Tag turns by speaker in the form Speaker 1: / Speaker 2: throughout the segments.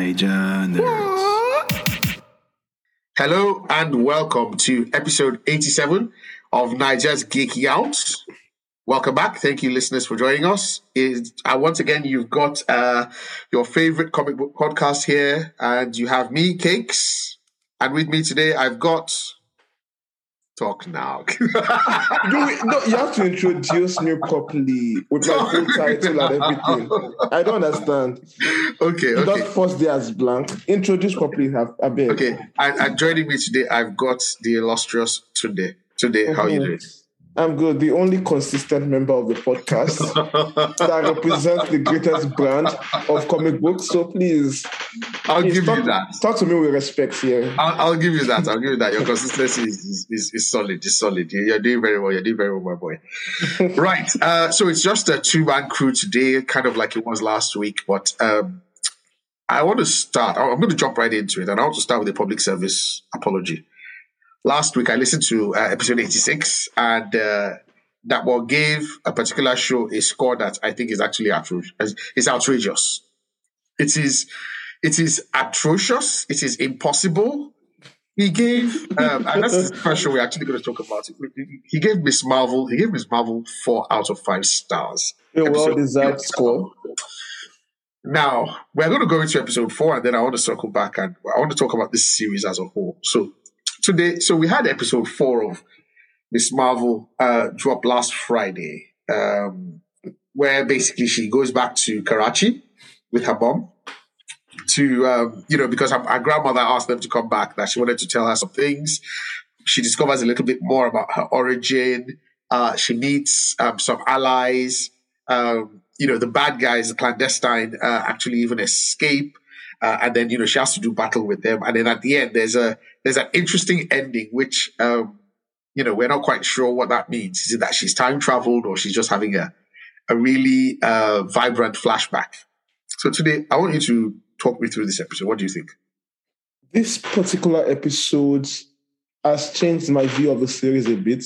Speaker 1: Niger Nerds.
Speaker 2: Hello and welcome to episode 87 of Niger's Geeky Out. Welcome back. Thank you, listeners, for joining us. Is uh, once again you've got uh, your favorite comic book podcast here, and you have me, Cakes, and with me today I've got talk now.
Speaker 3: no, no, you have to introduce me properly with my full title and everything. I don't understand.
Speaker 2: Okay, okay.
Speaker 3: Not first day as blank. Introduce properly. Have a bit.
Speaker 2: Okay, and, and joining me today, I've got the illustrious today. Today, mm-hmm. how
Speaker 3: Oh,
Speaker 2: you doing?
Speaker 3: I'm good. The only consistent member of the podcast that represents the greatest brand of comic books. So please,
Speaker 2: I'll
Speaker 3: please
Speaker 2: give
Speaker 3: talk,
Speaker 2: you that.
Speaker 3: Talk to me with respect here.
Speaker 2: I'll, I'll give you that. I'll give you that. Your consistency is, is, is, is solid. It's solid. You're doing very well. You're doing very well, my boy. right. Uh, so it's just a two man crew today, kind of like it was last week. But um, I want to start. I'm going to jump right into it, and I want to start with a public service apology last week I listened to uh, episode 86 and uh, that one gave a particular show a score that I think is actually outrageous. It's outrageous. It is, it is atrocious. It is impossible. He gave, um, and that's the first show we're actually going to talk about. It. He gave Miss Marvel, he gave Miss Marvel four out of five stars.
Speaker 3: A well deserved score.
Speaker 2: Now, we're going to go into episode four and then I want to circle back and I want to talk about this series as a whole. So today. So we had episode four of Miss Marvel uh, drop last Friday, um, where basically she goes back to Karachi with her mom to um, you know because her, her, grandmother asked them to come back that she wanted to tell her some things. She discovers a little bit more about her origin. Uh, she meets um, some allies. Um, you know, the bad guys, the clandestine, uh, actually even escape. Uh, and then you know she has to do battle with them and then at the end there's a there's an interesting ending which um you know we're not quite sure what that means is it that she's time traveled or she's just having a a really uh, vibrant flashback so today i want you to talk me through this episode what do you think
Speaker 3: this particular episode has changed my view of the series a bit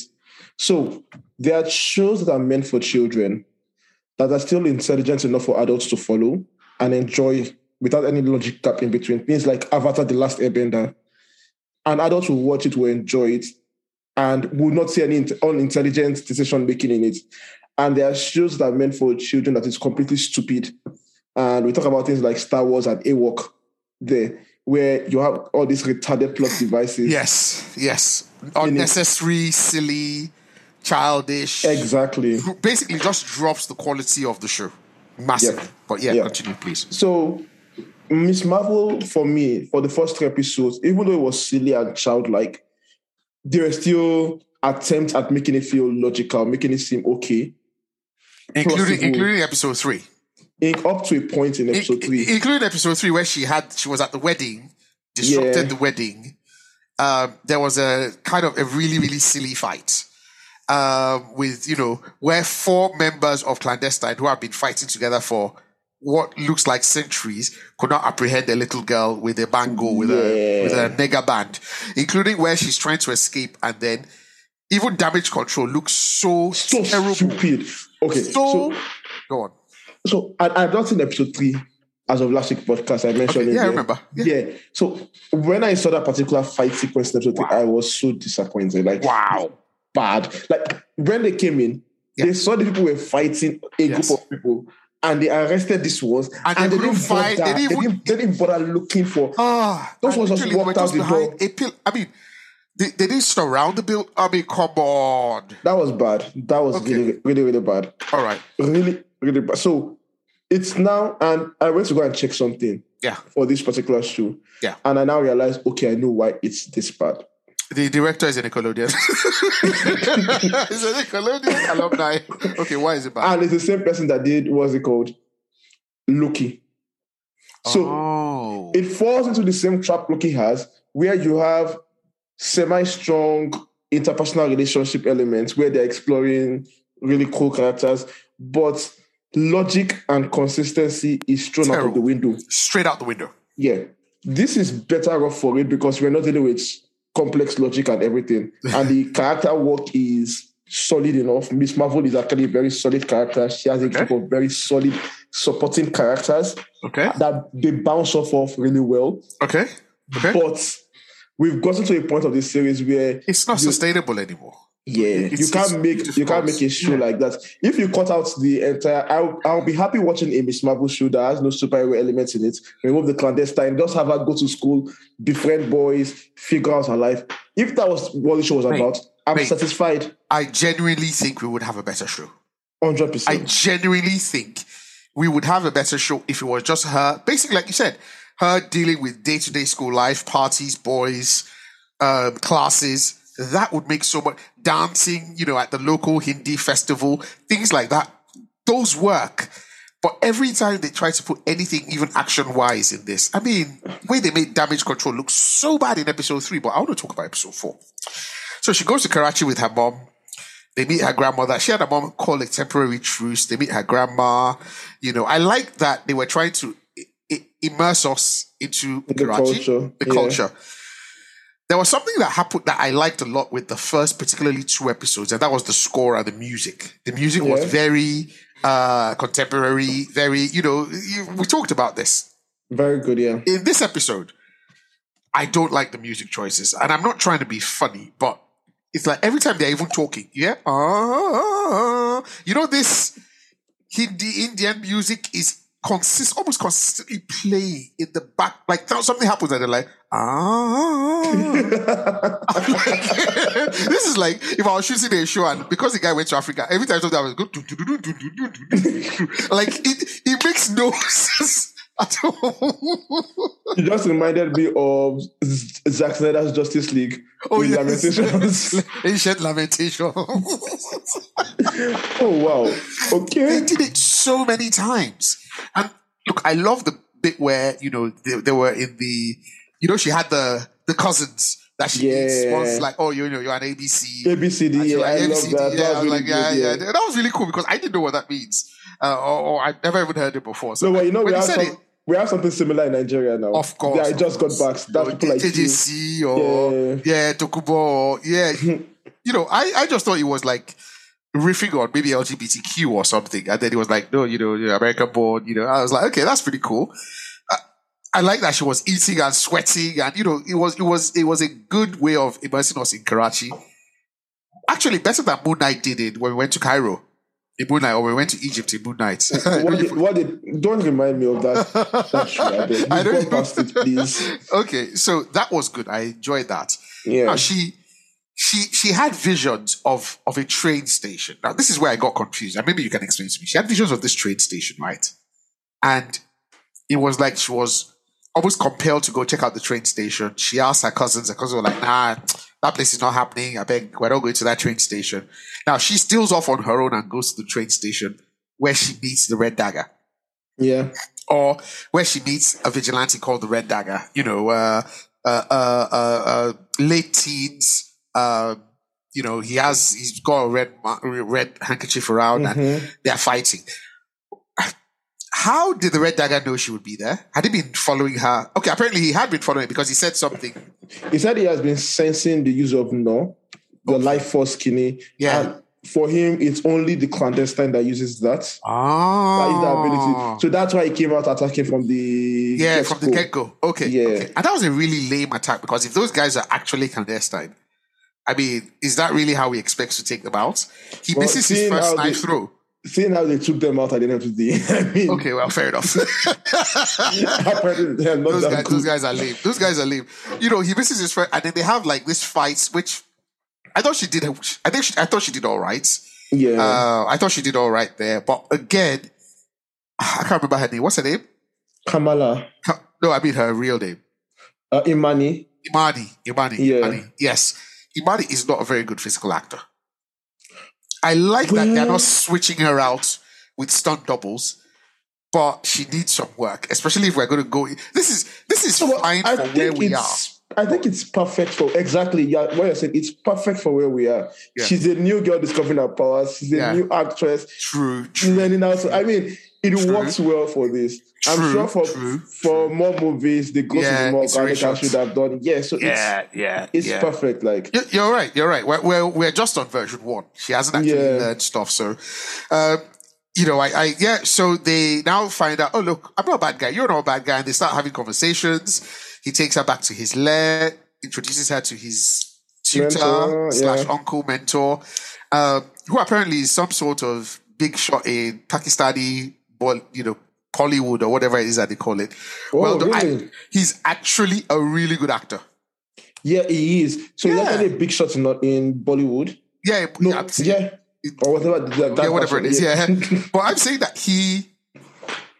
Speaker 3: so there are shows that are meant for children that are still intelligent enough for adults to follow and enjoy without any logic gap in between. Things like Avatar: The Last Airbender, and adults will watch it, will enjoy it, and will not see any unintelligent decision making in it. And there are shows that are meant for children that is completely stupid. And we talk about things like Star Wars and Ewok, there where you have all these retarded plot devices.
Speaker 4: Yes, yes, unnecessary, it. silly, childish.
Speaker 3: Exactly.
Speaker 4: Basically, just drops the quality of the show massively. Yep. But yeah, yep. continue, please.
Speaker 3: So Miss Marvel, for me, for the first three episodes, even though it was silly and childlike, there were still attempts at making it feel logical, making it seem okay.
Speaker 4: Including Plus, including was, episode three.
Speaker 3: In, up to a point in episode in, three.
Speaker 4: E-, Including episode three where she had she was at the wedding, disrupted yeah. the wedding. Um, there was a kind of a really, really silly fight. Um, with you know, where four members of clandestine who have been fighting together for what looks like centuries could not apprehend a little girl with a bango with yeah. a with a nega band, including where she's trying to escape, and then even damage control looks so,
Speaker 3: so
Speaker 4: terrible.
Speaker 3: stupid. Okay,
Speaker 4: so, so, go on.
Speaker 3: So I, I've not seen episode three as of last week's podcast. I mentioned
Speaker 4: okay, Yeah,
Speaker 3: it.
Speaker 4: there. I remember.
Speaker 3: Yeah. yeah. So when I saw that particular fight sequence in episode wow. three, I was so disappointed. Like
Speaker 4: wow,
Speaker 3: bad. Like when they came in. Yeah. They saw the people were fighting a yes. group of people, and they arrested these ones
Speaker 4: and, and they, they, didn't
Speaker 3: fight, bother, they, didn't, they, didn't, they didn't bother looking for
Speaker 4: ah,
Speaker 3: those ones just walked out the door
Speaker 4: a pill. I mean they, they didn't surround the building I mean come on
Speaker 3: that was bad that was okay. really really really bad
Speaker 4: all right
Speaker 3: really really bad so it's now and I went to go and check something
Speaker 4: yeah
Speaker 3: for this particular show
Speaker 4: yeah
Speaker 3: and I now realize okay I know why it's this bad
Speaker 4: the director is a Nickelodeon. He's a Nickelodeon alumni. Okay, why is it bad?
Speaker 3: And it's the same person that did what's it called? Loki. So
Speaker 4: oh.
Speaker 3: it falls into the same trap Loki has, where you have semi-strong interpersonal relationship elements where they're exploring really cool characters, but logic and consistency is thrown Terrible. out of the window.
Speaker 4: Straight out the window.
Speaker 3: Yeah. This is better off for it because we're not dealing with complex logic and everything. And the character work is solid enough. Miss Marvel is actually a very solid character. She has a okay. group of very solid supporting characters
Speaker 2: Okay.
Speaker 3: that they bounce off of really well.
Speaker 2: Okay. Okay.
Speaker 3: But we've gotten to a point of this series where
Speaker 2: it's not
Speaker 3: you-
Speaker 2: sustainable anymore.
Speaker 3: yeah,
Speaker 2: It's-
Speaker 3: you
Speaker 2: it's-
Speaker 3: can't make
Speaker 2: it's
Speaker 3: you can't
Speaker 2: false.
Speaker 3: make a show like that. If you cut out the entire, I'll, I'll be happy watching a Miss Marvel show that has no superhero elements in it. Remove the clandestine, just have her go to school, befriend boys, figure out her life. If that was what the show was
Speaker 2: Mate,
Speaker 3: about, I'm
Speaker 2: mate.
Speaker 3: satisfied,
Speaker 2: I genuinely think we would have a better show.
Speaker 3: hundred
Speaker 2: I
Speaker 3: percent.
Speaker 2: genuinely think we would have a better show if it was just her, basically, like you said, her dealing with day to day school life, parties, boys, um, classes. That would make so much dancing, you know, at the local Hindi festival, things like that. Those work. But every time they try to put anything, even action wise, in this, I mean, the way they made damage control look so bad in episode three, but I want to talk about episode four. So she goes to Karachi with her mom. They meet her grandmother. She and her mom call a temporary truce. They meet her grandma. You know, I like that they were trying to i- i- immerse us into
Speaker 3: The
Speaker 2: Karachi,
Speaker 3: culture,
Speaker 2: the
Speaker 3: yeah.
Speaker 2: culture. There was something that happened that I liked a lot with the first, particularly two episodes, and that was the score and the music. The music was
Speaker 3: Yeah.
Speaker 2: very uh contemporary, very, you know, you- we talked about this
Speaker 3: Very good, yeah.
Speaker 2: in this episode, I don't like the music choices, and I'm not trying to be funny, but it's like every time they're even talking, yeah, ah, you know this Hindi Indian music is consist almost consistently playing in the back, like th- something happens and they're like ah. this is like if I was shooting a show and because the guy went to Africa, every time something I was go do, do, do, do, do, do, do, do, do. like it it makes no sense at all.
Speaker 3: You just reminded me of Z- Zack Snyder's Justice League. with
Speaker 2: Oh, yes.
Speaker 3: Lamentations.
Speaker 2: Ancient lamentation.
Speaker 3: oh wow.
Speaker 2: they
Speaker 3: Okay.
Speaker 2: did it so many times. And look, I love the bit where, you know, they, they were in the, you know, she had the the cousins that she meets
Speaker 3: Yeah.
Speaker 2: once, like, oh, you know, you're an ABC. And
Speaker 3: ABCD.
Speaker 2: she
Speaker 3: Yeah,
Speaker 2: was
Speaker 3: I
Speaker 2: like,
Speaker 3: love
Speaker 2: ABCD,
Speaker 3: that.
Speaker 2: yeah. I was
Speaker 3: That was really
Speaker 2: like, yeah,
Speaker 3: good,
Speaker 2: yeah, That was really cool because I didn't know what that means. Uh, or, or I'd never even heard it before. So
Speaker 3: No, well, you know,
Speaker 2: when
Speaker 3: we
Speaker 2: you
Speaker 3: have,
Speaker 2: said
Speaker 3: some,
Speaker 2: it,
Speaker 3: we have something similar in Nigeria now.
Speaker 2: Of course.
Speaker 3: Yeah, I
Speaker 2: of
Speaker 3: just got
Speaker 2: course.
Speaker 3: back. That's
Speaker 2: You know,
Speaker 3: people like you.
Speaker 2: JJC or yeah, Tokubo or yeah. you know, I, I just thought it was like riffing on maybe LGBTQ or something. And then it was like, no, you know, you're American born, you know. I was like, okay, that's pretty cool. I, I like that she was eating and sweating and you know, it was it was it was a good way of immersing us in Karachi. Actually better than Moon Knight did it when we went to Cairo. In Moon Knight, or when we went to Egypt in Moon Knight.
Speaker 3: What did, what did, don't remind me of that. That's true. I beg.
Speaker 2: I
Speaker 3: We've
Speaker 2: don't
Speaker 3: gone past it, please.
Speaker 2: okay, so that was good. I enjoyed that. Now
Speaker 3: Yeah.
Speaker 2: she she she had visions of of a train station. Now this is where I got confused. And maybe you can explain to me. She had visions of this train station, right? And it was like she was almost compelled to go check out the train station. She asked her cousins. Her cousins were like, "Nah, that place is not happening. I beg, we're not going to that train station." Now she steals off on her own and goes to the train station where she meets the Red Dagger
Speaker 3: Yeah.
Speaker 2: or where she meets a vigilante called the Red Dagger. You know, uh, uh, uh, uh, uh, late teens. Uh, you know, he has he's got a red ma- red handkerchief around, and
Speaker 3: Mhm.
Speaker 2: they're fighting. How did the Red Dagger know she would be there? Had he been following her? Okay, apparently he had been following because he said something.
Speaker 3: He said he has been sensing the use of no, the life force skinny.
Speaker 2: Yeah.
Speaker 3: And for him, it's only the clandestine that uses that. That is the
Speaker 2: Ah,
Speaker 3: ability. So that's why he came out attacking from the
Speaker 2: yeah,
Speaker 3: get-go.
Speaker 2: from the get go. Okay,
Speaker 3: Yeah.
Speaker 2: okay, and that was a really lame attack because if those guys are actually clandestine, I mean, is that really how he expects to take them out? He
Speaker 3: Well,
Speaker 2: misses his
Speaker 3: seeing
Speaker 2: first
Speaker 3: how
Speaker 2: knife
Speaker 3: they-
Speaker 2: throw.
Speaker 3: Seeing how they took them out at the end of the day, I mean,
Speaker 2: Okay, well, fair enough.
Speaker 3: apparently they are not
Speaker 2: those
Speaker 3: that
Speaker 2: guys,
Speaker 3: good.
Speaker 2: those guys are lame. Those guys are lame. You know, he misses his first, and then they have like this fight, which I thought she did. I think she, I thought she did all right.
Speaker 3: yeah.
Speaker 2: Uh, I thought she did all right there, but again, I can't remember her name. What's her name?
Speaker 3: Kamala,
Speaker 2: Ka- No, I mean her real name.
Speaker 3: uh, Imani,
Speaker 2: Imani, Imani,
Speaker 3: Yeah.
Speaker 2: Imani. Yes, Imani is not a very good physical actor. I like that they're
Speaker 3: Well-
Speaker 2: not switching her out with stunt doubles, but she needs some work, especially if we're going to go. This is this is
Speaker 3: Well,
Speaker 2: fine for where we are.
Speaker 3: it's, I think it's perfect for exactly yeah, what I said. It's perfect for where we are.
Speaker 2: Yeah.
Speaker 3: She's a new girl discovering her powers. She's a
Speaker 2: Yeah.
Speaker 3: new actress
Speaker 2: True, true.
Speaker 3: learning how to. I mean, it
Speaker 2: True.
Speaker 3: works well for this.
Speaker 2: True,
Speaker 3: I'm sure for
Speaker 2: true,
Speaker 3: for more movies, the ghost
Speaker 2: Yeah,
Speaker 3: is more
Speaker 2: it's very
Speaker 3: organic and
Speaker 2: short.
Speaker 3: should have done. Yeah, so
Speaker 2: Yeah, yeah,
Speaker 3: it's it's
Speaker 2: yeah.
Speaker 3: perfect. Like
Speaker 2: You- You're right. You're right. We're, we're, we're just on version one. She hasn't actually
Speaker 3: Yeah.
Speaker 2: learned stuff. So, um, you know, I, I, yeah, so they now find out, oh, look, I'm not a bad guy. You're not a bad guy. And they start having conversations. He takes her back to his lair, introduces her to his tutor
Speaker 3: Mentor,
Speaker 2: slash
Speaker 3: yeah.
Speaker 2: uncle mentor, um, who apparently is some sort of big shot in Pakistani, well, you know, Hollywood or whatever it is that they call it.
Speaker 3: Oh,
Speaker 2: done. I-
Speaker 3: really?
Speaker 2: he's actually a really good actor.
Speaker 3: Yeah, he is. So he's
Speaker 2: Yeah.
Speaker 3: actually a big shot in, in Bollywood.
Speaker 2: Yeah,
Speaker 3: No,
Speaker 2: yeah, I'm saying-
Speaker 3: yeah. Or whatever that, that
Speaker 2: yeah, whatever it
Speaker 3: version,
Speaker 2: is. Yeah. but I'm saying that he,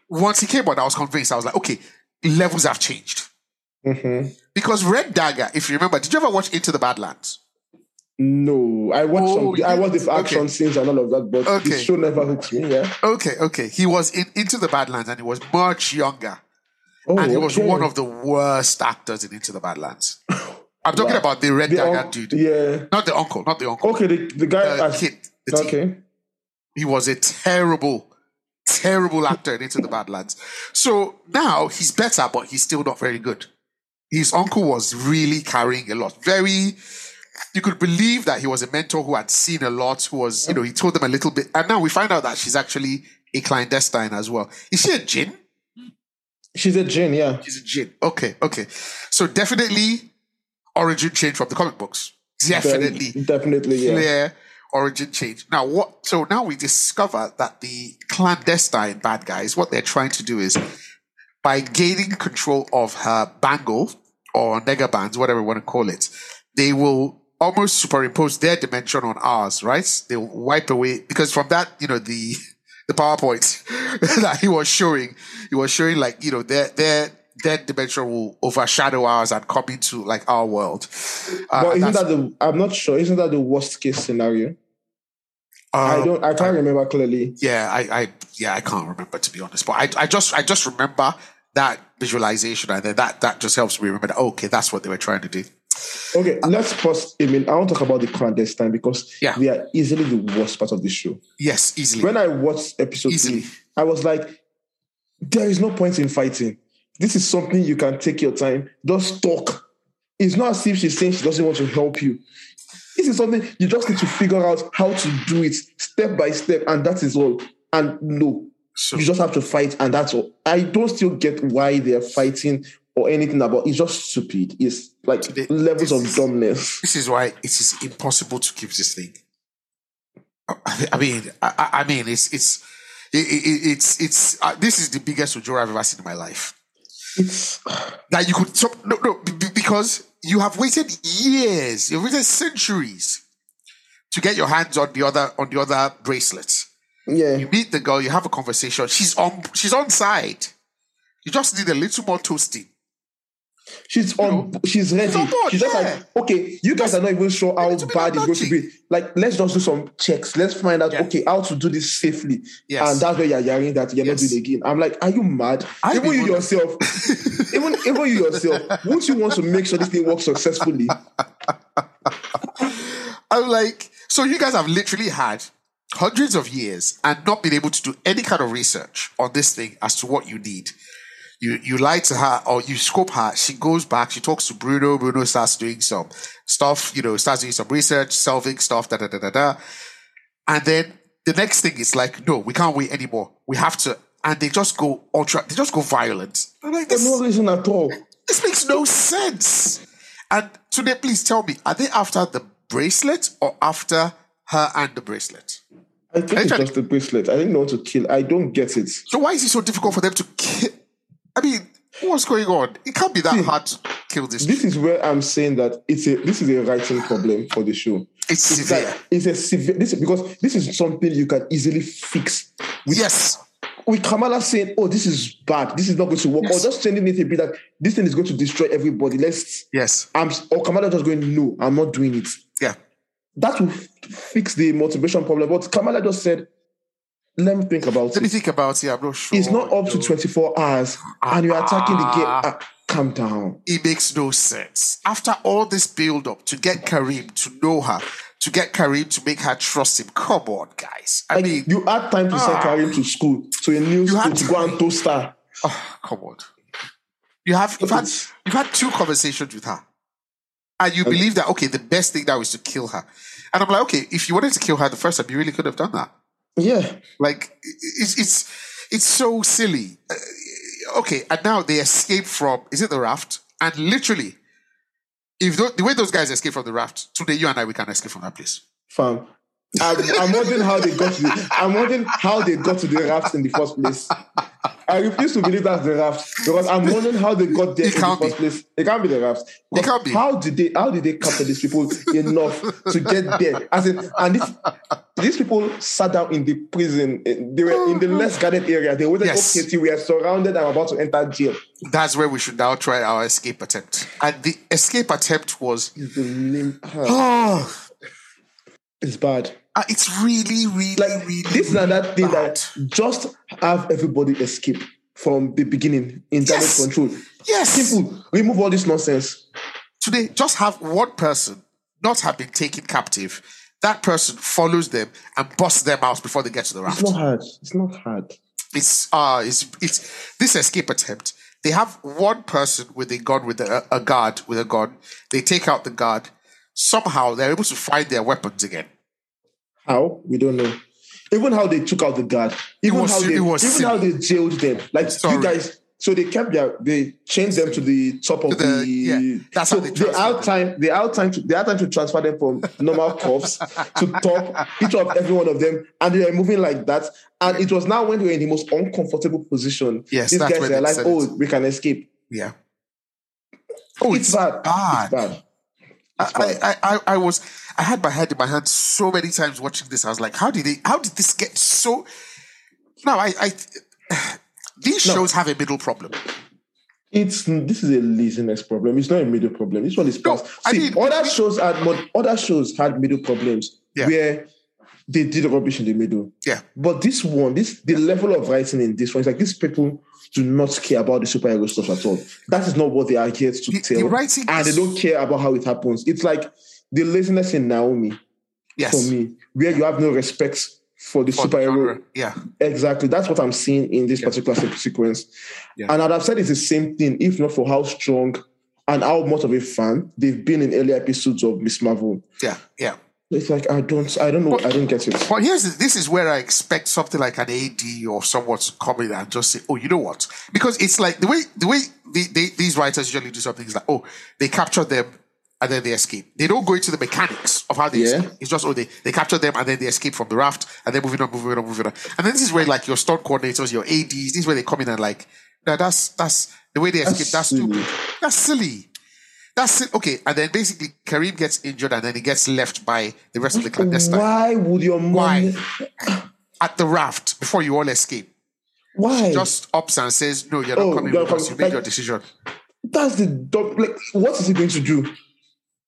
Speaker 2: once he came on, I was convinced. I was like, okay, levels have changed.
Speaker 3: Mhm.
Speaker 2: Because Red Dagger, if you remember, did you ever watch Into the Badlands?
Speaker 3: No, I watched
Speaker 2: Oh,
Speaker 3: some. I watched the
Speaker 2: yeah.
Speaker 3: action
Speaker 2: Okay.
Speaker 3: scenes and all of that, but
Speaker 2: Okay.
Speaker 3: the show never hooks me. Yeah.
Speaker 2: Okay, okay. He was in Into the Badlands and he was much younger.
Speaker 3: Oh,
Speaker 2: and he was
Speaker 3: okay.
Speaker 2: one of the worst actors in Into the Badlands. I'm talking
Speaker 3: Wow.
Speaker 2: about the Red
Speaker 3: the
Speaker 2: Dagger
Speaker 3: un-
Speaker 2: dude.
Speaker 3: Yeah.
Speaker 2: Not the uncle, not the uncle.
Speaker 3: Okay, the, the guy.
Speaker 2: The
Speaker 3: as-
Speaker 2: kid. The teen.
Speaker 3: okay.
Speaker 2: He was a terrible, terrible actor in Into the Badlands. So now he's better, but he's still not very good. His uncle was really carrying a lot. Very, you could believe that he was a mentor who had seen a lot, who was, you know, he told them a little bit. And now we find out that she's actually a clandestine as well. Is she a gin?
Speaker 3: She's a Jane. Yeah.
Speaker 2: She's a gin. Okay, okay. So definitely origin change from the comic books. Definitely
Speaker 3: Then- Definitely. Yeah.
Speaker 2: clear origin change. Now what? So now we discover that the clandestine bad guys, what they're trying to do is by gaining control of her bangle or nega bands, whatever you want to call it, they will almost superimpose their dimension on ours. Right? They will wipe away because from that, you know the the PowerPoint that he was showing, he was showing like you know their their their dimension will overshadow ours and come into like our world. Uh,
Speaker 3: But
Speaker 2: and
Speaker 3: isn't
Speaker 2: that's-
Speaker 3: that the? I'm not sure. Isn't that the worst case scenario? I
Speaker 2: um,
Speaker 3: don't. I can't remember clearly.
Speaker 2: yeah, I, I yeah, I can't remember to be honest. But I, I just I just remember that visualization and then that that just helps me remember that okay, that's what they were trying to do.
Speaker 3: Okay, let's pause. I mean, I want to talk about the clandestine because
Speaker 2: Uh, Yeah.
Speaker 3: they are easily the worst part of the show.
Speaker 2: Yes, easily.
Speaker 3: When I watched episode
Speaker 2: Easily.
Speaker 3: three, I was like, there is no point in fighting. This is something you can take your time. Just talk. It's not as if she's saying she doesn't want to help you. This is something you just need to figure out how to do it step by step, and that is all. And no,
Speaker 2: So
Speaker 3: you just have to fight, and that's all. I don't still get why they're fighting or anything about. It's just stupid. It's like
Speaker 2: Today-
Speaker 3: levels of
Speaker 2: this-
Speaker 3: dumbness.
Speaker 2: this is why it is impossible to keep this thing. Oh, I I mean, I, I- I mean, it's it's it, it, it's it's uh, this is the biggest Ujora I've ever seen in my life.
Speaker 3: It's
Speaker 2: That you could so, no no be- be- because you have waited years, you've waited centuries to get your hands on the other on the other bracelet.
Speaker 3: yeah,
Speaker 2: You meet the girl, you have a conversation. She's on she's on side. You just need a little more toasting.
Speaker 3: she's on. She's ready.
Speaker 2: on board,
Speaker 3: she's just
Speaker 2: yeah.
Speaker 3: like, okay, you guys are not even sure how
Speaker 2: little bit
Speaker 3: bad
Speaker 2: of
Speaker 3: it's going to be. Like, let's just do some checks. Let's find out,
Speaker 2: Yeah.
Speaker 3: okay, how to do this safely.
Speaker 2: Yes.
Speaker 3: And that's where you're hearing that you're
Speaker 2: Yes.
Speaker 3: not doing it again. I'm like, are you mad?
Speaker 2: I've
Speaker 3: even
Speaker 2: been
Speaker 3: you
Speaker 2: wondering.
Speaker 3: yourself, even even you yourself, won't you want to make sure this thing works successfully?
Speaker 2: I'm like, so you guys have literally had hundreds of years and not been able to do any kind of research on this thing as to what you need. You you lie to her or you scope her. She goes back. She talks to Bruno. Bruno starts doing some stuff. You know, starts doing some research, solving stuff. Da da da da da. And then the next thing is like, no, we can't wait anymore. We have to. And they just go ultra. They just go violent. I'm like,
Speaker 3: For
Speaker 2: this,
Speaker 3: no reason at all.
Speaker 2: this makes no sense. And today, please tell me, are they after the bracelet or after her and the bracelet?
Speaker 3: I think it's
Speaker 2: tried-
Speaker 3: just the bracelet. I didn't know what to kill. I don't get it.
Speaker 2: So why is it so difficult for them to kill? I mean, what's going on? It can't be that hard to kill this.
Speaker 3: Hmm. This is where I'm saying that it's a this is a writing problem for the show.
Speaker 2: It's
Speaker 3: It's like-
Speaker 2: severe.
Speaker 3: it's a severe this is because this is something you can easily fix.
Speaker 2: Yes,
Speaker 3: With Kamala saying, "Oh, this is bad. This is not going to work,"
Speaker 2: Yes.
Speaker 3: or just changing it a bit that this thing is going to destroy everybody. Let's.
Speaker 2: yes,
Speaker 3: I'm or Kamala just going, "No, I'm not doing it."
Speaker 2: yeah,
Speaker 3: That will f- fix the motivation problem. But Kamala just said, "Let me think about
Speaker 2: Let me
Speaker 3: it.
Speaker 2: think about it. I'm not sure.
Speaker 3: It's not up to
Speaker 2: No.
Speaker 3: 24 hours, and you're attacking the game."
Speaker 2: Ah.
Speaker 3: Ah, calm down.
Speaker 2: It makes no sense. After all this build up to get Kareem to know her, to get Kareem to make her trust him. Come on, guys. I
Speaker 3: Like
Speaker 2: mean,
Speaker 3: you had time to send
Speaker 2: Ah.
Speaker 3: Karim to school, to a new school,
Speaker 2: had
Speaker 3: to go and toast her.
Speaker 2: Oh, come on. You have you've had
Speaker 3: It's-
Speaker 2: you've had two conversations with her. And you believe that okay, the best thing now is to kill her. And I'm like, okay, if you wanted to kill her the first time, you really could have done that.
Speaker 3: Yeah.
Speaker 2: Like it's it's it's so silly. Uh, okay, and now they escape from is it the raft? And literally, if those, the way those guys escape from the raft today, you and I we can escape from that place.
Speaker 3: Fam, I'm, I'm wondering how they got to. The, I'm wondering how they got to the raft in the first place. I refuse to believe that's the raft because I'm wondering how they got there
Speaker 2: It
Speaker 3: in the
Speaker 2: can't
Speaker 3: first
Speaker 2: be.
Speaker 3: place. It can't be the raft. Because
Speaker 2: can't be.
Speaker 3: How did they? How did they capture these people enough to get there? As in, and this, these people sat down in the prison. eh, They were in the less guarded area. They waited.
Speaker 2: Mm-hmm. Yes.
Speaker 3: Okay, till we are surrounded. I'm about to enter jail.
Speaker 2: That's where we should now try our escape attempt. And the escape attempt was
Speaker 3: It's the lim- ah,
Speaker 2: oh,
Speaker 3: it's bad.
Speaker 2: uh, it's really, really,
Speaker 3: like
Speaker 2: really.
Speaker 3: this is another thing
Speaker 2: bad.
Speaker 3: that just have everybody escape from the beginning in damage
Speaker 2: Yes.
Speaker 3: control.
Speaker 2: yes,
Speaker 3: Simple. Remove all this nonsense.
Speaker 2: today just have one person not have been taken captive. That person follows them and busts them out before they get to the raft.
Speaker 3: It's not hard. It's not hard.
Speaker 2: It's uh it's it's this escape attempt. They have one person with a gun with a, a guard with a gun. They take out the guard. Somehow they're able to find their weapons again.
Speaker 3: How we don't know. Even how they took out the guard. Even
Speaker 2: was
Speaker 3: how
Speaker 2: si-
Speaker 3: they
Speaker 2: it was
Speaker 3: even
Speaker 2: silly.
Speaker 3: how they jailed them. Like
Speaker 2: Sorry.
Speaker 3: you guys. So they kept their they changed them to the top of
Speaker 2: the-
Speaker 3: the,
Speaker 2: yeah, that's how
Speaker 3: so
Speaker 2: they
Speaker 3: they
Speaker 2: transferred
Speaker 3: out time they out time to they out time to transfer them from normal cuffs to top each of every one of them and they were moving like that and it was now when they were in the most uncomfortable position
Speaker 2: Yes,
Speaker 3: these
Speaker 2: that's
Speaker 3: guys
Speaker 2: when they
Speaker 3: realized
Speaker 2: said
Speaker 3: oh
Speaker 2: it.
Speaker 3: we can escape
Speaker 2: Yeah. Oh,
Speaker 3: it's, bad.
Speaker 2: bad.
Speaker 3: it's bad It's
Speaker 2: I, I, I, I was I had my head in my hand so many times watching this. I was like, how did they how did this get so No, I, I these
Speaker 3: No.
Speaker 2: shows have a middle problem.
Speaker 3: It's this is a laziness problem. It's not a middle problem. This one is
Speaker 2: No,
Speaker 3: past.
Speaker 2: I
Speaker 3: See,
Speaker 2: mean-
Speaker 3: other shows had mod- other shows had middle problems
Speaker 2: Yeah.
Speaker 3: where they did rubbish in the middle.
Speaker 2: Yeah.
Speaker 3: But this one, this the level of writing in this one is like these people do not care about the superhero stuff at all. That is not what they are here
Speaker 2: The-
Speaker 3: to
Speaker 2: the
Speaker 3: tell.
Speaker 2: writing
Speaker 3: and
Speaker 2: is-
Speaker 3: they don't care about how it happens. It's like the laziness in Naomi
Speaker 2: Yes.
Speaker 3: for me, where you have no respect for the
Speaker 2: For the
Speaker 3: superhero
Speaker 2: genre. Yeah.
Speaker 3: Exactly. That's what I'm seeing in this particular se- sequence.
Speaker 2: Yeah.
Speaker 3: And I'd have said it's the same thing, if not for how strong and how much of a fan they've been in earlier episodes of Miss Marvel.
Speaker 2: Yeah. Yeah.
Speaker 3: It's like I don't I don't know, I don't get it.
Speaker 2: But here's the- this is where I expect something like an AD or someone to come in and just say, "Oh, you know what?" Because it's like the way the way the, they, these writers usually do something is like, "Oh, they capture them and then they escape." They don't go into the mechanics of how they
Speaker 3: Yeah.
Speaker 2: escape. It's just, "Oh, they they capture them and then they escape from the raft and they're moving on, moving on, moving on." And then this is where like your stunt coordinators, your ADs, this is where they come in and like, "No, that's that's the way they escape. That's,
Speaker 3: That's
Speaker 2: stupid.
Speaker 3: silly.
Speaker 2: That's silly." That's it. Okay, and then basically Kareem gets injured, and then he gets left by the rest of the clandestine
Speaker 3: Why would your mom
Speaker 2: Why?
Speaker 3: why?
Speaker 2: at the raft before you all escape. Just ups and says, "No, you're not
Speaker 3: Oh,
Speaker 2: coming
Speaker 3: you're
Speaker 2: with us.
Speaker 3: coming.
Speaker 2: You made
Speaker 3: Like-
Speaker 2: your decision."
Speaker 3: That's the dumb like what is he going to do?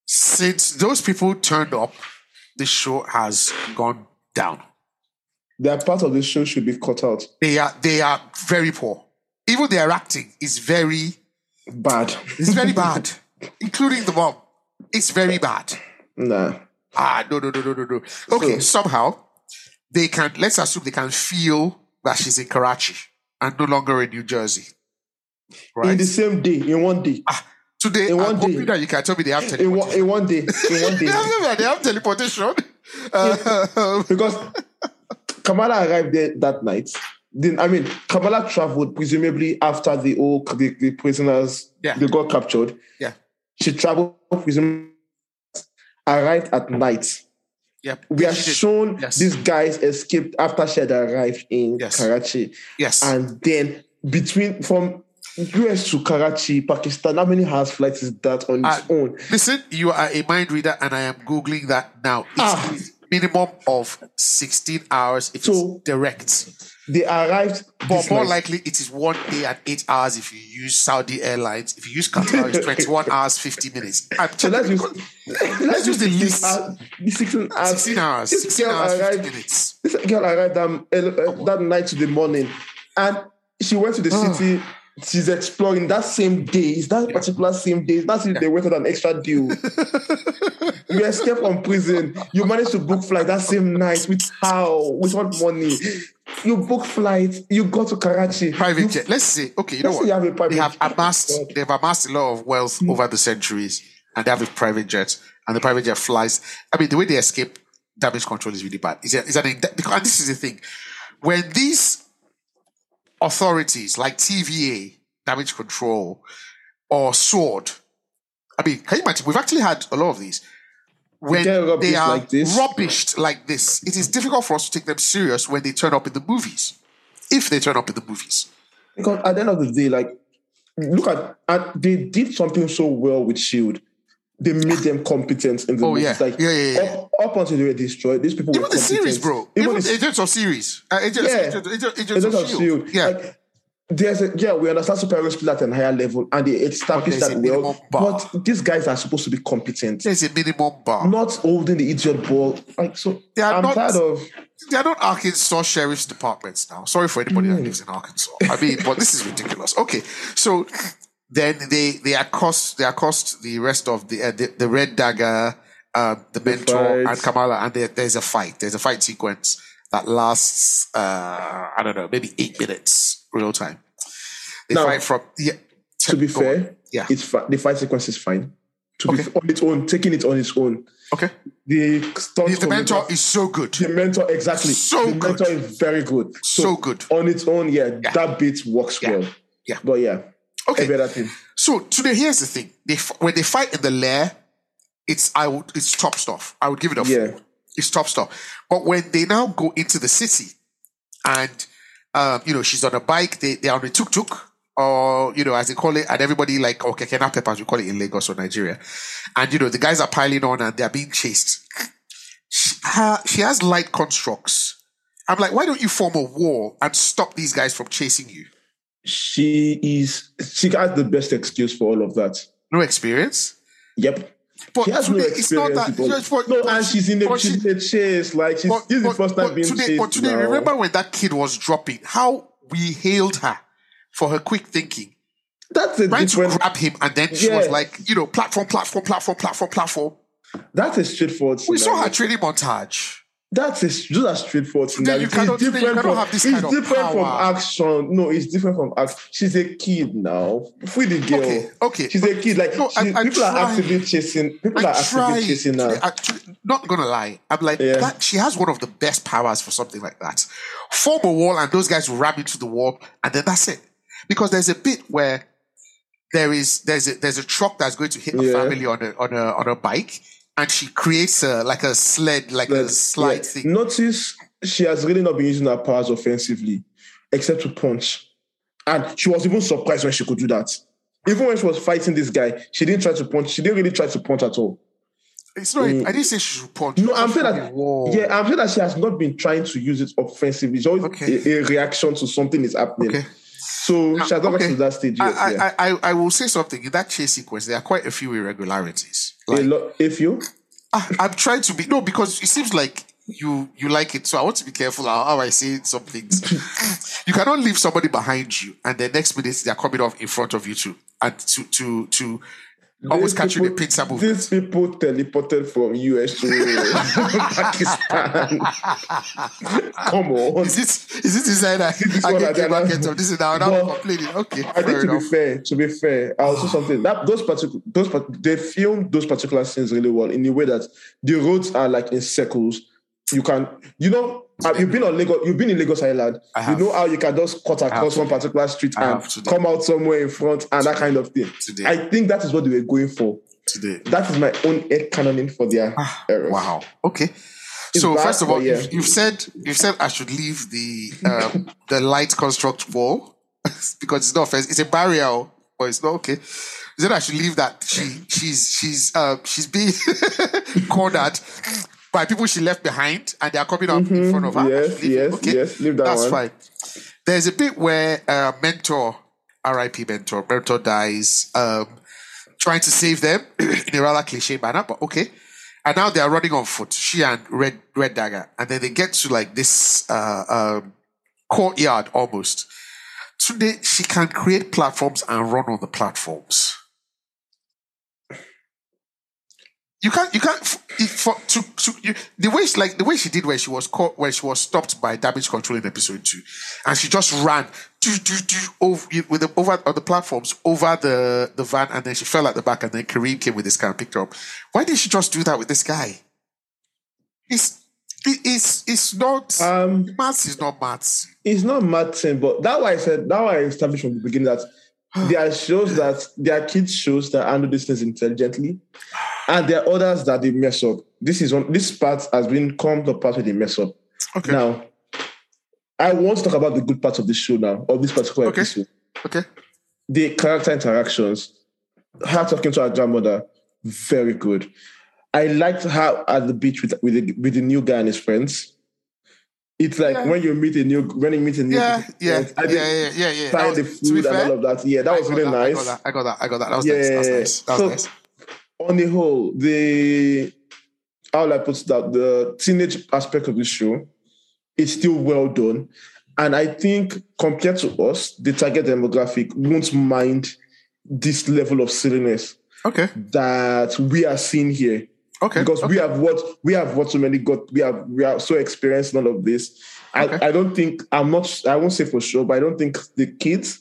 Speaker 2: Since those people turned up, the show has gone down.
Speaker 3: That part of the show should be cut out.
Speaker 2: They are they are very poor. Even their acting is very
Speaker 3: Bad.
Speaker 2: is very bad, including the mom. It's very bad.
Speaker 3: Nah.
Speaker 2: Ah, no, no, no, no, no, no. Okay, somehow they can. Let's assume they can feel that she's in Karachi and no longer in New Jersey.
Speaker 3: In
Speaker 2: Right Ah,
Speaker 3: the same day, in one day.
Speaker 2: today,
Speaker 3: in
Speaker 2: I'm
Speaker 3: one day-
Speaker 2: hoping that you can tell me they have
Speaker 3: In one,
Speaker 2: teleportation.
Speaker 3: in one day. In one
Speaker 2: They
Speaker 3: day.
Speaker 2: have, they have teleportation. Uh,
Speaker 3: because Kamala arrived there that night. Then I mean, Kamala traveled presumably after the all the, the prisoners
Speaker 2: Yeah.
Speaker 3: they got captured.
Speaker 2: Yeah.
Speaker 3: she traveled presumably arrived at night.
Speaker 2: yep.
Speaker 3: We are
Speaker 2: Mm. She did.
Speaker 3: shown
Speaker 2: Yes.
Speaker 3: these guys escaped after she had arrived in
Speaker 2: Yes.
Speaker 3: Karachi,
Speaker 2: Yes.
Speaker 3: and then between from US to Karachi, Pakistan. How many hours flights is that on its
Speaker 2: Uh,
Speaker 3: own?
Speaker 2: Listen, you are a mind reader, and I am googling that now. It's
Speaker 3: Ah.
Speaker 2: minimum of sixteen hours if
Speaker 3: So-
Speaker 2: it's direct,
Speaker 3: They arrived,
Speaker 2: but
Speaker 3: this
Speaker 2: more
Speaker 3: night.
Speaker 2: likely it is one day and eight hours if you use Saudi Airlines. If you use Qatar, it's twenty-one hours fifty minutes. I'm
Speaker 3: So let's
Speaker 2: checking-
Speaker 3: use let's
Speaker 2: use the
Speaker 3: 16
Speaker 2: least.
Speaker 3: hours- the 16 hours.
Speaker 2: sixteen hours,
Speaker 3: This
Speaker 2: sixteen
Speaker 3: girl
Speaker 2: hours, fifty
Speaker 3: arrived.
Speaker 2: minutes. Oh,
Speaker 3: This girl arrived um, el- uh, that night to the morning, and she went to the
Speaker 2: Ah.
Speaker 3: city. She's exploring that same day. It's that particular same day. That's if they waited an extra deal. you escaped from prison. You managed to book flight that same night. With how? With what money? You book flight. You go to Karachi.
Speaker 2: Private
Speaker 3: You-
Speaker 2: jet. Let's say, okay, you know
Speaker 3: Let's say
Speaker 2: what?
Speaker 3: you have a private
Speaker 2: they have
Speaker 3: jet.
Speaker 2: amassed,
Speaker 3: God. Hmm.
Speaker 2: they've amassed a lot of wealth over the centuries, and they have a private jet, and the private jet flies. I mean, the way they escape, damage control is really bad. Is that, is that in, because this is the thing when these authorities like TVA, damage control, or SWORD, I mean, can you imagine? We've actually had a lot of these. When they are
Speaker 3: like this.
Speaker 2: rubbished like this, it is difficult for us to take them serious when they turn up in the movies. If they turn up in the movies.
Speaker 3: Because at the end of the day, like, look at, at they did something so well with Shield. E They made them competent in the
Speaker 2: Oh,
Speaker 3: movies.
Speaker 2: yeah.
Speaker 3: Like
Speaker 2: Yeah, yeah, yeah.
Speaker 3: Up, up until they were destroyed, these people were
Speaker 2: Even the
Speaker 3: competent.
Speaker 2: series, bro.
Speaker 3: Even
Speaker 2: Even,
Speaker 3: the
Speaker 2: the Agents of Series. Uh, agents,
Speaker 3: Yeah.
Speaker 2: agents, agents, agents
Speaker 3: Agents
Speaker 2: of,
Speaker 3: of
Speaker 2: Shield.
Speaker 3: Shield.
Speaker 2: E Yeah.
Speaker 3: E Like, there's a, yeah, we understand superheroes play at a higher level and they establish
Speaker 2: there's
Speaker 3: that
Speaker 2: a minimum
Speaker 3: well.
Speaker 2: bar.
Speaker 3: But these guys are supposed to be competent,
Speaker 2: There's a minimum bar.
Speaker 3: not holding the idiot ball. Like so,
Speaker 2: They are
Speaker 3: I'm
Speaker 2: not-
Speaker 3: tired of.
Speaker 2: They're not Arkansas sheriff's departments now. Sorry for anybody
Speaker 3: Mm.
Speaker 2: that lives in Arkansas. I mean, but this is ridiculous. Okay, so then they they accost they accost the rest of the uh, the, the Red Dagger, uh, the Mentor,
Speaker 3: fight.
Speaker 2: and Kamala, and there, there's a fight. There's a fight sequence that lasts uh, I don't know, maybe eight minutes real time. They
Speaker 3: Now,
Speaker 2: fight from yeah.
Speaker 3: To be
Speaker 2: go on.
Speaker 3: fair,
Speaker 2: yeah.
Speaker 3: it's fi- the fight sequence is fine. To
Speaker 2: Okay.
Speaker 3: be on its own, taking it on its own.
Speaker 2: Okay,
Speaker 3: The stunt
Speaker 2: the, the Mentor
Speaker 3: choreography-
Speaker 2: is so good.
Speaker 3: the mentor exactly.
Speaker 2: So
Speaker 3: the
Speaker 2: good.
Speaker 3: mentor is very good.
Speaker 2: So good.
Speaker 3: on its own. Yeah,
Speaker 2: Yeah.
Speaker 3: that bit works
Speaker 2: Yeah.
Speaker 3: well.
Speaker 2: Yeah.
Speaker 3: but yeah,
Speaker 2: Okay.
Speaker 3: every other thing.
Speaker 2: So today, here's the thing: they f- when they fight in the lair, it's I would it's top stuff. I would give it a
Speaker 3: Yeah.
Speaker 2: four. It's top stuff. But when they now go into the city, and um, you know she's on a bike, they they are on a tuk tuk. Or you know, as they call it, and everybody like okay, Kekena Pep, as we call it in Lagos or Nigeria, and you know the guys are piling on and they are being chased. She, her, she has light constructs. I'm like, why don't you form a wall and stop these guys from chasing you?
Speaker 3: She is. She has the best excuse for all of that.
Speaker 2: No experience.
Speaker 3: Yep.
Speaker 2: But
Speaker 3: she has no
Speaker 2: today,
Speaker 3: experience.
Speaker 2: it's not that.
Speaker 3: because-
Speaker 2: just for-
Speaker 3: no,
Speaker 2: but
Speaker 3: and
Speaker 2: she-
Speaker 3: she's in the
Speaker 2: but
Speaker 3: she's
Speaker 2: she-
Speaker 3: in the chase. Like she's
Speaker 2: but-
Speaker 3: this is the
Speaker 2: but-
Speaker 3: first time
Speaker 2: but
Speaker 3: being
Speaker 2: today,
Speaker 3: chased.
Speaker 2: But today,
Speaker 3: now.
Speaker 2: remember when that kid was dropping? How we hailed her for her quick thinking,
Speaker 3: that's a
Speaker 2: trying to
Speaker 3: different.
Speaker 2: grab him, and then she was
Speaker 3: Yeah.
Speaker 2: like, you know, platform, platform, platform, platform, platform.
Speaker 3: That's a straightforward.
Speaker 2: We
Speaker 3: scenario.
Speaker 2: saw her training montage.
Speaker 3: That's a those are straightforward
Speaker 2: Then
Speaker 3: scenario.
Speaker 2: you
Speaker 3: It's
Speaker 2: cannot- then you
Speaker 3: different
Speaker 2: cannot
Speaker 3: from
Speaker 2: have this
Speaker 3: it's
Speaker 2: kind of
Speaker 3: different
Speaker 2: power.
Speaker 3: from action. No, it's different from action. She's a kid now. Free the girl.
Speaker 2: Okay, okay.
Speaker 3: She's a kid. Like
Speaker 2: No, I'm-
Speaker 3: she-
Speaker 2: I'm
Speaker 3: people are
Speaker 2: trying.
Speaker 3: actively chasing. People are
Speaker 2: I
Speaker 3: actively
Speaker 2: tried.
Speaker 3: chasing her.
Speaker 2: Actually, not gonna lie, I'm like
Speaker 3: Yeah.
Speaker 2: that. She has one of the best powers for something like that. Form a wall, and those guys will ram into the wall, and then that's it. Because there's a bit where there is there's a there's a truck that's going to hit a
Speaker 3: Yeah.
Speaker 2: family on a on a on a bike, and she creates a like a sled, like a
Speaker 3: But,
Speaker 2: slide
Speaker 3: yeah, Mm.
Speaker 2: thing.
Speaker 3: Notice she has really not been using her powers offensively, except to punch. And she was even surprised when she could do that. Even when she was fighting this guy, she didn't try to punch. She didn't really try to punch at all.
Speaker 2: It's not.
Speaker 3: Mm.
Speaker 2: I didn't say she should punch.
Speaker 3: No, I'm saying
Speaker 2: Form
Speaker 3: that.
Speaker 2: a wall.
Speaker 3: Yeah, I'm saying that she has not been trying to use it offensively. It's always
Speaker 2: Okay.
Speaker 3: a, a reaction to something is happening.
Speaker 2: Okay. Ah,
Speaker 3: So she has not
Speaker 2: Okay.
Speaker 3: gotten to that stage yet.
Speaker 2: I,
Speaker 3: yeah.
Speaker 2: I, I, I will say something in that chase sequence. There are quite a few irregularities.
Speaker 3: a lot, if you
Speaker 2: Ah, I'm trying to be no because it seems like you you like it, so I want to be careful how, how I say some things. you cannot leave somebody behind you, and the next minute they're coming off in front of you too, and to to to almost
Speaker 3: These
Speaker 2: catch you in a
Speaker 3: people-
Speaker 2: pincer movement.
Speaker 3: These people teleported from US to Pakistan. Come on.
Speaker 2: Is it is it designer?
Speaker 3: this
Speaker 2: I
Speaker 3: one
Speaker 2: get
Speaker 3: I
Speaker 2: the
Speaker 3: did not-
Speaker 2: market of this is now now
Speaker 3: But-
Speaker 2: complaining. Okay,
Speaker 3: I think
Speaker 2: fair
Speaker 3: to be
Speaker 2: enough.
Speaker 3: fair, to be fair, I'll say something. That those particular those par- they filmed those particular scenes really well in the way that the roads are like in circles. You can, you know, have you been on Lagos? You've been in Lagos Island.
Speaker 2: I
Speaker 3: You
Speaker 2: have.
Speaker 3: know how you can just cut across one particular street
Speaker 2: I
Speaker 3: and
Speaker 2: have today.
Speaker 3: come out somewhere in front and that kind of thing.
Speaker 2: Today.
Speaker 3: I think that is what they were going for.
Speaker 2: Today.
Speaker 3: That is my own head canoning for their errors.
Speaker 2: Ah, Wow. Okay.
Speaker 3: It's
Speaker 2: so
Speaker 3: bad,
Speaker 2: first of all,
Speaker 3: but yeah.
Speaker 2: you've, you've said you've said I should leave the um, the light construct wall because it's not offensive. It's a barrier, oh, but it's not okay. You said I should leave that. She she's she's uh, she's being cornered by people she left behind, and they are coming up in
Speaker 3: Mm-hmm.
Speaker 2: front of her. I
Speaker 3: Yes,
Speaker 2: should leave it.
Speaker 3: yes, yes. Leave that
Speaker 2: That's
Speaker 3: one.
Speaker 2: fine. There's a bit where uh, mentor, R.I.P. mentor, mentor dies. Um, trying to save them in a rather cliche manner, but okay. And now they are running on foot, she and Red Red Dagger, and then they get to like this uh, um, courtyard almost. Today she can create platforms and run on the platforms. You can't. You can't. f- It, for, to, to, you, the way she, like the way she did when she was caught when she was stopped by damage control in episode two, and she just ran do, do, do, over with the, over on the platforms over the the van, and then she fell at the back, and then Kareem came with this guy and picked her up. Why did she just do that with this guy? It's It's it's not
Speaker 3: Um,
Speaker 2: maths is not maths.
Speaker 3: it's not Martin, but that why I said that why I established from the beginning that there are shows that there are kids shows that handle these things intelligently, and there are others that they mess up. This is one. This part has been come to part where they mess up.
Speaker 2: Okay.
Speaker 3: Now, I want to talk about the good parts of this show now, of this particular
Speaker 2: Okay.
Speaker 3: episode.
Speaker 2: Okay.
Speaker 3: The character interactions, her talking to her grandmother, very good. I liked her at the beach with with the, with the new guy and his friends. It's like
Speaker 2: Yeah.
Speaker 3: when you meet a new when you meet a new
Speaker 2: Yeah,
Speaker 3: group of
Speaker 2: yeah,
Speaker 3: friends,
Speaker 2: yeah,
Speaker 3: I didn't
Speaker 2: yeah, yeah, yeah.
Speaker 3: try
Speaker 2: That
Speaker 3: the
Speaker 2: was- to be
Speaker 3: food and all
Speaker 2: fair,
Speaker 3: of that. Yeah, that was
Speaker 2: I got
Speaker 3: really
Speaker 2: I
Speaker 3: nice.
Speaker 2: got that. I got that. I got that. That was nice. That was
Speaker 3: Yeah.
Speaker 2: nice. That
Speaker 3: So-
Speaker 2: was nice.
Speaker 3: On the whole, the how will I put that the teenage aspect of the show is still well done, and I think compared to us, the target demographic won't mind this level of silliness
Speaker 2: Okay.
Speaker 3: that we are seeing here
Speaker 2: Okay.
Speaker 3: because
Speaker 2: okay.
Speaker 3: we have what we have what so many got we have we are so experienced in all of this.
Speaker 2: Okay.
Speaker 3: I, I don't think I'm not I won't say for sure, but I don't think the kids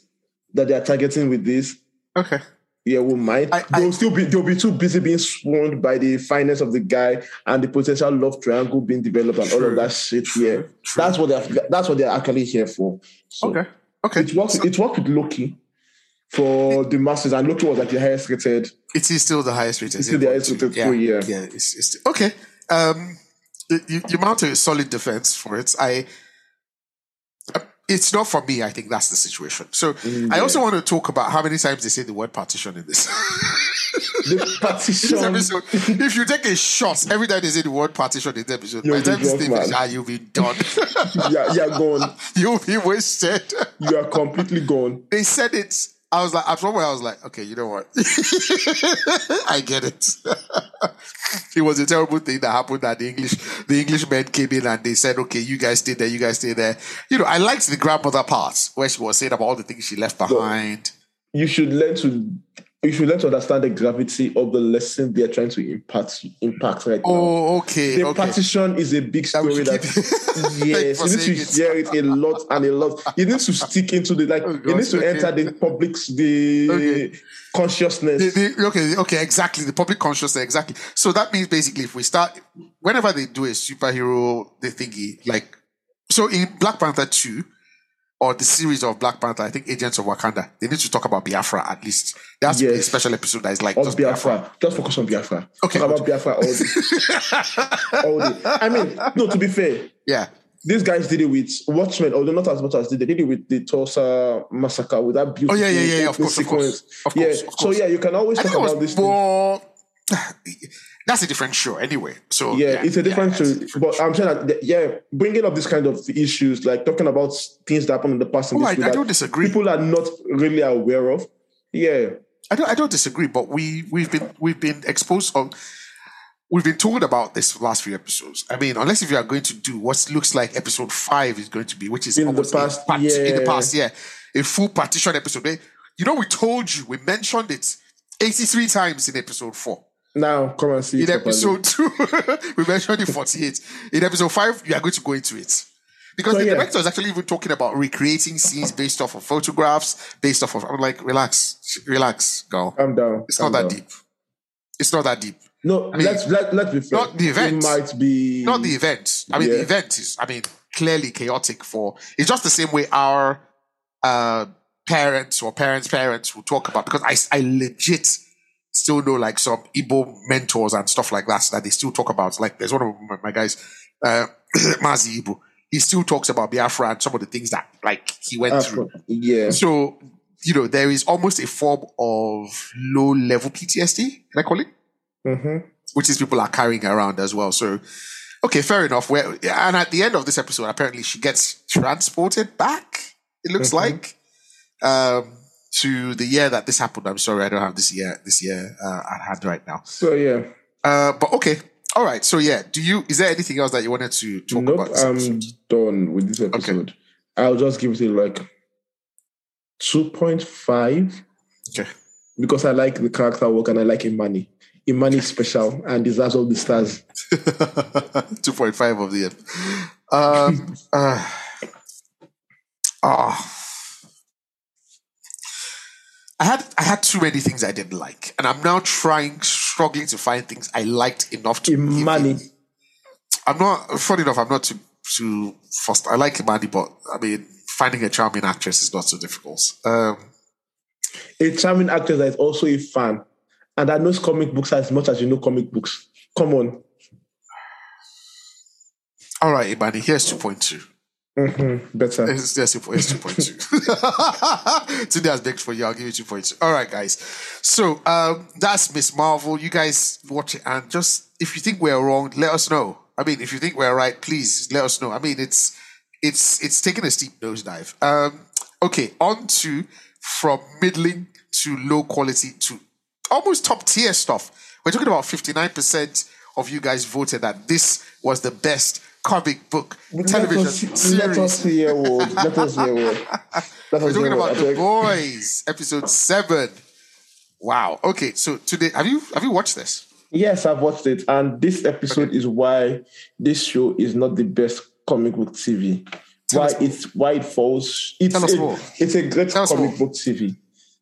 Speaker 3: that they are targeting with this
Speaker 2: okay.
Speaker 3: yeah, will mind.
Speaker 2: I- I-
Speaker 3: they'll still be they'll be too busy being sworn by the finance of the guy and the potential love triangle being developed and all
Speaker 2: True,
Speaker 3: of that shit.
Speaker 2: true,
Speaker 3: yeah,
Speaker 2: true.
Speaker 3: that's what they're that's what they're actually here for. So
Speaker 2: Okay. Okay.
Speaker 3: it worked. It worked with Loki for the masses, and Loki was like the highest rated.
Speaker 2: It is still the highest rated.
Speaker 3: It's still the highest rated
Speaker 2: yeah.
Speaker 3: for a year.
Speaker 2: Yeah. It's, it's okay. Um, you, you- you mount a solid defense for it. I. It's not for me. I think that's the situation. So I also want to talk about how many times they say the word partition in this.
Speaker 3: The
Speaker 2: this
Speaker 3: partition.
Speaker 2: episode. If you take a shot every time they say the word partition in the episode,
Speaker 3: You'll
Speaker 2: by the
Speaker 3: be
Speaker 2: time this
Speaker 3: drunk,
Speaker 2: thing is
Speaker 3: man.
Speaker 2: ah, you'll be done.
Speaker 3: yeah, you're gone.
Speaker 2: you'll be wasted.
Speaker 3: You are completely gone.
Speaker 2: They said it. I was like, at one point, I was like, okay, you know what? I get it. it was a terrible thing that happened that the English, the Englishmen came in and they said, okay, you guys stay there, you guys stay there. You know, I liked the grandmother part where she was saying about all the things she left behind.
Speaker 3: You should learn to. You should learn to understand the gravity of the lesson they are trying to impact impact right now.
Speaker 2: Oh, okay.
Speaker 3: the
Speaker 2: okay.
Speaker 3: partition is a big
Speaker 2: That we
Speaker 3: story
Speaker 2: should
Speaker 3: that,
Speaker 2: keep- Thanks
Speaker 3: yes,
Speaker 2: for
Speaker 3: you need to
Speaker 2: saying
Speaker 3: hear it a lot and a lot. It needs to stick into the like
Speaker 2: Oh,
Speaker 3: it
Speaker 2: gosh,
Speaker 3: needs to
Speaker 2: okay.
Speaker 3: enter the public's the
Speaker 2: Okay.
Speaker 3: consciousness.
Speaker 2: The- the- okay, okay, exactly. The public consciousness, exactly. So that means basically, if we start, whenever they do a superhero, the thingy, like, so in Black Panther 2, or the series of Black Panther, I think Agents of Wakanda, they need to talk about Biafra at least. There has to be a
Speaker 3: Yes.
Speaker 2: special episode that is like
Speaker 3: of
Speaker 2: just
Speaker 3: Biafra. Just focus on Biafra.
Speaker 2: Okay,
Speaker 3: Talk about Biafra all day. all day. I mean, no, to be fair,
Speaker 2: Yeah.
Speaker 3: these guys did it with Watchmen, although not as much as they did. They did it with the Tulsa massacre with that beautiful
Speaker 2: Oh, yeah, yeah, yeah, of
Speaker 3: opening
Speaker 2: course, of course.
Speaker 3: sequence.
Speaker 2: Of course,
Speaker 3: yeah.
Speaker 2: of course.
Speaker 3: So yeah, you can always
Speaker 2: I
Speaker 3: talk
Speaker 2: think it
Speaker 3: about
Speaker 2: was
Speaker 3: this thing.
Speaker 2: more. That's a different show, anyway. So
Speaker 3: yeah, it's a different
Speaker 2: yeah,
Speaker 3: show.
Speaker 2: it's a different
Speaker 3: But I'm saying that, the- yeah, bringing up these kind of issues, like talking about things that happened in the past, in
Speaker 2: Oh,
Speaker 3: this
Speaker 2: I-
Speaker 3: way
Speaker 2: I
Speaker 3: that
Speaker 2: don't disagree.
Speaker 3: People are not really aware of. Yeah,
Speaker 2: I don't I don't disagree, but we we've been we've been exposed on we've been told about this for the last few episodes. I mean, unless if you are going to do what looks like episode five is going to be, which is
Speaker 3: In the
Speaker 2: almost
Speaker 3: past,
Speaker 2: a part- in the
Speaker 3: yeah.
Speaker 2: past, yeah, a full partition episode. They- You know, we told you, we mentioned it 83 times in episode four.
Speaker 3: now come and see.
Speaker 2: In
Speaker 3: it properly.
Speaker 2: episode two, we mentioned it 48. In episode five, you are going to go into it. Because
Speaker 3: So,
Speaker 2: the
Speaker 3: yeah.
Speaker 2: director is actually even talking about recreating scenes based off of photographs, based off of. I'm like, relax, relax, girl.
Speaker 3: calm down.
Speaker 2: It's
Speaker 3: calm
Speaker 2: not that
Speaker 3: down.
Speaker 2: deep. It's not that deep.
Speaker 3: No,
Speaker 2: mean,
Speaker 3: let's let let's be fair.
Speaker 2: not the event.
Speaker 3: It might be
Speaker 2: Not the event. I mean, the
Speaker 3: Mm. Yeah.
Speaker 2: event is, I mean, clearly chaotic for. It's just the same way our uh, parents or parents' parents will talk about because I, I legit still know like some Igbo mentors and stuff like that that they still talk about. Like there's one of my, my guys, uh, Mazi Igbo. He still talks about Biafra and some of the things that like he went through.
Speaker 3: Afro- Yeah,
Speaker 2: So, you know, there is almost a form of low level PTSD, can I call it?
Speaker 3: Mhm.
Speaker 2: Which is people are carrying around as well. So, okay, fair enough. Where and at the end of this episode, apparently she gets transported back. It looks like um, to the year that this happened. I'm sorry, I don't have this year this year uh, at hand right now.
Speaker 3: So yeah,
Speaker 2: Uh, but okay, all right. So yeah, do you? Is there anything else that you wanted to talk
Speaker 3: nope. um,
Speaker 2: about? This
Speaker 3: I'm
Speaker 2: episode?
Speaker 3: done with this episode. I'll just give it like two point five.
Speaker 2: Okay.
Speaker 3: because I like the character work and I like Imani. Imani is special and deserves all the stars.
Speaker 2: 2.5 of the end. Um, uh, ah. I had I had too many things I didn't like, and I'm now trying, struggling to find things I liked enough to. give
Speaker 3: Imani.
Speaker 2: it- I'm not funny enough. I'm not too too fussed. I like Imani, but I mean, finding a charming actress is not so difficult. Um,
Speaker 3: a charming actress that is also a fan and that knows comic books as much as you know comic books. Come on.
Speaker 2: All right, Imani. Here's two point two.
Speaker 3: Mm-hmm, better.
Speaker 2: It's, it's, it's 2.2. Today has begged for you. I'll give you 2.2. All right, guys. So um, that's Miss Marvel. You guys watch it and just, if you think we're wrong, let us know. I mean, if you think we're right, please let us know. I mean, it's it's it's taking a steep nosedive. Um, okay, on to from middling to low quality to almost top tier stuff. We're talking about 59% of you guys voted that this was the best comic book
Speaker 3: Let
Speaker 2: television
Speaker 3: us-
Speaker 2: series.
Speaker 3: Let us hear word. Let us hear word. Let
Speaker 2: We're talking
Speaker 3: us hear
Speaker 2: about
Speaker 3: word.
Speaker 2: The Boys, episode seven. Wow. Okay, so today have you have you watched this?
Speaker 3: Yes, I've watched it, and this episode is why this show is not the best comic book TV.
Speaker 2: Tell
Speaker 3: why
Speaker 2: us more.
Speaker 3: it's why it falls. It's
Speaker 2: Tell us
Speaker 3: a,
Speaker 2: more.
Speaker 3: It's a great
Speaker 2: Tell us
Speaker 3: comic
Speaker 2: more.
Speaker 3: book TV,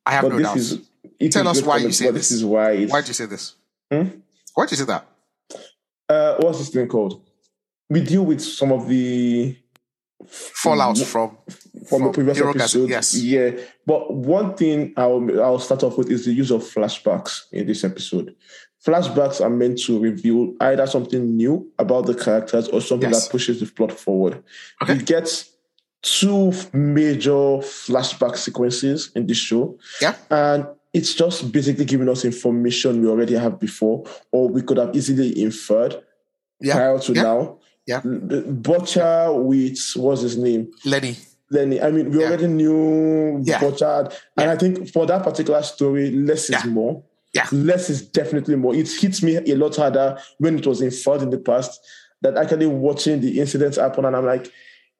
Speaker 2: I have
Speaker 3: but
Speaker 2: no
Speaker 3: this
Speaker 2: doubts.
Speaker 3: is. it's
Speaker 2: Tell
Speaker 3: a
Speaker 2: us
Speaker 3: great
Speaker 2: why
Speaker 3: comic
Speaker 2: you say
Speaker 3: book, but
Speaker 2: this.
Speaker 3: This is why. It's,
Speaker 2: Why do you say this?
Speaker 3: Hmm?
Speaker 2: Why do you say that?
Speaker 3: uh, what's this thing called? We deal with some of the
Speaker 2: Fallout
Speaker 3: Mm.
Speaker 2: from
Speaker 3: from,
Speaker 2: From
Speaker 3: the previous
Speaker 2: Hero Gasm,
Speaker 3: episode.
Speaker 2: yes.
Speaker 3: Yeah. But one thing I'll, I'll start off with is the use of flashbacks in this episode. Flashbacks are meant to reveal either something new about the characters or something
Speaker 2: Yes.
Speaker 3: that pushes the plot forward.
Speaker 2: Okay.
Speaker 3: We get two major flashback sequences in this show.
Speaker 2: Yeah.
Speaker 3: And it's just basically giving us information we already have before, or we could have easily inferred
Speaker 2: Yeah.
Speaker 3: prior to
Speaker 2: Yeah.
Speaker 3: now.
Speaker 2: Yeah.
Speaker 3: Butcher with what's his name?
Speaker 2: Lenny.
Speaker 3: Lenny. I mean, we
Speaker 2: Yeah.
Speaker 3: already knew
Speaker 2: Yeah.
Speaker 3: Butchard. And I think for that particular story, less is
Speaker 2: Yeah.
Speaker 3: more.
Speaker 2: Yeah.
Speaker 3: Less is definitely more. It hits me a lot harder when it was inferred in the past that actually watching the incidents happen and I'm like,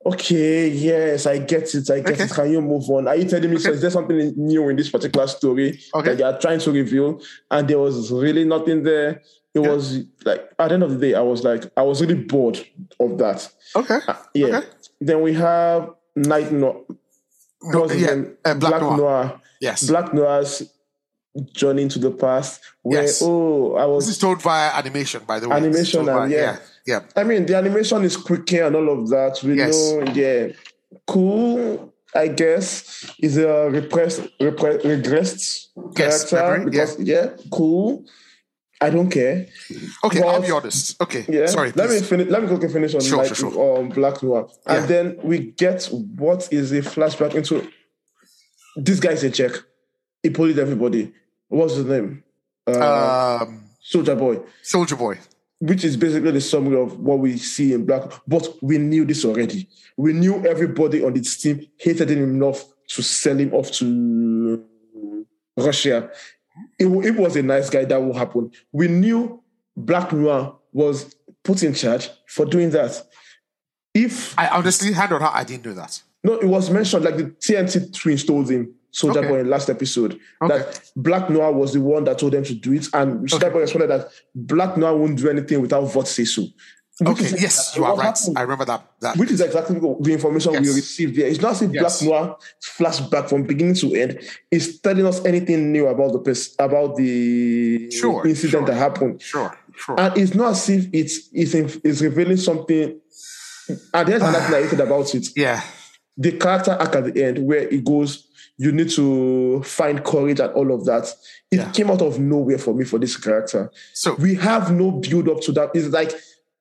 Speaker 3: okay, yes, I get it. I get
Speaker 2: Okay.
Speaker 3: it. Can you move on? Are you telling me so is there something new in this particular story
Speaker 2: Okay.
Speaker 3: that you are trying to reveal? And there was really nothing there. It
Speaker 2: Yeah.
Speaker 3: was like at the end of the day, I was like, I was really bored of that.
Speaker 2: Okay.
Speaker 3: Uh, yeah.
Speaker 2: Ah, Okay.
Speaker 3: Then we have Night No.
Speaker 2: No,
Speaker 3: what's his
Speaker 2: yeah,
Speaker 3: name?
Speaker 2: uh, Black Noir. Yes.
Speaker 3: Black Noir's journey into the past. Where
Speaker 2: Yes.
Speaker 3: oh, I
Speaker 2: This
Speaker 3: was.
Speaker 2: is told via animation, by the way. This is
Speaker 3: Animation
Speaker 2: told
Speaker 3: and-
Speaker 2: by-
Speaker 3: yeah.
Speaker 2: yeah. yeah.
Speaker 3: I mean, the animation is quicker and all of that. We
Speaker 2: Yes.
Speaker 3: know, yeah, cool. I guess is a repressed, repre- regressed
Speaker 2: Yes,
Speaker 3: character
Speaker 2: memory,
Speaker 3: because yeah, cool. I don't care.
Speaker 2: Okay, I'll
Speaker 3: But-
Speaker 2: be honest. Okay.
Speaker 3: Yeah.
Speaker 2: Sorry.
Speaker 3: Let me
Speaker 2: please.
Speaker 3: finish. Let me quickly finish on
Speaker 2: Sure,
Speaker 3: like,
Speaker 2: sure, sure.
Speaker 3: um, Black Noir, and
Speaker 2: Yeah.
Speaker 3: then we get what is a flashback into. This guy is a Czech. He bullied everybody. What's his name? Uh,
Speaker 2: um
Speaker 3: Soldier Boy,
Speaker 2: Soldier Boy.
Speaker 3: which is basically the summary of what we see in Black. But we knew this already. We knew everybody on this team hated him enough to sell him off to Russia. It, wa- it was a nice guy that will happen. We knew Black Noir was put in charge for doing that. If
Speaker 2: I honestly hand on heart, I didn't do that.
Speaker 3: no, it was mentioned like the TNT twins told him Soldier
Speaker 2: Okay.
Speaker 3: Boy in last episode
Speaker 2: Okay.
Speaker 3: that Black Noir was the one that told them to do it, and Soldier
Speaker 2: Okay.
Speaker 3: Boy responded that Black Noir won't do anything without Vought say so. Which
Speaker 2: Okay,
Speaker 3: is
Speaker 2: yes,
Speaker 3: exactly
Speaker 2: you are
Speaker 3: what
Speaker 2: right.
Speaker 3: happened.
Speaker 2: I remember that that
Speaker 3: Which is exactly the information we
Speaker 2: Yes.
Speaker 3: received there. It's not a
Speaker 2: Yes.
Speaker 3: Black Noir flashback from beginning to end. It's telling us anything new about the pers- about the
Speaker 2: Sure,
Speaker 3: incident
Speaker 2: sure.
Speaker 3: that happened
Speaker 2: sure, sure.
Speaker 3: and it's not as if it's it's, in- it's revealing something. And there's another thing I hated about it.
Speaker 2: yeah.
Speaker 3: The character arc at the end, where it goes, you need to find courage and all of that. It
Speaker 2: Yeah.
Speaker 3: came out of nowhere for me for this character.
Speaker 2: So
Speaker 3: We have no build up to that. It's like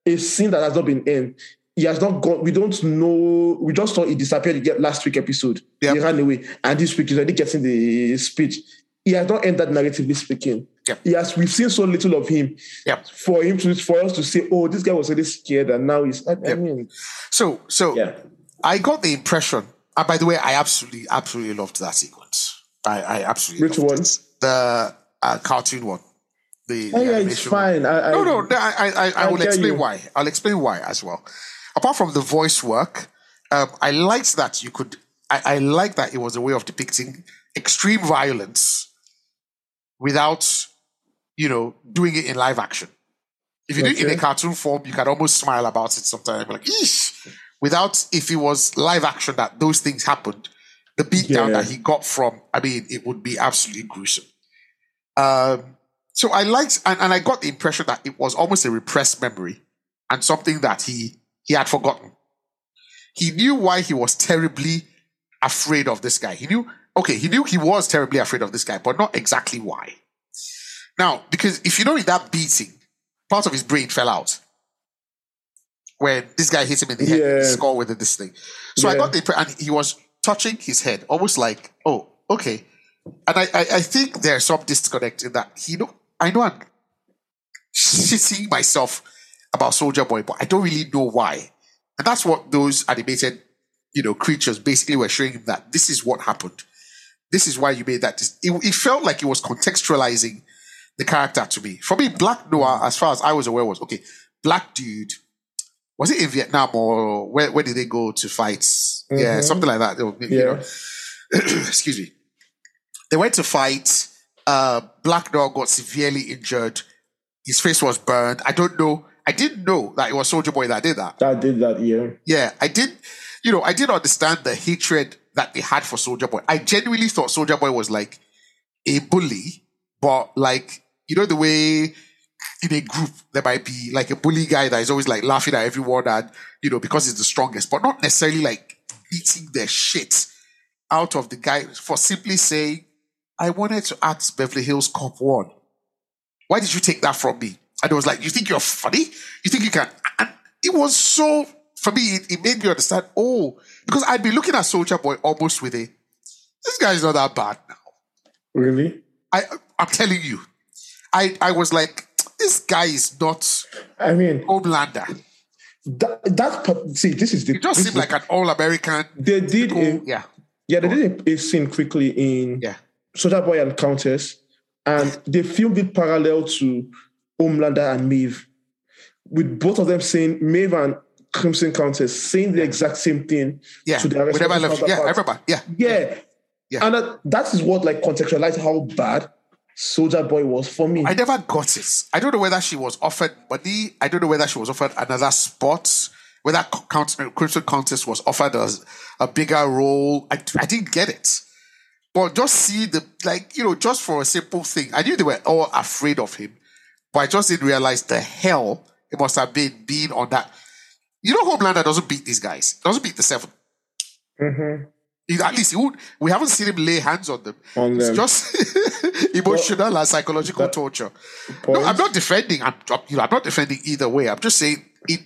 Speaker 3: a scene that has not been end. He has not gone. We don't know. We just saw he disappeared again last week episode.
Speaker 2: Yep.
Speaker 3: He ran away, and this week he's already getting the speech. He has not ended narratively speaking.
Speaker 2: Yep.
Speaker 3: He has. We've seen so little of him
Speaker 2: yeah.
Speaker 3: for him to for us to say, oh, this guy was really scared and now he's. I, I
Speaker 2: Yep.
Speaker 3: mean,
Speaker 2: So so
Speaker 3: yeah,
Speaker 2: I got the impression, and by the way, I absolutely, absolutely loved that sequence. I, I absolutely
Speaker 3: Which
Speaker 2: loved
Speaker 3: one?
Speaker 2: it. The uh, cartoon one. The, the
Speaker 3: Oh, yeah, yeah, it's
Speaker 2: animation one.
Speaker 3: fine. I, I,
Speaker 2: No, no, no, I, I, I, I
Speaker 3: I
Speaker 2: will
Speaker 3: get
Speaker 2: explain
Speaker 3: you.
Speaker 2: why. I'll explain why as well. Apart from the voice work, um, I liked that you could. I, I liked that it was a way of depicting extreme violence without, you know, doing it in live action. If you do it in
Speaker 3: Okay.
Speaker 2: a cartoon form, you can almost smile about it sometimes. Like, eesh. Without, if it was live action that those things happened, the beatdown
Speaker 3: Yeah.
Speaker 2: that he got from, I mean, it would be absolutely gruesome. Um, so I liked, and, and I got the impression that it was almost a repressed memory and something that he he had forgotten. He knew why he was terribly afraid of this guy. He knew okay, he knew he was terribly afraid of this guy, but not exactly why. Now, because if you know in that beating, part of his brain fell out when this guy hit him in the head,
Speaker 3: Yeah.
Speaker 2: and score with this thing. So I
Speaker 3: Yeah.
Speaker 2: got the impre- and he was touching his head, almost like, oh, okay. And I, I, I think there's some disconnect in that. He know I know I'm shitting myself about Soldier Boy, but I don't really know why. And that's what those animated, you know, creatures basically were showing him that this is what happened. This is why you made that. dis- It, it felt like it was contextualizing the character to me. For me, Black Noir, as far as I was aware, was okay. Black dude, was it in Vietnam or where, where did they go to fight? Yeah,
Speaker 3: Mhm.
Speaker 2: something like that. You know, excuse me. They went to fight. Uh, Black Dog got severely injured. His face was burned. I don't know. I didn't know that it was Soldier Boy that did that.
Speaker 3: That did that, yeah.
Speaker 2: Yeah, I did. You know, I did understand the hatred that they had for Soldier Boy. I genuinely thought Soldier Boy was like a bully, but like you know the way in a group there might be like a bully guy that is always like laughing at everyone and you know because he's the strongest, but not necessarily like beating the shit out of the guy for simply saying, "I wanted to act Beverly Hills Cop One." Why did you take that from me? And it was like, you think you're funny? You think you can? And it was so for me. It, it made me understand. Oh, because I'd be looking at Soldier Boy almost with a, this guy's not that bad now.
Speaker 3: Really?
Speaker 2: I I'm telling you, I I was like, this guy is not
Speaker 3: I mean,
Speaker 2: Homelander.
Speaker 3: that, that part- see, this is the
Speaker 2: He just
Speaker 3: this is
Speaker 2: seemed like an all American.
Speaker 3: they did a,
Speaker 2: Yeah,
Speaker 3: yeah, they did a, a scene quickly in
Speaker 2: yeah,
Speaker 3: Soldier Boy and Countess, and they filmed it parallel to Homelander and Maeve, with both of them saying Maeve and Crimson Countess saying the exact same thing
Speaker 2: yeah.
Speaker 3: to their
Speaker 2: Whenever I love
Speaker 3: respective
Speaker 2: you, yeah, I
Speaker 3: counterparts.
Speaker 2: remember. Yeah,
Speaker 3: Yeah.
Speaker 2: Yeah.
Speaker 3: And that, that is what like contextualized how bad Soldier Boy was for me.
Speaker 2: I never got it. I don't know whether she was offered money. I don't know whether she was offered another spot. Whether Co- Count, uh, Crimson Countess was offered a, a bigger role. I, I didn't get it. But just see the, like, you know, just for a simple thing. I knew they were all afraid of him, but I just didn't realize the hell it must have been being on that. You know, Homelander doesn't beat these guys, doesn't beat the seven.
Speaker 3: Mhm.
Speaker 2: He- At least he would, we haven't seen him lay hands on them.
Speaker 3: On
Speaker 2: It's
Speaker 3: them.
Speaker 2: just emotional and psychological
Speaker 3: that-
Speaker 2: torture. No,
Speaker 3: Point.
Speaker 2: I'm not defending. I'm, I'm- you know, I'm not defending either way. I'm just saying it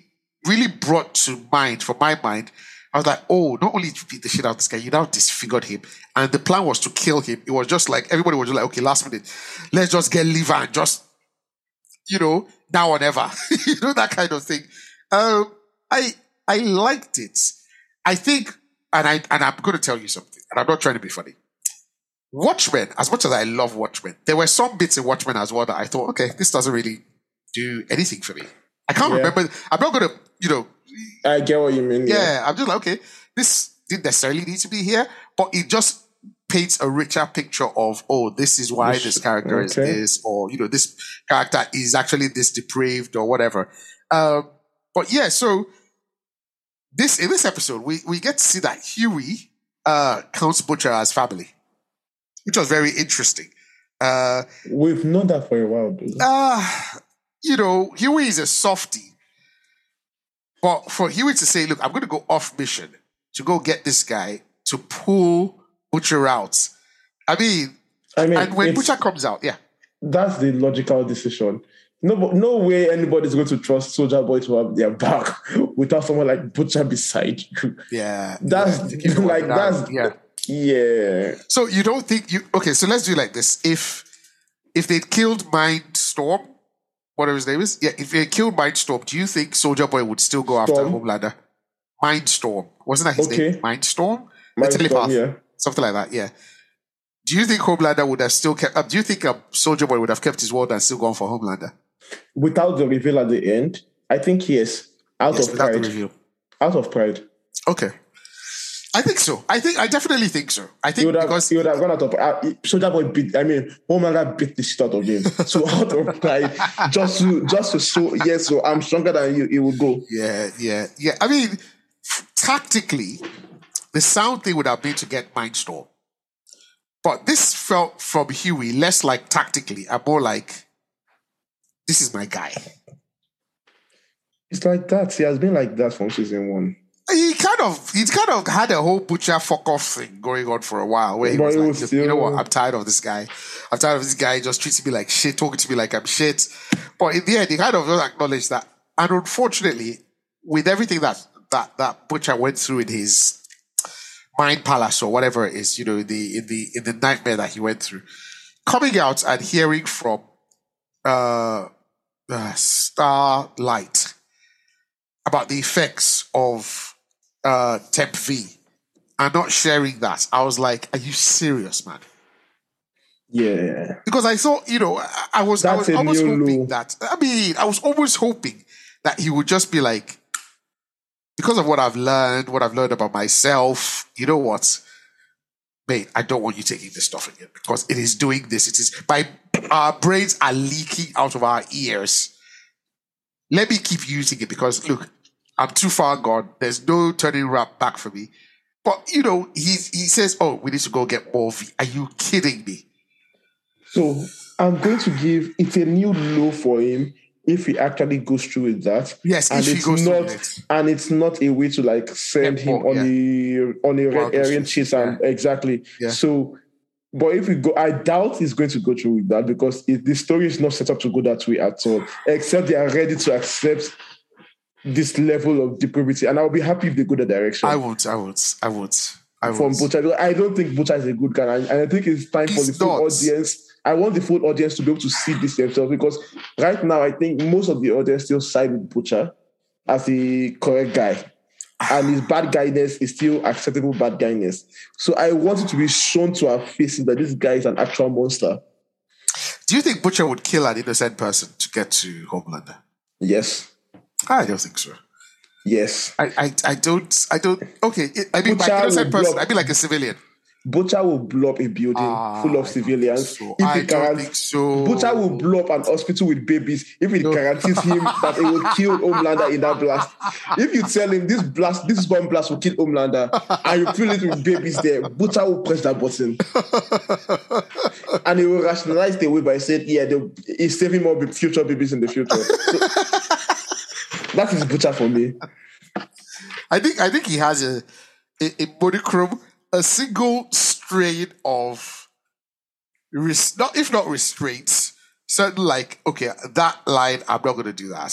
Speaker 2: really brought to mind, for my mind, I was like, oh, not only did you beat the shit out of this guy, you now disfigured him. And the plan was to kill him. It was just like, everybody was just like, okay, last minute, let's just get liver and just, you know, now or never. you know, that kind of thing. Um, I, I liked it. I think, and I, and I'm going to tell you something, and I'm not trying to be funny. Watchmen, as much as I love Watchmen, there were some bits in Watchmen as well that I thought, okay, this doesn't really do anything for me. I can't
Speaker 3: Yeah.
Speaker 2: remember. I'm not going to, you know,
Speaker 3: I get what you mean.
Speaker 2: yeah, I'm just like, okay, this didn't necessarily need to be here, but it just paints a richer picture of, oh, this is why
Speaker 3: This-
Speaker 2: this character is
Speaker 3: okay.
Speaker 2: this, or, you know, this character is actually this depraved or whatever. Um, but yeah, so this, in this episode, we, we get to see that Huey, uh, counts Butcher as family, which was very interesting. Uh,
Speaker 3: We've known that for a while, dude.
Speaker 2: uh, you know, Huey is a softie. But for Huey to say, look, I'm going to go off mission to go get this guy to pull Butcher out. I mean,
Speaker 3: I mean,
Speaker 2: and when
Speaker 3: it's-
Speaker 2: Butcher comes out, yeah,
Speaker 3: that's the logical decision. No, but no way anybody's going to trust Soldier Boy to have their back without someone like Butcher beside you.
Speaker 2: yeah,
Speaker 3: That's
Speaker 2: yeah, you know what,
Speaker 3: like
Speaker 2: nah,
Speaker 3: that's
Speaker 2: yeah.
Speaker 3: yeah.
Speaker 2: So you don't think you okay? So let's do it like this: if if they'd killed Mind Storm, whatever his name is, yeah, if they killed Mind Storm, do you think Soldier Boy would still go after
Speaker 3: Storm?
Speaker 2: Homelander? Mind Storm wasn't that his
Speaker 3: Okay.
Speaker 2: name? Mind Storm,
Speaker 3: Mind
Speaker 2: the
Speaker 3: Storm,
Speaker 2: telepath,
Speaker 3: yeah.
Speaker 2: something like that. Yeah. Do you think Homelander would have still kept? Uh, do you think uh, Soldier Boy would have kept his word and still gone for Homelander?
Speaker 3: Without the reveal at the end, I think yes. Out
Speaker 2: Yes,
Speaker 3: of
Speaker 2: without the
Speaker 3: pride.
Speaker 2: review.
Speaker 3: Out of pride.
Speaker 2: Okay. I think so. I think I definitely think so. I
Speaker 3: He
Speaker 2: think
Speaker 3: would have,
Speaker 2: because
Speaker 3: he would have gone out of uh, Soldier Boy beat I mean Homelander beat the shit out of him. so out of pride, just to just to show yes, so I'm stronger than you, it would go.
Speaker 2: Yeah, yeah, yeah. I mean, f- tactically, the sound thing would have been to get Mindstorm. But this felt from Huey less like tactically and more like, this is my guy.
Speaker 3: It's like that. He has been like that from season one.
Speaker 2: He kind of he's kind of had a whole butcher fuck off thing going on for a while where he
Speaker 3: But
Speaker 2: was
Speaker 3: it
Speaker 2: like,
Speaker 3: was
Speaker 2: "Look,
Speaker 3: still-
Speaker 2: you know what, I'm tired of this guy. I'm tired of this guy just treating me like shit, talking to me like I'm shit. But in the end, he kind of just acknowledged that. And unfortunately, with everything that that that butcher went through in his mind palace or whatever it is, you know, in the in the in the nightmare that he went through, coming out and hearing from uh, uh Starlight about the effects of uh Temp V and not sharing that, I was like, Are you serious, man?
Speaker 3: Yeah.
Speaker 2: Because I thought, you know, I- I was I
Speaker 3: That's
Speaker 2: was
Speaker 3: a
Speaker 2: almost
Speaker 3: new
Speaker 2: hoping
Speaker 3: low.
Speaker 2: that I mean, I was almost hoping that he would just be like, because of what I've learned, what I've learned about myself, you know what? Mate, I don't want you taking this stuff again because it is doing this. It is my our brains are leaking out of our ears. Let me keep using it because look, I'm too far gone. There's no turning rap back for me. But you know, he he says, "Oh, we need to go get more V." Are you kidding me?
Speaker 3: So I'm going to give it's a new low for him if he actually goes through with that.
Speaker 2: Yes,
Speaker 3: and
Speaker 2: if he
Speaker 3: it's
Speaker 2: goes through
Speaker 3: not
Speaker 2: with it.
Speaker 3: and it's not a way to like send
Speaker 2: Yeah,
Speaker 3: him
Speaker 2: more,
Speaker 3: on a on a
Speaker 2: Wild
Speaker 3: red errand
Speaker 2: goose
Speaker 3: chase
Speaker 2: chase,
Speaker 3: and exactly.
Speaker 2: Yeah.
Speaker 3: So but if we go, I doubt he's going to go through with that because it, the story is not set up to go that way at all. Except they are ready to accept this level of depravity, and I'll be happy if they go that direction.
Speaker 2: I would, I would, I would, I would.
Speaker 3: from Butcher. because I don't think Butcher is a good guy, and and I think it's time for
Speaker 2: He's
Speaker 3: the full
Speaker 2: not.
Speaker 3: audience. I want the full audience to be able to see this themselves because right now I think most of the audience still side with Butcher as the correct guy, and his bad guyness is still acceptable bad guyness. So I want it to be shown to our faces that this guy is an actual monster.
Speaker 2: Do you think Butcher would kill an innocent person to get to Homelander?
Speaker 3: Yes,
Speaker 2: I don't think so.
Speaker 3: yes.
Speaker 2: I, I, I don't, I don't. Okay, I mean, by
Speaker 3: Butcher
Speaker 2: innocent
Speaker 3: would
Speaker 2: person,
Speaker 3: block-
Speaker 2: I mean like a civilian.
Speaker 3: Butcher will blow up a building
Speaker 2: Ah,
Speaker 3: full of
Speaker 2: I don't
Speaker 3: civilians.
Speaker 2: think so.
Speaker 3: If
Speaker 2: I
Speaker 3: he
Speaker 2: don't
Speaker 3: guaran-
Speaker 2: think so.
Speaker 3: Butcher will blow up an hospital with babies if it guarantees him that it will kill Homelander in that blast. If you tell him this blast, this bomb blast will kill Homelander, and you fill it with babies there, Butcher will press that button. and he will rationalize the way by saying, yeah, they'll- he's saving more b- future babies in the future. So, that is Butcher for me.
Speaker 2: I think, I think he has a, a, a monochrome, a single strain of, res- not if not restraints, certain like okay, that line I'm not going to do that.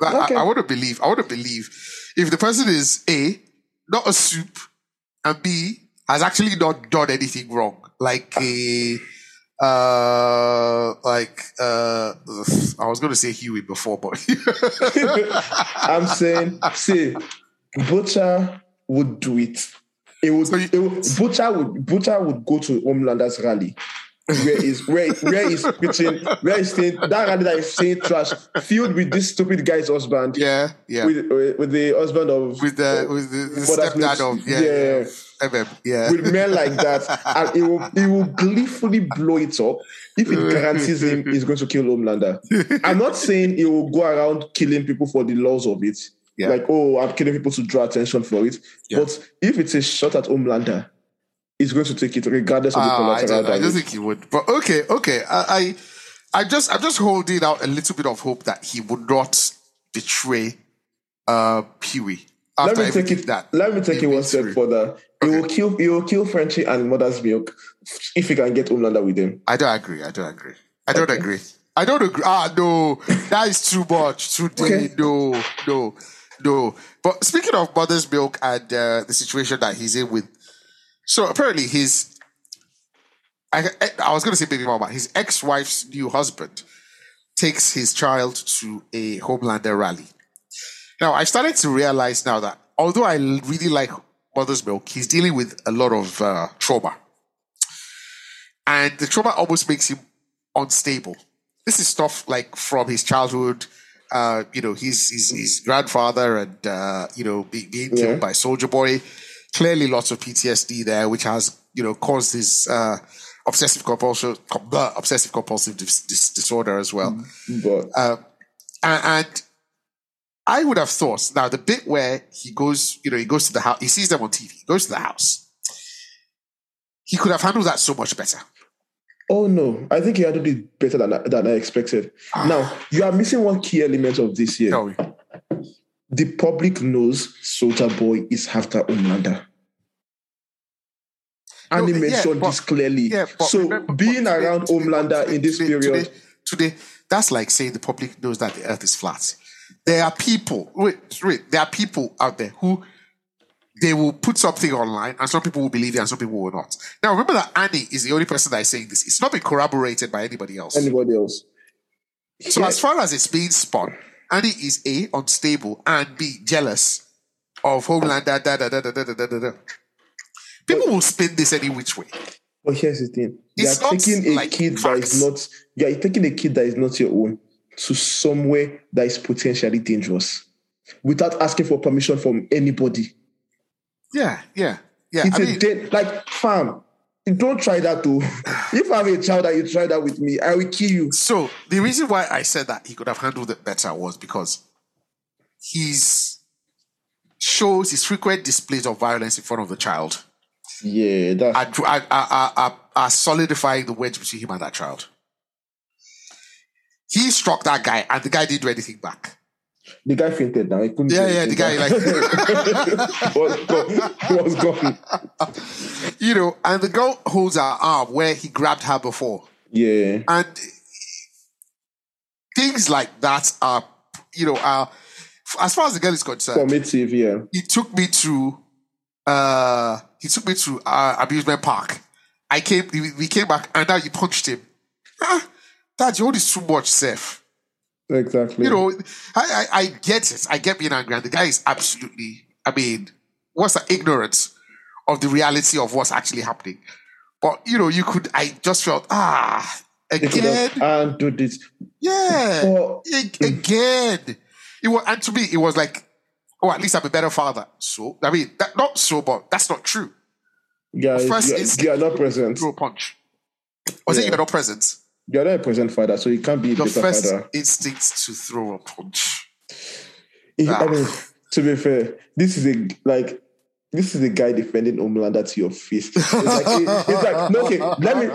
Speaker 2: Like,
Speaker 3: Okay.
Speaker 2: I, I want to believe. I want to believe if the person is a not a soup and b has actually not done anything wrong, like a uh like uh I was going to say Huey before, but
Speaker 3: I'm saying, see, Butcher would do it. It would,
Speaker 2: So you-
Speaker 3: it would Butcher would Butcher would go to Homelander's rally. Where is where where is pitching where is saying that rally that is saying trash filled with this stupid guy's husband
Speaker 2: yeah, yeah, with,
Speaker 3: with uh, with the husband of
Speaker 2: the with the, the
Speaker 3: for that
Speaker 2: stepdad
Speaker 3: makes-
Speaker 2: of yeah,
Speaker 3: yeah.
Speaker 2: yeah, MM, yeah.
Speaker 3: with men like that and it will it will gleefully blow it up if it guarantees him he's going to kill Homelander. I'm not saying he will go around killing people for the laws of it.
Speaker 2: Yeah.
Speaker 3: Like, oh, I'm killing people to draw attention for it.
Speaker 2: Yeah.
Speaker 3: But if it's a shot at Homelander, he's going to take it regardless of the
Speaker 2: Ah, I,
Speaker 3: collateral
Speaker 2: don't, I don't
Speaker 3: damage.
Speaker 2: think he would. But okay, okay. I, I, I just, I'm just holding out a little bit of hope that he would not betray uh Huey
Speaker 3: Let
Speaker 2: after
Speaker 3: me take
Speaker 2: everything
Speaker 3: it.
Speaker 2: that.
Speaker 3: Let me take
Speaker 2: they've
Speaker 3: it one
Speaker 2: been
Speaker 3: step
Speaker 2: through.
Speaker 3: further. He will kill. He will kill Frenchie and Mother's Milk if he can get Homelander with him.
Speaker 2: I don't agree. I don't agree. I don't agree. I don't agree. Ah, no, that is too much today.
Speaker 3: Okay.
Speaker 2: No, no, no. But speaking of mother's milk and uh, the situation that he's in with, so apparently his, I, I was going to say baby mama, his ex-wife's new husband takes his child to a Homelander rally. Now I started to realize now that although I l- really like mother's milk, he's dealing with a lot of uh, trauma and the trauma almost makes him unstable. This is stuff like from his childhood, uh, you know, his his, his grandfather and uh, you know be, being killed
Speaker 3: Yeah.
Speaker 2: by Soldier Boy. Clearly, lots of PTSD there, which has you know caused his uh, obsessive compulsion com- blah, obsessive compulsive dis- dis- disorder as well.
Speaker 3: But
Speaker 2: And, and I would have thought now the bit where he goes, you know, he goes to the house, he sees them on TV, he goes to the house. He could have handled that so much better.
Speaker 3: Oh no, I
Speaker 2: Ah.
Speaker 3: think he handled it better than I, than I expected. now you are missing one key element of this year.
Speaker 2: Tell me.
Speaker 3: The public knows Soldier Boy is after Umlanda.
Speaker 2: No,
Speaker 3: And he
Speaker 2: yeah,
Speaker 3: mentioned
Speaker 2: but-
Speaker 3: this clearly.
Speaker 2: Yeah, but
Speaker 3: so
Speaker 2: remember-
Speaker 3: being
Speaker 2: but today-
Speaker 3: around
Speaker 2: today-
Speaker 3: Homelander
Speaker 2: today-
Speaker 3: in this
Speaker 2: today-
Speaker 3: period,
Speaker 2: Today, today, that's like saying the public knows that the earth is flat. There are people, wait, wait, there are people out there who they will put something online and some people will believe it and some people will not. Now, remember that Annie is the only person that is saying this. It's not been corroborated by anybody else.
Speaker 3: anybody else.
Speaker 2: So
Speaker 3: Yeah.
Speaker 2: as far as it's being spun, Annie is A, unstable, and B, jealous of Homeland. Da, da, da, da, da, da, da, da, da, da. People will spin this any which way.
Speaker 3: But here's the thing: you
Speaker 2: It's
Speaker 3: are
Speaker 2: not
Speaker 3: taking a
Speaker 2: like
Speaker 3: kid
Speaker 2: facts.
Speaker 3: that is not. You are taking a kid that is not your own to somewhere that is potentially dangerous, without asking for permission from anybody.
Speaker 2: Yeah, yeah, yeah.
Speaker 3: It's
Speaker 2: I
Speaker 3: a
Speaker 2: mean,
Speaker 3: dan- like fam. Don't try that though. if I'm a child and you try that with me, I will kill you.
Speaker 2: so the reason why I said that he could have handled it better was because he's shows his frequent displays of violence in front of the child
Speaker 3: Yeah, that's
Speaker 2: are, are, are, are, are solidifying the wedge between him and that child. He struck that guy, and the guy didn't do anything back.
Speaker 3: the guy fainted now. He couldn't
Speaker 2: Yeah,
Speaker 3: do
Speaker 2: yeah, the
Speaker 3: anything.
Speaker 2: guy like,
Speaker 3: was gone. Was gone.
Speaker 2: you know, and the girl holds her arm where he grabbed her before,
Speaker 3: Yeah,
Speaker 2: and things like that are, you know, are as far as the girl is concerned,
Speaker 3: formative. Yeah,
Speaker 2: he took me to, uh, he took me to uh, amusement park. I came, we we came back, and now you punched him. Ah, Dad, you hold this too much, Seth.
Speaker 3: exactly.
Speaker 2: you know, I, I, I get it. I get being angry. And the guy is absolutely, I mean, what's the ignorance of the reality of what's actually happening? But, you know, you could, I just felt, ah,
Speaker 3: They could
Speaker 2: again.
Speaker 3: have- and do this.
Speaker 2: Yeah.
Speaker 3: But
Speaker 2: ag- Again. It was, and to me, it was like, oh, at least I'm a better father. So, I mean, that, not so, but that's not true.
Speaker 3: guys,
Speaker 2: First
Speaker 3: you,
Speaker 2: is-
Speaker 3: are- you are not present.
Speaker 2: Throw a punch. I saying
Speaker 3: Yeah.
Speaker 2: you're not present.
Speaker 3: You are not a present father, so you can't be a
Speaker 2: Your
Speaker 3: better
Speaker 2: first
Speaker 3: father.
Speaker 2: instinct to throw a punch.
Speaker 3: If- I
Speaker 2: Ah.
Speaker 3: mean, to be fair, this is a like. This is a guy defending Homelander to your face. It's like, it- it's like no, okay, let me,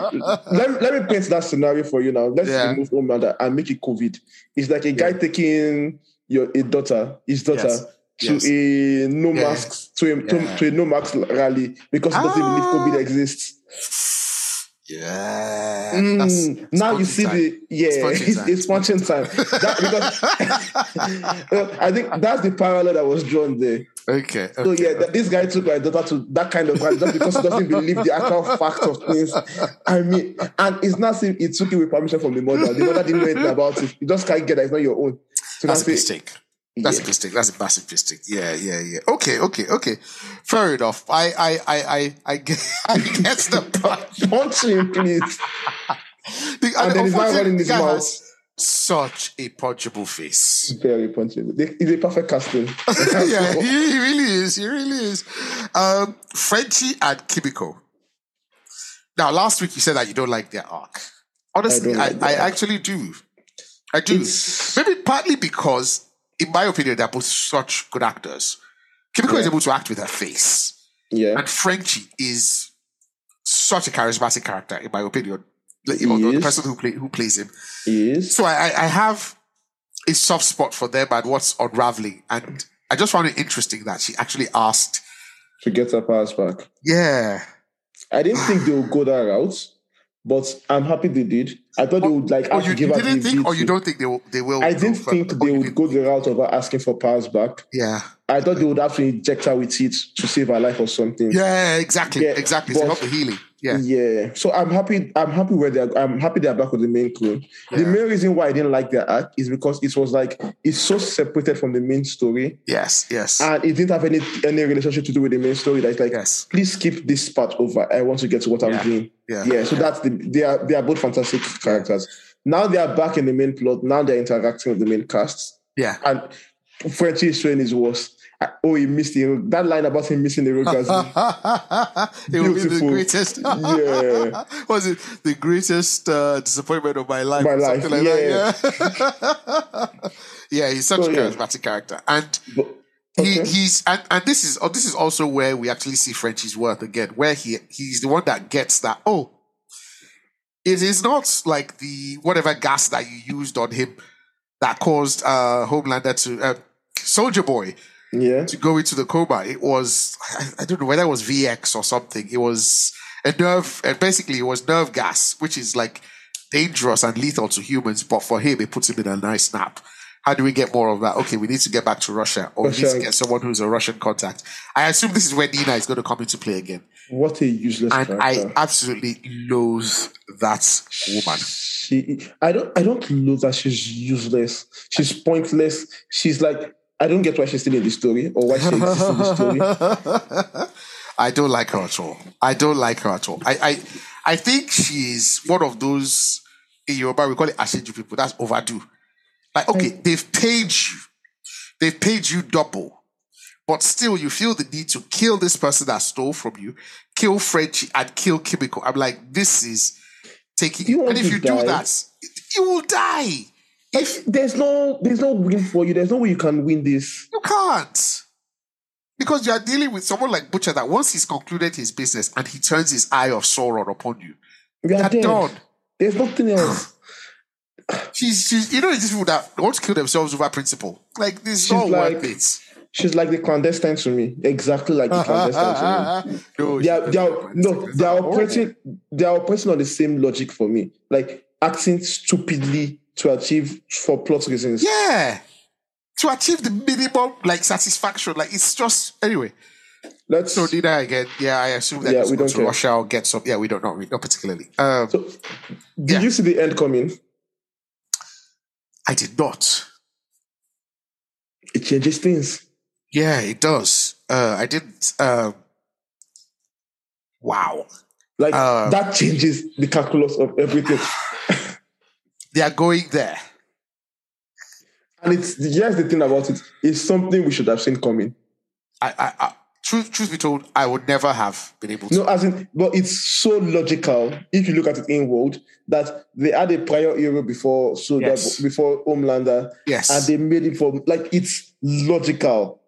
Speaker 3: let me let me paint that scenario for you now. Let's
Speaker 2: Yeah.
Speaker 3: remove Homelander and make it COVID. It's like a guy
Speaker 2: Yeah.
Speaker 3: taking your a daughter, his daughter,
Speaker 2: Yes.
Speaker 3: to
Speaker 2: Yes.
Speaker 3: a no
Speaker 2: Yeah.
Speaker 3: masks to a to-
Speaker 2: Yeah.
Speaker 3: to, a no mask rally because he doesn't
Speaker 2: Ah.
Speaker 3: believe COVID exists.
Speaker 2: Yeah. that's-
Speaker 3: Mm,
Speaker 2: it's
Speaker 3: now you
Speaker 2: punching
Speaker 3: see
Speaker 2: time.
Speaker 3: the yeah,
Speaker 2: It's punching
Speaker 3: it's,
Speaker 2: time.
Speaker 3: it's
Speaker 2: It's punching
Speaker 3: punching time. That, because well, I think that's the parallel that was drawn there.
Speaker 2: Okay.
Speaker 3: So
Speaker 2: okay,
Speaker 3: yeah,
Speaker 2: okay.
Speaker 3: that this guy took my daughter to that kind of rally just because he doesn't believe the actual fact of things. I mean, and it's not saying he took it with permission from the mother. The mother didn't know anything about it. You just can't get that it's not your own. So
Speaker 2: That's a
Speaker 3: now say,
Speaker 2: mistake. That's a
Speaker 3: yeah.
Speaker 2: mistake. That's a massive mistake. Yeah, yeah, yeah. Okay, okay, okay. Fair enough. I, I, I, I, I get, I get the punch.
Speaker 3: punch him, please.
Speaker 2: The,
Speaker 3: And then he's now
Speaker 2: unfortunately,
Speaker 3: running
Speaker 2: the
Speaker 3: his
Speaker 2: guy
Speaker 3: mouth.
Speaker 2: has such a punchable face.
Speaker 3: Very punchable. It's a perfect casting.
Speaker 2: yeah, he, he really is. He really is. Um, Frenchie and Kimiko. Now, last week you said that you don't like their arc. Honestly,
Speaker 3: don't
Speaker 2: I,
Speaker 3: like
Speaker 2: I,
Speaker 3: their arc.
Speaker 2: actually do. I do.
Speaker 3: It's-
Speaker 2: Maybe partly because, in my opinion, they're both such good actors. Kimiko is
Speaker 3: Yeah.
Speaker 2: able to act with her face,
Speaker 3: yeah.
Speaker 2: and Frenchie is such a charismatic character, in my opinion. Like, even
Speaker 3: He
Speaker 2: though the
Speaker 3: is.
Speaker 2: person who, play, who plays him.
Speaker 3: He is.
Speaker 2: So I, I I have a soft spot for them and what's unraveling. And I just found it interesting that she actually asked,
Speaker 3: to get her powers back.
Speaker 2: yeah,
Speaker 3: I didn't think they would go that route, but I'm happy they did. I thought they would like
Speaker 2: or
Speaker 3: have
Speaker 2: Oh, you,
Speaker 3: to
Speaker 2: you
Speaker 3: give her
Speaker 2: didn't
Speaker 3: the
Speaker 2: think, or you
Speaker 3: ability.
Speaker 2: don't think they will, they will.
Speaker 3: I
Speaker 2: go
Speaker 3: didn't
Speaker 2: for-
Speaker 3: think
Speaker 2: or
Speaker 3: they
Speaker 2: you
Speaker 3: would
Speaker 2: didn't-
Speaker 3: go the route of her asking for powers back.
Speaker 2: Yeah.
Speaker 3: I thought they would have to inject her with it to save her life or something.
Speaker 2: Yeah, exactly.
Speaker 3: Yeah,
Speaker 2: exactly. It's
Speaker 3: but- Mm.
Speaker 2: about the healing. Yeah.
Speaker 3: Yeah. So I'm happy. I'm happy where they're. I'm happy they're back with the main crew. The
Speaker 2: Yeah.
Speaker 3: main reason why I didn't like their act is because it was like it's so separated from the main story,
Speaker 2: Yes. Yes.
Speaker 3: and it didn't have any any relationship to do with the main story. That's like,
Speaker 2: yes.
Speaker 3: please skip this part over. I want to get to what
Speaker 2: Yeah.
Speaker 3: I'm doing.
Speaker 2: Yeah.
Speaker 3: yeah so that's the they are they are both fantastic characters now they are back in the main plot now they're interacting with the main cast
Speaker 2: Yeah.
Speaker 3: and Frenchie is showing his worst I- oh he missed the that line about him missing the orgasm
Speaker 2: it will be the
Speaker 3: Mm. Beautiful.
Speaker 2: greatest.
Speaker 3: Yeah.
Speaker 2: Was it the greatest uh, disappointment of my life?
Speaker 3: My
Speaker 2: or something
Speaker 3: life,
Speaker 2: That. Yeah. yeah. He's such
Speaker 3: So,
Speaker 2: a
Speaker 3: Oh, yeah.
Speaker 2: charismatic character, and
Speaker 3: but,
Speaker 2: he,
Speaker 3: okay.
Speaker 2: he's and, and this is oh, this is also where we actually see Frenchie's worth again, where he he's the one that gets that. Oh, it is not like the whatever gas that you used on him that caused uh Homelander to uh, Soldier Boy
Speaker 3: Yeah.
Speaker 2: to go into the coma. It was I, I don't know whether it was VX or something. It was a nerve, and basically it was nerve gas, which is like dangerous and lethal to humans. But for him, it puts him in a nice nap. How do we get more of that? Okay, we need to get back to Russia, or we need
Speaker 3: Russia.
Speaker 2: to get someone who's a Russian contact. I assume this is where Nina is going to come into play again,
Speaker 3: What a useless
Speaker 2: and I
Speaker 3: character.
Speaker 2: absolutely loathe that woman.
Speaker 3: She, I don't, I don't love that she's useless. She's pointless. She's like, I don't get why she's still in this story or why she exists in this story.
Speaker 2: I don't like her at all. I don't like her at all. I I, I think she's one of those in Yoruba we call it Asheju people. That's overdue. Like okay, they've paid you, they've paid you double, but still you feel the need to kill this person that stole from you, kill Frenchie and kill Kimiko. I'm like, this is taking.
Speaker 3: You
Speaker 2: and
Speaker 3: want
Speaker 2: if
Speaker 3: to
Speaker 2: you
Speaker 3: die?
Speaker 2: do that, you will die. If
Speaker 3: There's no, there's no win for you. There's no way you can win this.
Speaker 2: you can't. Because you are dealing with someone like Butcher that once he's concluded his business and he turns his eye of Sauron upon you,
Speaker 3: You are
Speaker 2: you're
Speaker 3: dead.
Speaker 2: done.
Speaker 3: There's nothing else.
Speaker 2: She's, she's, you know, these people that want to kill themselves over principle. Like, this is
Speaker 3: She's
Speaker 2: not
Speaker 3: like-
Speaker 2: worth it.
Speaker 3: She's like the clandestine to me. Exactly like the clandestine to me.
Speaker 2: no,
Speaker 3: they are,
Speaker 2: she's
Speaker 3: they
Speaker 2: not
Speaker 3: are, no,
Speaker 2: worth it.
Speaker 3: they are operating they are operating on the same logic for me, like acting stupidly to achieve for plot reasons.
Speaker 2: Yeah. To achieve the minimum, like, satisfaction. Like, it's just, anyway.
Speaker 3: Let's
Speaker 2: So, Nina again, yeah, I assume that
Speaker 3: Yeah,
Speaker 2: he's
Speaker 3: we
Speaker 2: going
Speaker 3: don't
Speaker 2: to
Speaker 3: care.
Speaker 2: Russia or get some. Yeah, we don't know, not particularly. Um,
Speaker 3: so, did
Speaker 2: yeah.
Speaker 3: you see the end coming?
Speaker 2: I did not.
Speaker 3: It changes things.
Speaker 2: Yeah, it does. Uh, I didn't. Um, wow.
Speaker 3: Like
Speaker 2: Uh,
Speaker 3: that changes the calculus of everything.
Speaker 2: They are going there.
Speaker 3: And it's here's the thing about it, it's something we should have seen coming.
Speaker 2: I, I, I truth, truth be told, I would never have been able to.
Speaker 3: No, as in, but it's so logical if you look at it in world that they had a prior era before so
Speaker 2: Yes.
Speaker 3: before Homelander,
Speaker 2: yes.
Speaker 3: and they made it for like it's logical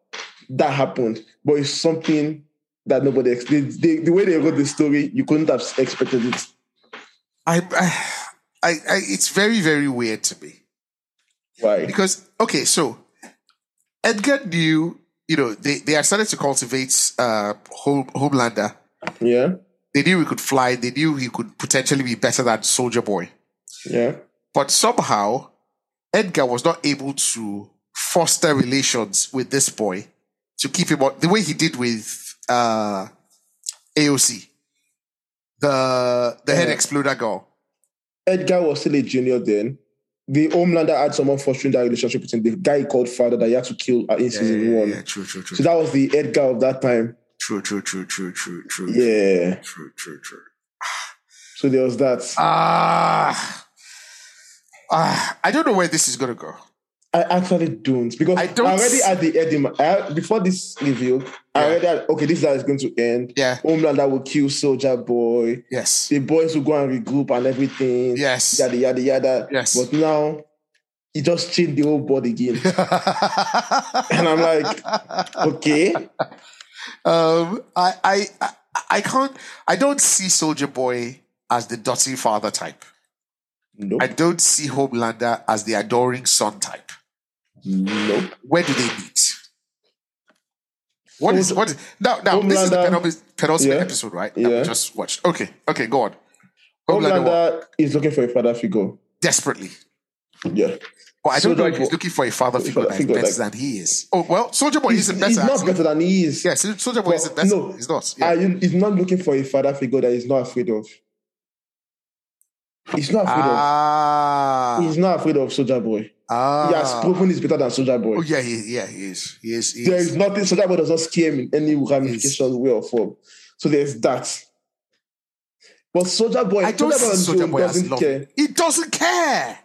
Speaker 3: that happened, but it's something that nobody ex- they, they, the way they wrote the story, you couldn't have expected it.
Speaker 2: I, I, I, I, it's very, very weird to me
Speaker 3: Why?
Speaker 2: because okay, so Edgar knew, you know, they they had started to cultivate uh, home, Homelander.
Speaker 3: Yeah,
Speaker 2: They knew he could fly. They knew he could potentially be better than Soldier Boy.
Speaker 3: yeah.
Speaker 2: But somehow, Edgar was not able to foster relations with this boy to keep him on the way he did with uh, AOC, the the head
Speaker 3: Yeah.
Speaker 2: exploder girl.
Speaker 3: Edgar was still a junior then. The Homelander had someone fostering that relationship between the guy he called father that he had to kill uh, in season one.
Speaker 2: true, true, true,
Speaker 3: So that was the Edgar of that time.
Speaker 2: true, true, true, true, true, true,
Speaker 3: Yeah.
Speaker 2: true, true, true.
Speaker 3: So there was that.
Speaker 2: Ah, ah, I don't know where this is gonna go.
Speaker 3: I actually don't because
Speaker 2: I
Speaker 3: I,
Speaker 2: don't
Speaker 3: already
Speaker 2: s-
Speaker 3: had the edema. I, before this review, I
Speaker 2: Yeah.
Speaker 3: already had okay, this is how it's going to end.
Speaker 2: Yeah.
Speaker 3: Homelander will kill Soldier Boy.
Speaker 2: Yes,
Speaker 3: The boys will go and regroup and everything.
Speaker 2: yes.
Speaker 3: Yada yada yada.
Speaker 2: Yes.
Speaker 3: But now he just changed the whole board again. and I'm like, okay.
Speaker 2: Um, I, I, I, I can't. I don't see Soldier Boy as the dotty father type.
Speaker 3: Nope.
Speaker 2: I don't see Homelander as the adoring son type.
Speaker 3: nope.
Speaker 2: Where do they meet? What is what? Is, now, now this is the
Speaker 3: Homelander-
Speaker 2: penultimate, penultimate
Speaker 3: Yeah.
Speaker 2: episode, right? That we
Speaker 3: Yeah.
Speaker 2: just watched. Okay, okay, go on. Homelander, wa-
Speaker 3: Homelander is looking for a father figure.
Speaker 2: desperately,
Speaker 3: Yeah.
Speaker 2: but I don't
Speaker 3: Soldier
Speaker 2: know if he's
Speaker 3: Boy-
Speaker 2: looking for a father figure
Speaker 3: Father
Speaker 2: that is
Speaker 3: figure,
Speaker 2: better
Speaker 3: like-
Speaker 2: than he is. Oh well, Soldier Boy
Speaker 3: He's,
Speaker 2: isn't better.
Speaker 3: he's not
Speaker 2: actually.
Speaker 3: better than he is.
Speaker 2: Yeah, Soldier Boy
Speaker 3: But
Speaker 2: isn't better.
Speaker 3: no,
Speaker 2: he's not. Yeah.
Speaker 3: Are you, he's not looking for a father figure that he's not afraid of. He's not afraid
Speaker 2: Ah,
Speaker 3: of. He's not afraid of Soldier Boy.
Speaker 2: ah.
Speaker 3: He has proven he's better than Soldier Boy.
Speaker 2: Oh yeah, he, yeah, he is. He is. He
Speaker 3: There
Speaker 2: is.
Speaker 3: is nothing. Soldier Boy does not scare him in any ramification, way or form. So there's that. But Soldier Boy,
Speaker 2: I don't
Speaker 3: Soulja Boy
Speaker 2: see
Speaker 3: on his
Speaker 2: Soldier
Speaker 3: own
Speaker 2: Boy as
Speaker 3: doesn't
Speaker 2: love.
Speaker 3: care.
Speaker 2: He doesn't care.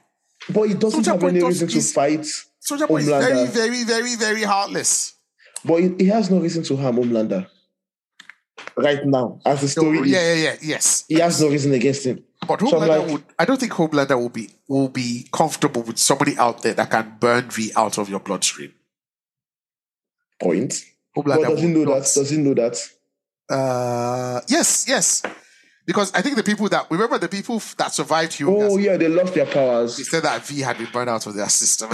Speaker 3: But he doesn't
Speaker 2: Soulja
Speaker 3: have
Speaker 2: Boy
Speaker 3: any
Speaker 2: does-
Speaker 3: reason to
Speaker 2: he's-
Speaker 3: fight.
Speaker 2: Soldier Boy is very,
Speaker 3: Homelander.
Speaker 2: very, very, very heartless.
Speaker 3: But he, he has no reason to harm Homelander. Right now, as the
Speaker 2: No,
Speaker 3: story is,
Speaker 2: yeah, yeah, yeah. Yes,
Speaker 3: he has no reason against him.
Speaker 2: but
Speaker 3: So I'm
Speaker 2: Homelander
Speaker 3: like-
Speaker 2: would. I don't think Homelander will be will be comfortable with somebody out there that can burn V out of your bloodstream.
Speaker 3: Point.
Speaker 2: Homelander
Speaker 3: but does he
Speaker 2: would
Speaker 3: know
Speaker 2: not.
Speaker 3: that? Does he know that?
Speaker 2: Uh, yes, yes. Because I think the people that remember the people f- that survived Hugh.
Speaker 3: Oh yeah, they lost their powers.
Speaker 2: They said that V had been burned out of their system.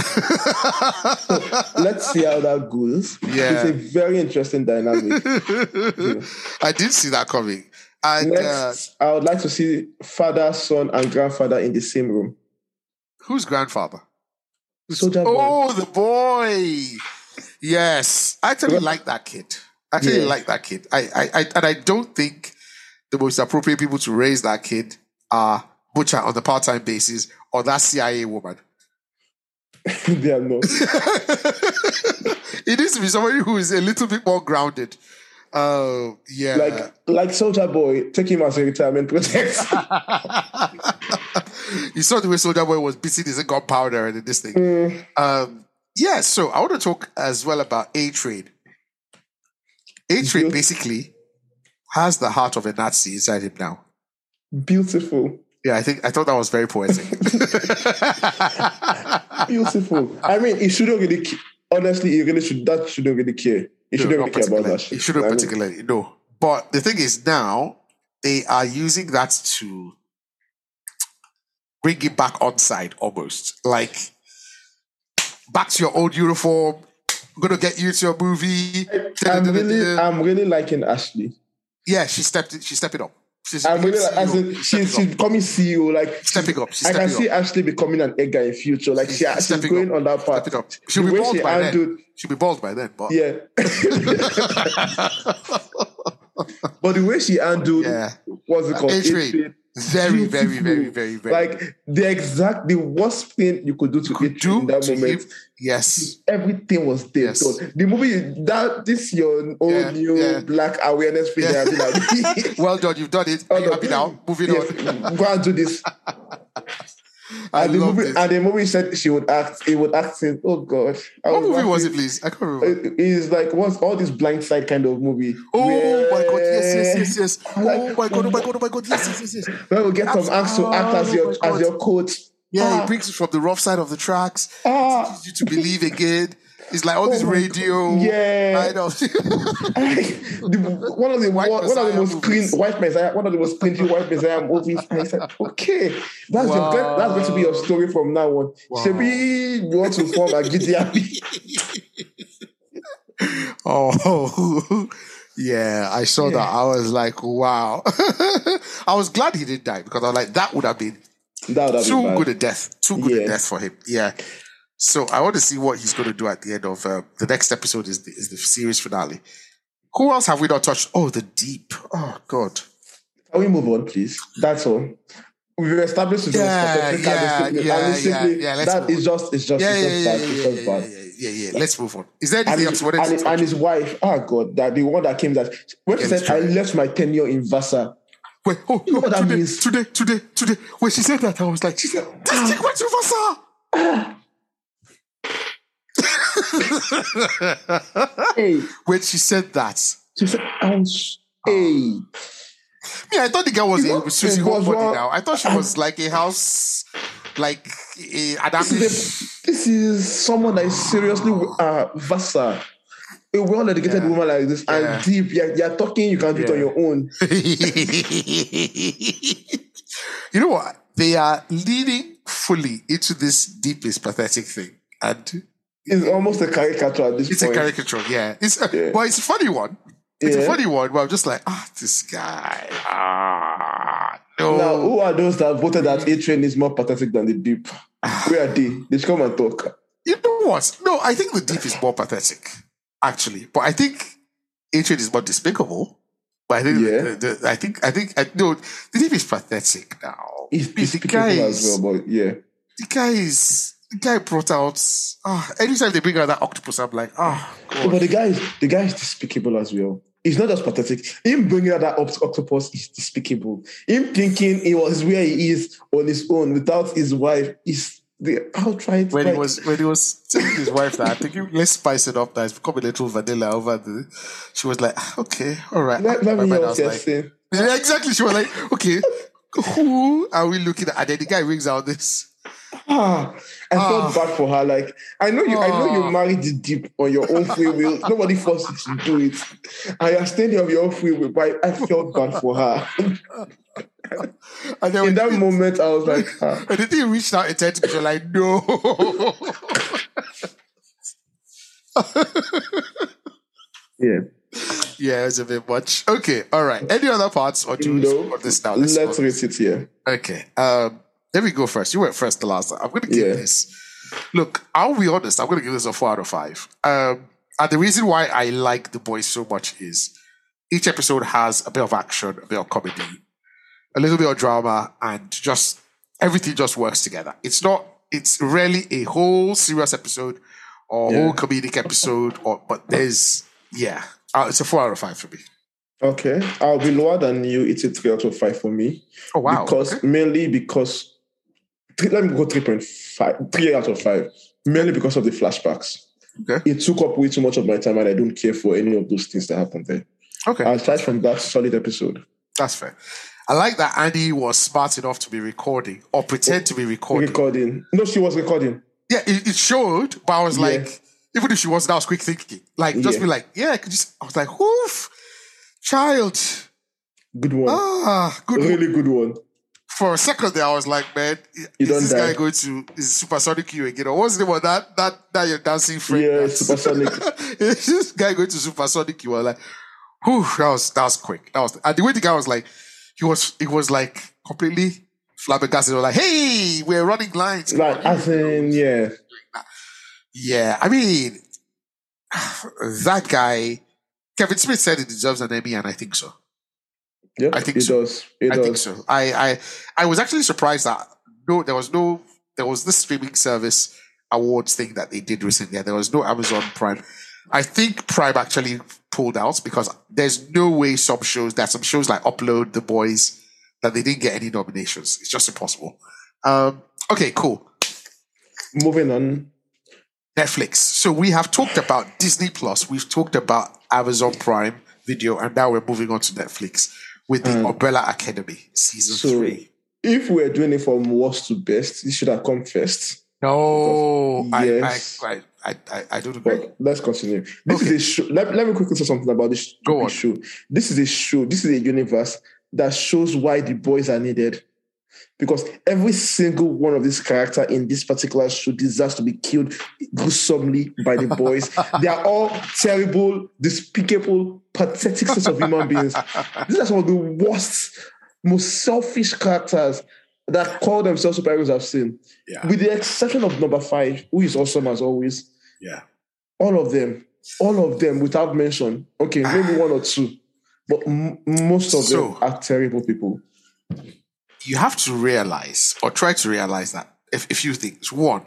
Speaker 3: Let's see how that goes.
Speaker 2: Yeah.
Speaker 3: It's a very interesting dynamic. Yeah.
Speaker 2: I did see that coming. And uh,
Speaker 3: Next, I would like to see father, son, and grandfather in the same room.
Speaker 2: who's grandfather?
Speaker 3: Soldier Boy.
Speaker 2: Oh, the boy. Yes, I actually
Speaker 3: Yeah.
Speaker 2: like that kid. I actually
Speaker 3: Yeah.
Speaker 2: like that kid. I, I, I, and I don't think the most appropriate people to raise that kid are Butcher on the part-time basis or that CIA woman.
Speaker 3: they are not.
Speaker 2: it needs to be somebody who is a little bit more grounded. Oh, yeah.
Speaker 3: Like like Soldier Boy, take him as a retirement project.
Speaker 2: you saw the way Soldier Boy was beating his gunpowder and this thing.
Speaker 3: Mm,
Speaker 2: Um, yeah, so I want to talk as well about A Train. A Train
Speaker 3: Yes.
Speaker 2: basically has the heart of a Nazi inside him now.
Speaker 3: beautiful.
Speaker 2: Yeah, I think I thought that was very poetic.
Speaker 3: Beautiful. I mean, he shouldn't really ca- honestly, he really should that shouldn't really care. He
Speaker 2: No,
Speaker 3: shouldn't
Speaker 2: not
Speaker 3: really care about
Speaker 2: particularly.
Speaker 3: that shit.
Speaker 2: It shouldn't
Speaker 3: I mean,
Speaker 2: particularly no. But the thing is now they are using that to bring it back on side almost. Like back to your old uniform. I'm gonna get you to your movie.
Speaker 3: I'm really I'm really liking Ashley.
Speaker 2: yeah, she stepped it, she's stepping up. She's E
Speaker 3: I'm really like,
Speaker 2: CEO.
Speaker 3: as in,
Speaker 2: She's
Speaker 3: she's,
Speaker 2: stepping
Speaker 3: she's becoming CEO. Like
Speaker 2: up. stepping up. She's
Speaker 3: I can
Speaker 2: stepping
Speaker 3: see
Speaker 2: up.
Speaker 3: Ashley becoming an Edgar in future. Like she,
Speaker 2: She's
Speaker 3: she's
Speaker 2: stepping
Speaker 3: going
Speaker 2: up.
Speaker 3: on that path.
Speaker 2: Stepping up. She'll be
Speaker 3: The way
Speaker 2: bald by then.
Speaker 3: handled-
Speaker 2: She'll be bald by then, but
Speaker 3: Yeah, but the way she handled
Speaker 2: Yeah.
Speaker 3: what's it called?
Speaker 2: A-Train.
Speaker 3: A-Train,
Speaker 2: very, very,
Speaker 3: beautiful.
Speaker 2: very, very, very
Speaker 3: Like the exact the worst thing you could do to
Speaker 2: could
Speaker 3: it in
Speaker 2: do
Speaker 3: that
Speaker 2: to
Speaker 3: moment.
Speaker 2: him. Yes.
Speaker 3: Everything was dead
Speaker 2: Yes.
Speaker 3: done. The movie that this your own
Speaker 2: Yeah,
Speaker 3: new
Speaker 2: yeah.
Speaker 3: black awareness thing.
Speaker 2: Yeah.
Speaker 3: I'd be like,
Speaker 2: Well done, you've done it. Are
Speaker 3: Hold
Speaker 2: you
Speaker 3: on.
Speaker 2: happy now? Moving on.
Speaker 3: yes, go and do this.
Speaker 2: I
Speaker 3: and the
Speaker 2: love
Speaker 3: movie
Speaker 2: this.
Speaker 3: and the movie said she would act. It would act. In, oh God, I
Speaker 2: What movie was it,
Speaker 3: laughing.
Speaker 2: please? I can't remember.
Speaker 3: It- It's like what's all this blind side kind of movie.
Speaker 2: Oh my god,
Speaker 3: where-
Speaker 2: yes, yes, yes, yes.
Speaker 3: I'm like,
Speaker 2: oh my god, oh my god, oh my god, yes, yes, yes, yes.
Speaker 3: Where we get some acts to act as
Speaker 2: Oh
Speaker 3: your
Speaker 2: my
Speaker 3: as your coach.
Speaker 2: Yeah,
Speaker 3: Ah,
Speaker 2: he brings you from the rough side of the tracks.
Speaker 3: ah. Oh
Speaker 2: teaches you to believe again. It's like all this
Speaker 3: my
Speaker 2: radio.
Speaker 3: Yeah.
Speaker 2: I know.
Speaker 3: The- one of the
Speaker 2: White
Speaker 3: one, one of the
Speaker 2: Messiah
Speaker 3: most clean
Speaker 2: movies.
Speaker 3: white messiah one of the most clean white messiah movies. And I said, okay, that's your
Speaker 2: Wow.
Speaker 3: that's going to be your story from now on.
Speaker 2: Wow.
Speaker 3: Shebi, you want to form a GDRP?
Speaker 2: oh, yeah. I saw that. I was like, wow. I was glad he didn't die because I was like, that would have been
Speaker 3: That would have
Speaker 2: too
Speaker 3: been bad.
Speaker 2: good a death. Too good a
Speaker 3: Yeah.
Speaker 2: death for him. Yeah. So I want to see what he's going to do at the end of uh, the next episode. Is the, is the series finale? Who else have we not touched? Oh, the deep. Oh God.
Speaker 3: Can we move on, please? That's all. We've established it was
Speaker 2: Yeah,
Speaker 3: pathetic
Speaker 2: yeah,
Speaker 3: and it's
Speaker 2: yeah,
Speaker 3: and it's simply
Speaker 2: yeah, yeah, let's
Speaker 3: that
Speaker 2: move
Speaker 3: is just it's just
Speaker 2: Yeah,
Speaker 3: it's
Speaker 2: yeah,
Speaker 3: just
Speaker 2: yeah,
Speaker 3: bad.
Speaker 2: yeah,
Speaker 3: It's
Speaker 2: yeah,
Speaker 3: just
Speaker 2: yeah,
Speaker 3: bad.
Speaker 2: yeah, yeah, yeah. Let's move on. Is there
Speaker 3: And
Speaker 2: anything else?
Speaker 3: his,
Speaker 2: What
Speaker 3: and, his,
Speaker 2: is
Speaker 3: and his wife, oh God, that the one that came that when she
Speaker 2: Yeah, it's
Speaker 3: said I
Speaker 2: true.
Speaker 3: left my tenure in Vasa,
Speaker 2: Wait, oh,
Speaker 3: You know
Speaker 2: oh,
Speaker 3: what that
Speaker 2: today,
Speaker 3: means? Ah.
Speaker 2: today, today, today. When she said that, I was like, she said, this chick went to Vasa.
Speaker 3: hey,
Speaker 2: when she said that,
Speaker 3: she said, I'm s- hey.
Speaker 2: yeah, I thought the girl was
Speaker 3: You know,
Speaker 2: a Susie
Speaker 3: it was
Speaker 2: Homebody
Speaker 3: one-
Speaker 2: now. I thought she was like a house, like eh, a
Speaker 3: This is, the, this is someone that is seriously uh, Vasa. A well-educated
Speaker 2: Yeah.
Speaker 3: woman like this
Speaker 2: Yeah.
Speaker 3: and deep. You're, you're talking. You can do it
Speaker 2: Yeah.
Speaker 3: on your own.
Speaker 2: you know what? They are leaning fully into this deepest pathetic thing, and
Speaker 3: It's almost a caricature at this
Speaker 2: it's
Speaker 3: point.
Speaker 2: a caricature. Yeah, it's a,
Speaker 3: Yeah.
Speaker 2: well, it's a funny one. It's a
Speaker 3: Yeah.
Speaker 2: funny one. Where I'm just like, ah, this guy. Ah, no.
Speaker 3: Now, who are those that voted that
Speaker 2: Mm-hmm.
Speaker 3: A Train is more pathetic than the Deep? Where are they? They should come and talk.
Speaker 2: You know what? No, I think the deep is more pathetic, actually. But I think hatred is more despicable. But I think,
Speaker 3: Yeah.
Speaker 2: the, the, the- I think, I think, I, no, the deep is pathetic now.
Speaker 3: It's
Speaker 2: The
Speaker 3: despicable
Speaker 2: guy
Speaker 3: as
Speaker 2: is-
Speaker 3: well, but yeah.
Speaker 2: the guy is the guy brought out ah anytime they bring out that octopus, I'm like, ah
Speaker 3: No, but
Speaker 2: God.
Speaker 3: the guy is the guy is despicable as well. He's not just pathetic. Him bringing out that oct- octopus is despicable. Him thinking he was where he is on his own without his wife is the outright.
Speaker 2: When he
Speaker 3: like,
Speaker 2: was when he was telling his wife that I think you let's spice it up now, it's become a little vanilla over the she was like, "Ah, okay, all right.
Speaker 3: let, let
Speaker 2: My
Speaker 3: me
Speaker 2: mind,
Speaker 3: hear
Speaker 2: I
Speaker 3: what
Speaker 2: was
Speaker 3: you're
Speaker 2: like,
Speaker 3: saying.
Speaker 2: yeah, exactly. She was like, okay, who are we looking at? And then the guy rings out this
Speaker 3: ah, I felt bad for her. Like, I know you, I know
Speaker 2: Ah.
Speaker 3: you married it deep on your own free will. Nobody forced you to do it. I abstained of your own free will, but I felt bad for her.
Speaker 2: And then
Speaker 3: In
Speaker 2: when
Speaker 3: that
Speaker 2: he-
Speaker 3: moment, I was like, ah.
Speaker 2: when the thing reached out intent, you're like, no.
Speaker 3: yeah.
Speaker 2: yeah, it's a bit much. Okay, all right. Any other parts, or do we
Speaker 3: No,
Speaker 2: put this down?
Speaker 3: let's,
Speaker 2: go.
Speaker 3: rate it here.
Speaker 2: Okay. Um, let me go first. You went first the last time. I'm going to give
Speaker 3: Yeah.
Speaker 2: this. Look, I'll be honest. I'm going to give this a four out of five. Um, and the reason why I like The Boys so much is each episode has a bit of action, a bit of comedy, a little bit of drama, and just everything just works together. It's not. It's rarely a whole serious episode or a whole comedic episode, or but there's yeah. Uh, it's a four out of five for me.
Speaker 3: Okay, I'll be lower than you. It's a three out of five for me.
Speaker 2: Oh wow!
Speaker 3: because
Speaker 2: Okay.
Speaker 3: mainly because three, let me go 3.5 3 out of 5 mainly because of the flashbacks
Speaker 2: Okay.
Speaker 3: it took up way too much of my time and i don't care for any of those things that happened there
Speaker 2: okay.
Speaker 3: aside from that solid episode
Speaker 2: That's fair. I like that Annie was smart enough to be recording or pretend to be recording.
Speaker 3: recording no she was recording
Speaker 2: Yeah, it, it showed, but I was
Speaker 3: Yeah.
Speaker 2: like, even if she wasn't, I was quick thinking. Like, just
Speaker 3: Yeah.
Speaker 2: be like, yeah, I could just, I was like, woof, child.
Speaker 3: good one
Speaker 2: Ah, good. one.
Speaker 3: really good one
Speaker 2: For a second there, I was like, man, is
Speaker 3: You don't
Speaker 2: this guy
Speaker 3: die.
Speaker 2: going to, is Supersonic you again? Or what's the name of that, that, that your dancing friend?
Speaker 3: yeah
Speaker 2: that's-
Speaker 3: supersonic
Speaker 2: is this guy going to supersonic you were like whew, that was that was quick that was and the way the guy was like he was he was like completely flabbergasted he was like hey we're running lines Come
Speaker 3: like
Speaker 2: on,
Speaker 3: as
Speaker 2: you know."
Speaker 3: in yeah
Speaker 2: yeah i mean that guy kevin smith said he deserves an emmy and i think so
Speaker 3: yeah
Speaker 2: I think
Speaker 3: it
Speaker 2: so.
Speaker 3: does it
Speaker 2: i
Speaker 3: does
Speaker 2: think so i i i was actually surprised that no there was no there was this streaming service awards thing that they did recently and there was no amazon prime I think Prime actually pulled out because there's no way some shows that some shows like Upload, The Boys, that they didn't get any nominations. It's just impossible. Um, okay, cool.
Speaker 3: moving on
Speaker 2: Netflix. So we have talked about Disney Plus, we've talked about Amazon Prime Video, and now we're moving on to Netflix with the Umbrella Academy season
Speaker 3: so
Speaker 2: three.
Speaker 3: if we're doing it from worst to best this should have come first
Speaker 2: No, I,
Speaker 3: Yes.
Speaker 2: I, I, I, I don't agree.
Speaker 3: But let's continue. This
Speaker 2: Okay.
Speaker 3: is a show. Let, let me quickly say something about this
Speaker 2: Go
Speaker 3: stupid
Speaker 2: on.
Speaker 3: show. This is a show. This is a universe that shows why the boys are needed. Because every single one of these character in this particular show deserves to be killed gruesomely by the boys. they are all terrible, despicable, pathetic sets of human beings. These are some of the worst, most selfish characters that call themselves superheroes I've seen.
Speaker 2: Yeah.
Speaker 3: With the exception of number five, who is awesome as always
Speaker 2: Yeah.
Speaker 3: all of them, all of them without mention. Okay, maybe one or two, but m- most of
Speaker 2: Ah. So-
Speaker 3: them are terrible people.
Speaker 2: you have to realize or try to realize that if a few things. One,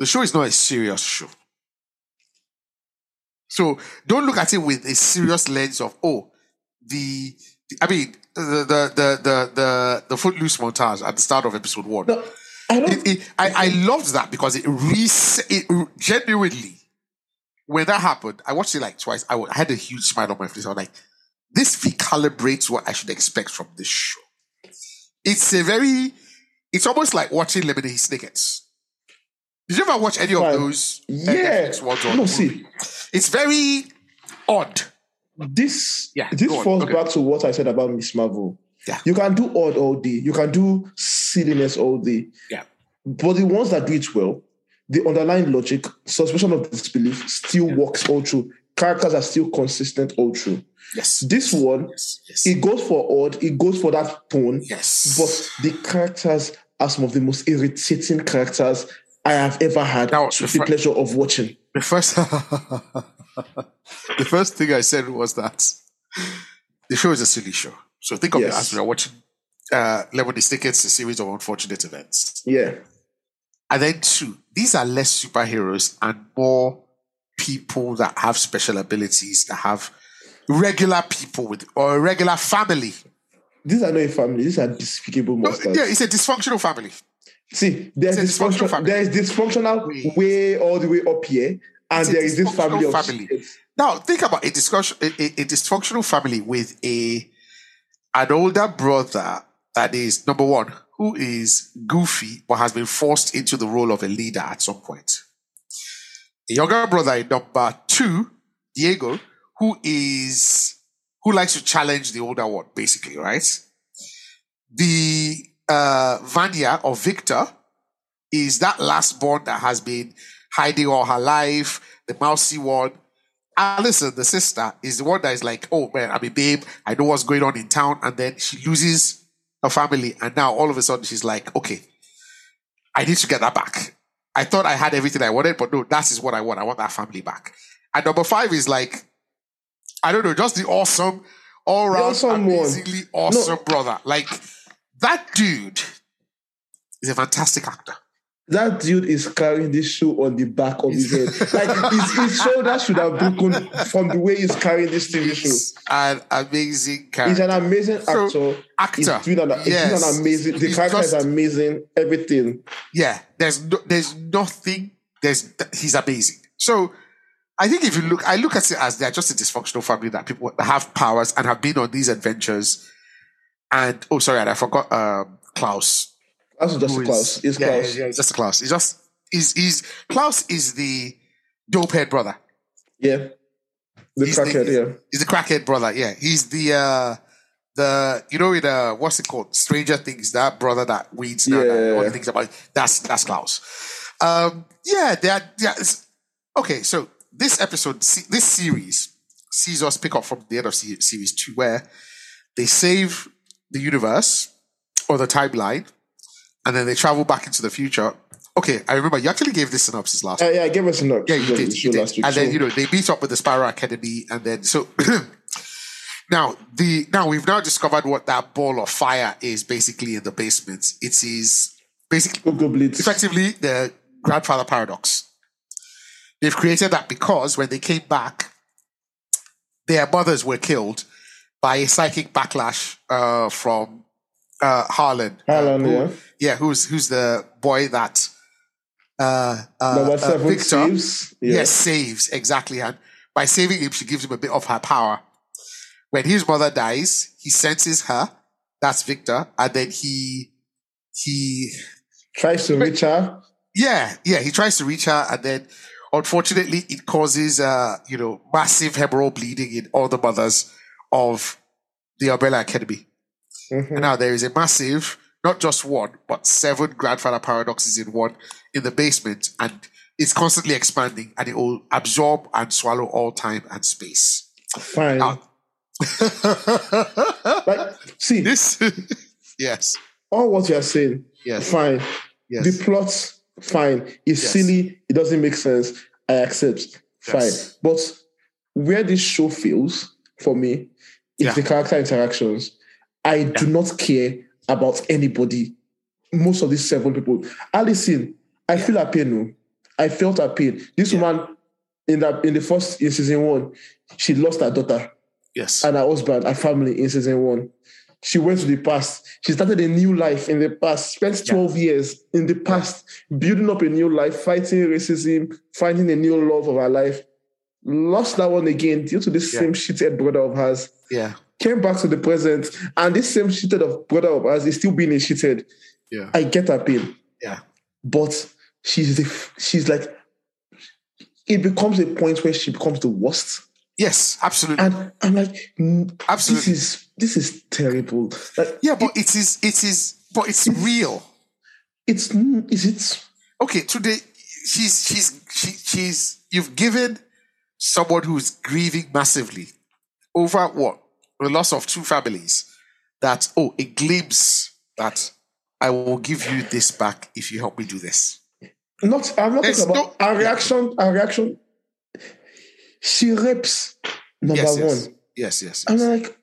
Speaker 2: the show is not a serious show. So don't look at it with a serious lens of oh, the, the- I mean the the the the the, the footloose montage at the start of episode one.
Speaker 3: No, I don't.
Speaker 2: It- it- I, I loved that because it reset it re- genuinely when that happened, I watched it like twice. I wa- I had a huge smile on my face. I was like, this recalibrates what I should expect from this show. It's a very, it's almost like watching Lemonade Snickets. Did you ever watch any of
Speaker 3: Right.
Speaker 2: those? uh,
Speaker 3: yeah,
Speaker 2: Netflix ones or-
Speaker 3: no. See,
Speaker 2: It's very odd.
Speaker 3: this
Speaker 2: Yeah,
Speaker 3: this
Speaker 2: go on,
Speaker 3: falls
Speaker 2: okay.
Speaker 3: back to what I said about Miss Marvel.
Speaker 2: Yeah.
Speaker 3: you can do odd all day. You can do silliness all day.
Speaker 2: Yeah.
Speaker 3: But the ones that do it well, the underlying logic, suspension of disbelief still works all through. Characters are still consistent all through.
Speaker 2: Yes.
Speaker 3: This one,
Speaker 2: Yes. Yes.
Speaker 3: it goes for odd, it goes for that tone,
Speaker 2: yes.
Speaker 3: but the characters are some of the most irritating characters I have ever had
Speaker 2: That was
Speaker 3: the
Speaker 2: refre-
Speaker 3: pleasure of watching.
Speaker 2: The first, the first thing I said was that the show is a silly show. So think of it
Speaker 3: Yes.
Speaker 2: as we are watching uh, Lemonade Snickets, a series of unfortunate events.
Speaker 3: Yeah,
Speaker 2: And then two, these are less superheroes and more people that have special abilities, that have regular people with or a regular family.
Speaker 3: these are not a family; these are despicable monsters.
Speaker 2: Yeah, it's a dysfunctional family.
Speaker 3: See, there's
Speaker 2: It's a dysfunctional
Speaker 3: dysfunctional,
Speaker 2: family.
Speaker 3: there is dysfunctional
Speaker 2: Wait.
Speaker 3: way all the way up here, and
Speaker 2: It's a
Speaker 3: there is this family
Speaker 2: dysfunctional
Speaker 3: of
Speaker 2: family.
Speaker 3: kids.
Speaker 2: Now think about a discussion, a, a, a dysfunctional family with a an older brother that is number one who is goofy but has been forced into the role of a leader at some point. A younger brother in number two, Diego, who is who likes to challenge the older one, basically, right? The uh, Vanya or Victor is that last born that has been hiding all her life, the mousy one. Alison, the sister, is the one that is like, oh man, I'm a babe. I know what's going on in town. And then she loses her family. And now all of a sudden she's like, okay, I need to get that back. I thought I had everything I wanted, but no, that is what I want. I want that family back. And number five is like, I don't know, just the awesome, all round, awesome amazingly one. awesome no. brother. Like, that dude is a fantastic actor.
Speaker 3: That dude is carrying this show on the back of his head. Like his, his shoulder should have broken from the way he's carrying this TV show.
Speaker 2: It's an amazing character.
Speaker 3: He's an amazing actor.
Speaker 2: So, actor.
Speaker 3: He's doing an, yes. he's doing an amazing. The he's character just, is amazing. Everything.
Speaker 2: Yeah. There's no, there's nothing. There's he's amazing. So I think if you look, I look at it as they're just a dysfunctional family that people have powers and have been on these adventures. And oh, sorry, and I forgot um, Klaus.
Speaker 3: That's just is, Klaus. It's
Speaker 2: yeah,
Speaker 3: Klaus.
Speaker 2: Yeah, yeah, it's just Klaus. It's just is is Klaus is the dope head brother.
Speaker 3: Yeah. The
Speaker 2: he's
Speaker 3: crackhead,
Speaker 2: the,
Speaker 3: yeah.
Speaker 2: He's the crackhead brother, yeah. He's the uh the you know in uh what's it called? Stranger Things, that brother that weeds now yeah. that all the things about that's that's Klaus. Um yeah, that yeah okay, so this episode this series sees us pick up from the end of series two where they save the universe or the timeline and then they travel back into the future. Okay, I remember you actually gave this synopsis last.
Speaker 3: Uh, yeah, I gave a synopsis.
Speaker 2: Yeah, you did. You did. Week, and so. then you know they meet up with the Spiral Academy, and then so now the now we've now discovered what that ball of fire is basically in the basement. It is basically effectively the grandfather paradox. They've created that because when they came back, their mothers were killed by a psychic backlash uh, from uh, Harlan.
Speaker 3: Harlan, uh, yeah.
Speaker 2: Yeah, who's who's the boy that uh, uh,
Speaker 3: uh Victor saves?
Speaker 2: Yeah. Yes, saves exactly, and by saving him, she gives him a bit of her power. When his mother dies, he senses her. That's Victor, and then he he
Speaker 3: tries to reach her.
Speaker 2: Yeah, yeah, he tries to reach her, and then unfortunately, it causes uh, you know massive hemorrhoid bleeding in all the mothers of the Umbrella Academy. Mm-hmm. And now there is a massive, not just one, but seven grandfather paradoxes in one in the basement, and it's constantly expanding and it will absorb and swallow all time and space.
Speaker 3: Fine. Now, like, see
Speaker 2: this yes.
Speaker 3: All what you're saying,
Speaker 2: yes.
Speaker 3: fine.
Speaker 2: Yes.
Speaker 3: The plot, fine. It's yes. silly, it doesn't make sense. I accept. Fine. Yes. But where this show fails for me is yeah. the character interactions. I yeah. do not care about anybody. Most of these seven people. Alison, I yeah. feel her pain. No? I felt her pain. This yeah. woman in that in the first in season one, she lost her daughter.
Speaker 2: Yes.
Speaker 3: And her husband, her family in season one. She went to the past. She started a new life in the past, spent 12 years in the past, building up a new life, fighting racism, finding a new love of her life. Lost that one again due to this same shithead brother of hers.
Speaker 2: Yeah
Speaker 3: came back to the present, and this same shithead of brother of ours is still being a shithead.
Speaker 2: Yeah,
Speaker 3: I get her pain.
Speaker 2: Yeah,
Speaker 3: but she's the, she's like it becomes a point where she becomes the worst.
Speaker 2: Yes, absolutely.
Speaker 3: And I'm like, "Mm,
Speaker 2: absolutely.
Speaker 3: This is this is terrible. Like,
Speaker 2: yeah, but it, it is it is but it's, it's real.
Speaker 3: It's is it
Speaker 2: okay today? She's she's she, she's you've given someone who's grieving massively over what the loss of two families that oh a glimpse that i will give you this back if you help me do this
Speaker 3: not i'm not There's talking about no, our reaction our reaction she rips number
Speaker 2: yes,
Speaker 3: yes.
Speaker 2: one yes yes, yes.
Speaker 3: i'm like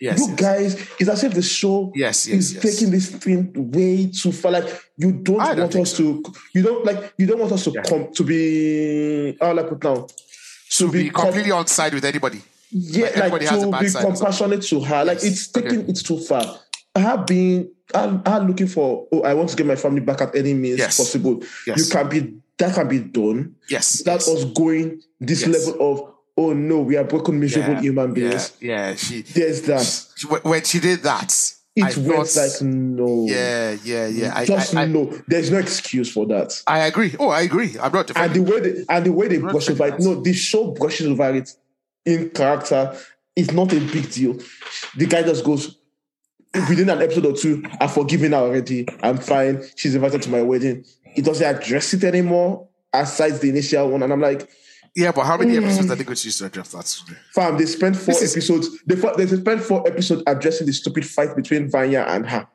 Speaker 2: yes,
Speaker 3: you guys it's as if the show
Speaker 2: yes,
Speaker 3: is taking this thing way too far like you don't,
Speaker 2: don't
Speaker 3: want us
Speaker 2: so.
Speaker 3: to you don't like you don't want us to yeah. come to be how will i put down
Speaker 2: to, to be, be, completely com- on side with anybody
Speaker 3: yeah, like, like to be compassionate to her. Like yes. it's taking okay. it too far. Her being, her, her looking for, oh, I want to get my family back at any means
Speaker 2: yes.
Speaker 3: possible.
Speaker 2: Yes.
Speaker 3: You can be that can be done.
Speaker 2: Yes,
Speaker 3: that
Speaker 2: yes.
Speaker 3: us going this level of, oh no, we are broken, miserable yeah. human beings.
Speaker 2: Yeah. yeah, she.
Speaker 3: There's that.
Speaker 2: She, when she did that,
Speaker 3: It
Speaker 2: I
Speaker 3: went
Speaker 2: thought-
Speaker 3: like no.
Speaker 2: Yeah, yeah, yeah. I,
Speaker 3: Just
Speaker 2: I, I,
Speaker 3: no. There's no excuse for that.
Speaker 2: I agree. Oh, I agree. I'm not
Speaker 3: and
Speaker 2: defending.
Speaker 3: the way they and the way they
Speaker 2: Not
Speaker 3: brush over it.
Speaker 2: recognized.
Speaker 3: No, the show brushes over it in character. It's not a big deal. The guy just goes within an episode or two. I've forgiven her already. I'm fine. She's invited to my wedding. He doesn't address it anymore. Aside the initial one, and I'm like,
Speaker 2: Yeah, but how many
Speaker 3: Mm.
Speaker 2: episodes are they going to use to address that?
Speaker 3: fam, they spent four
Speaker 2: This is-
Speaker 3: episodes. They, fo- they spent four episodes addressing the stupid fight between Vanya and her.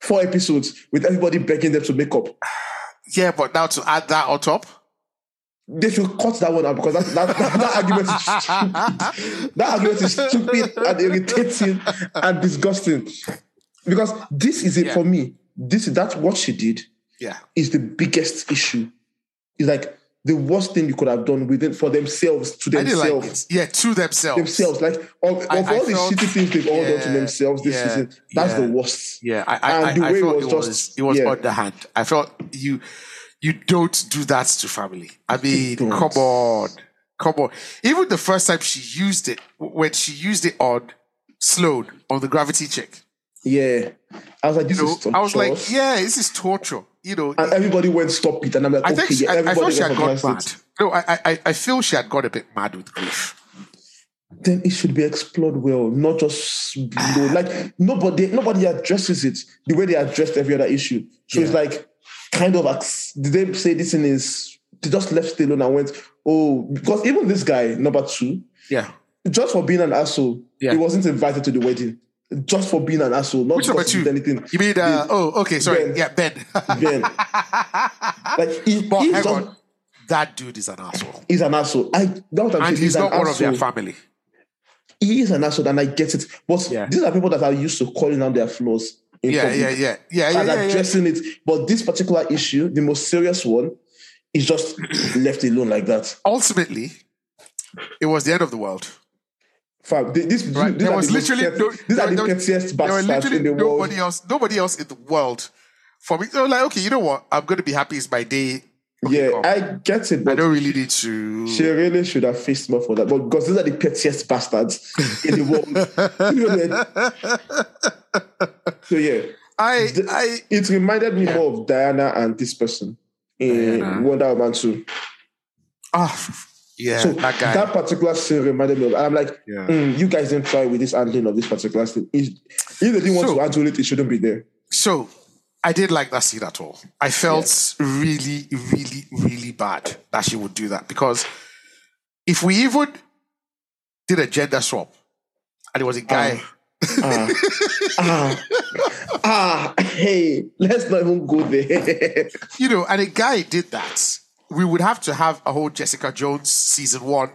Speaker 3: Four episodes with everybody begging them to make up.
Speaker 2: Yeah, but now to add that on top.
Speaker 3: They should cut that one out because that, that, that, that argument is stupid. That argument is stupid and irritating and disgusting. Because this is it
Speaker 2: Yeah.
Speaker 3: for me. This is that's what she did
Speaker 2: yeah,
Speaker 3: is the biggest issue. It's like the worst thing you could have done within for themselves to
Speaker 2: I didn't like
Speaker 3: themselves.
Speaker 2: it. Yeah, to themselves.
Speaker 3: Themselves, like of,
Speaker 2: I-
Speaker 3: of
Speaker 2: I
Speaker 3: all the
Speaker 2: felt-
Speaker 3: shitty things they've all done to
Speaker 2: yeah,
Speaker 3: themselves this
Speaker 2: yeah,
Speaker 3: season, that's
Speaker 2: yeah.
Speaker 3: the worst.
Speaker 2: Yeah, I, I,
Speaker 3: And
Speaker 2: I,
Speaker 3: the
Speaker 2: I
Speaker 3: way it
Speaker 2: felt it
Speaker 3: was
Speaker 2: was,
Speaker 3: just-
Speaker 2: it was
Speaker 3: yeah.
Speaker 2: underhand. I felt you you don't do that to family. I mean,
Speaker 3: don't.
Speaker 2: come on, come on. Even the first time she used it, w- when she used it on Sloan on the gravity check,
Speaker 3: Yeah, I was like, this
Speaker 2: you know,
Speaker 3: is torture.
Speaker 2: I was like, yeah, this is torture. You know,
Speaker 3: and everybody went stop it, and I'm like,
Speaker 2: I
Speaker 3: okay,
Speaker 2: think she,
Speaker 3: yeah,
Speaker 2: I, I
Speaker 3: everybody
Speaker 2: felt she had gone
Speaker 3: recognized
Speaker 2: mad.
Speaker 3: it.
Speaker 2: No, I, I- I, I feel she had got a bit mad with grief.
Speaker 3: then it should be explored well, not just blow.
Speaker 2: Ah.
Speaker 3: like nobody nobody addresses it the way they addressed every other issue. So it's
Speaker 2: Yeah.
Speaker 3: like kind of ac- did they say this thing is they just left it alone and went oh because even this guy number two
Speaker 2: Yeah.
Speaker 3: just for being an asshole
Speaker 2: Yeah.
Speaker 3: he wasn't invited to the wedding just for being an asshole not
Speaker 2: Which number
Speaker 3: because he
Speaker 2: two?
Speaker 3: did anything.
Speaker 2: You mean, uh, oh, okay, sorry.
Speaker 3: Ben.
Speaker 2: Yeah, Ben.
Speaker 3: Ben. like he,
Speaker 2: but
Speaker 3: he's,
Speaker 2: hang
Speaker 3: just,
Speaker 2: on. That dude is an asshole.
Speaker 3: he's an asshole. I that's what I'm saying.
Speaker 2: And he's
Speaker 3: an
Speaker 2: not one of their
Speaker 3: asshole.
Speaker 2: family.
Speaker 3: He is an asshole, and I get it. But
Speaker 2: Yeah.
Speaker 3: these are people that are used to calling out their flaws. In
Speaker 2: Yeah,
Speaker 3: public.
Speaker 2: yeah, yeah. Yeah, yeah,
Speaker 3: and
Speaker 2: yeah, yeah.
Speaker 3: addressing it. But this particular issue, the most serious one, is just left alone like that.
Speaker 2: Ultimately, it was the end of the world.
Speaker 3: Fam, th- this,
Speaker 2: Right?
Speaker 3: these
Speaker 2: There
Speaker 3: are
Speaker 2: was
Speaker 3: the most
Speaker 2: literally
Speaker 3: pet-
Speaker 2: no,
Speaker 3: these
Speaker 2: there-
Speaker 3: are the
Speaker 2: there was-
Speaker 3: pettiest
Speaker 2: there were
Speaker 3: bastards
Speaker 2: literally
Speaker 3: in the world.
Speaker 2: nobody else, nobody else in the world for me. So like, okay, you know what? I'm gonna be happy it's my day. Okay,
Speaker 3: yeah,
Speaker 2: come.
Speaker 3: I get it,
Speaker 2: I
Speaker 3: but
Speaker 2: don't really need to
Speaker 3: she really should have faced more for that. But because these are the pettiest bastards in the world. Period. so yeah,
Speaker 2: I
Speaker 3: The-
Speaker 2: I
Speaker 3: it reminded me more of Diana and this person in
Speaker 2: Diana.
Speaker 3: Wonder Woman 2.
Speaker 2: ah yeah
Speaker 3: So
Speaker 2: that guy
Speaker 3: particular scene reminded me of, and I'm like,
Speaker 2: Yeah.
Speaker 3: "Hmm, you guys didn't try with this handling of this particular scene. If if they didn't want
Speaker 2: So-
Speaker 3: to handle it, it shouldn't be there.
Speaker 2: So I did like that scene at all. I felt really, really, really bad that she would do that because if we even did a gender swap and it was a guy,
Speaker 3: Ah, ah, ah, hey, let's not even go there.
Speaker 2: you know, and a guy did that, we would have to have a whole Jessica Jones season one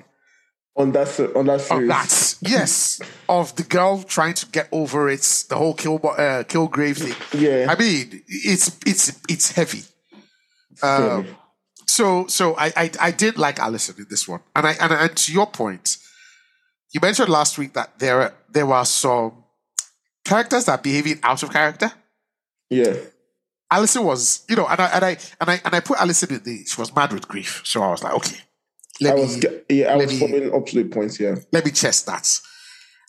Speaker 3: on that, se- on that
Speaker 2: of
Speaker 3: series.
Speaker 2: that. Yes, of the girl trying to get over it, the whole kill uh, Kilgrave thing.
Speaker 3: Yeah.
Speaker 2: I mean, it's it's it's heavy. Um, So so I, I I did like Allison in this one, and I and, and to your point, you mentioned last week that there there were some characters that are behaving out of character.
Speaker 3: yeah,
Speaker 2: Allison was, you know, and I and I and I and I put Allison in the she was mad with grief, so I was like, okay,
Speaker 3: I
Speaker 2: let
Speaker 3: was,
Speaker 2: me
Speaker 3: ge- yeah, I
Speaker 2: let
Speaker 3: was
Speaker 2: me-
Speaker 3: following up to the point. Yeah,
Speaker 2: let me chest that.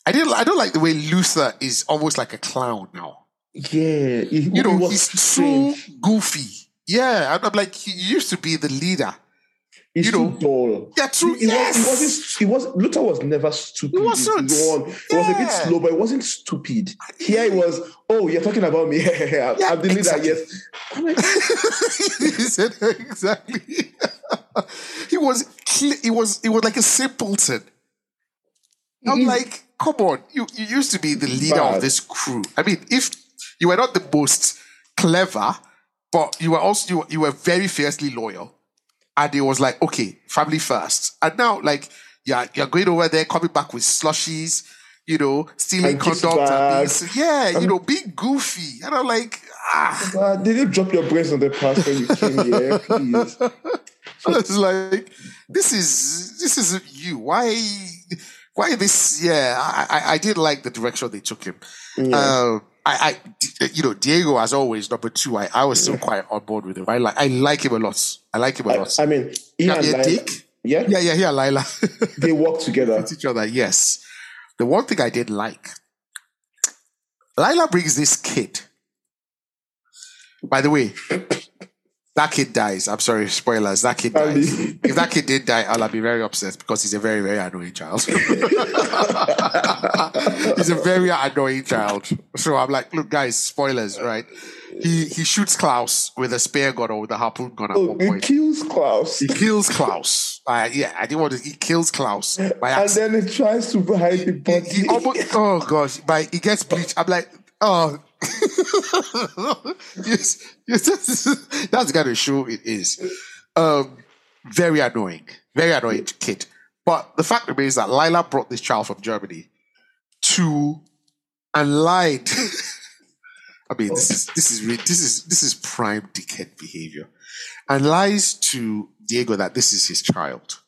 Speaker 2: I didn't I don't like the way Luther is almost like a clown now.
Speaker 3: yeah, it,
Speaker 2: you
Speaker 3: it
Speaker 2: know,
Speaker 3: was
Speaker 2: he's too
Speaker 3: strange.
Speaker 2: goofy. Yeah, and I'm like, he used to be the leader.
Speaker 3: It's
Speaker 2: you
Speaker 3: too
Speaker 2: know,
Speaker 3: dull.
Speaker 2: Yeah, true.
Speaker 3: It,
Speaker 2: yes,
Speaker 3: was, it wasn't. It was Luther was never stupid.
Speaker 2: It wasn't.
Speaker 3: It, won. It was a bit
Speaker 2: Yeah.
Speaker 3: slow, but it wasn't stupid. Here it was. Oh, you're talking about me. I'm,
Speaker 2: Yeah,
Speaker 3: I'm the leader.
Speaker 2: exactly.
Speaker 3: Yes. I'm like,
Speaker 2: he said exactly. he was cle- he was he was like a simpleton. I'm
Speaker 3: He's-
Speaker 2: like, come on, you you used to be the leader of
Speaker 3: Bad.
Speaker 2: this crew. I mean, if you were not the most clever, but you were also you were, you were very fiercely loyal, and it was like, okay, family first, and now like you're you're going over there, coming back with slushies. You know, stealing
Speaker 3: And kicks
Speaker 2: condoms
Speaker 3: back. Um,
Speaker 2: and this. Yeah, you know, being goofy. And I'm like, ah.
Speaker 3: "Ah, did you drop your brains on the past when you came here? Please.
Speaker 2: I was like, this is this isn't you. Why why this yeah, I, I, I did like the direction they took him. Um I, I, you know, Diego, as always, number two. I, I was still quite on board with him. I like, I like him a lot. I like him a lot.
Speaker 3: I mean, he
Speaker 2: Can
Speaker 3: and
Speaker 2: be a
Speaker 3: Lila,
Speaker 2: dick.
Speaker 3: yeah,
Speaker 2: yeah, yeah, yeah, Lila.
Speaker 3: they work together.
Speaker 2: With each other, yes. The one thing I did like Lila brings this kid. By the way, that kid dies. I'm sorry, spoilers. That kid
Speaker 3: Ali.
Speaker 2: dies. if that kid did die, I'll be very upset because he's a very, very annoying child. he's a very annoying child. So I'm like, look, guys, spoilers, right? He he shoots Klaus with a spear gun or with a harpoon gun at
Speaker 3: Oh,
Speaker 2: one
Speaker 3: it
Speaker 2: point.
Speaker 3: kills Klaus.
Speaker 2: He kills Klaus. Uh, yeah, I didn't want to. He kills Klaus by
Speaker 3: And
Speaker 2: accident.
Speaker 3: then it tries to hide the body.
Speaker 2: He almost. Oh gosh, by he gets bleached. I'm like, oh. yes, yes, that's, that's the kind of show it is. Um, very annoying, very annoying kid. But the fact remains that Lila brought this child from Germany to and lied. I mean, this is this is re- this is this is prime dickhead behavior, and lies to Diego that this is his child.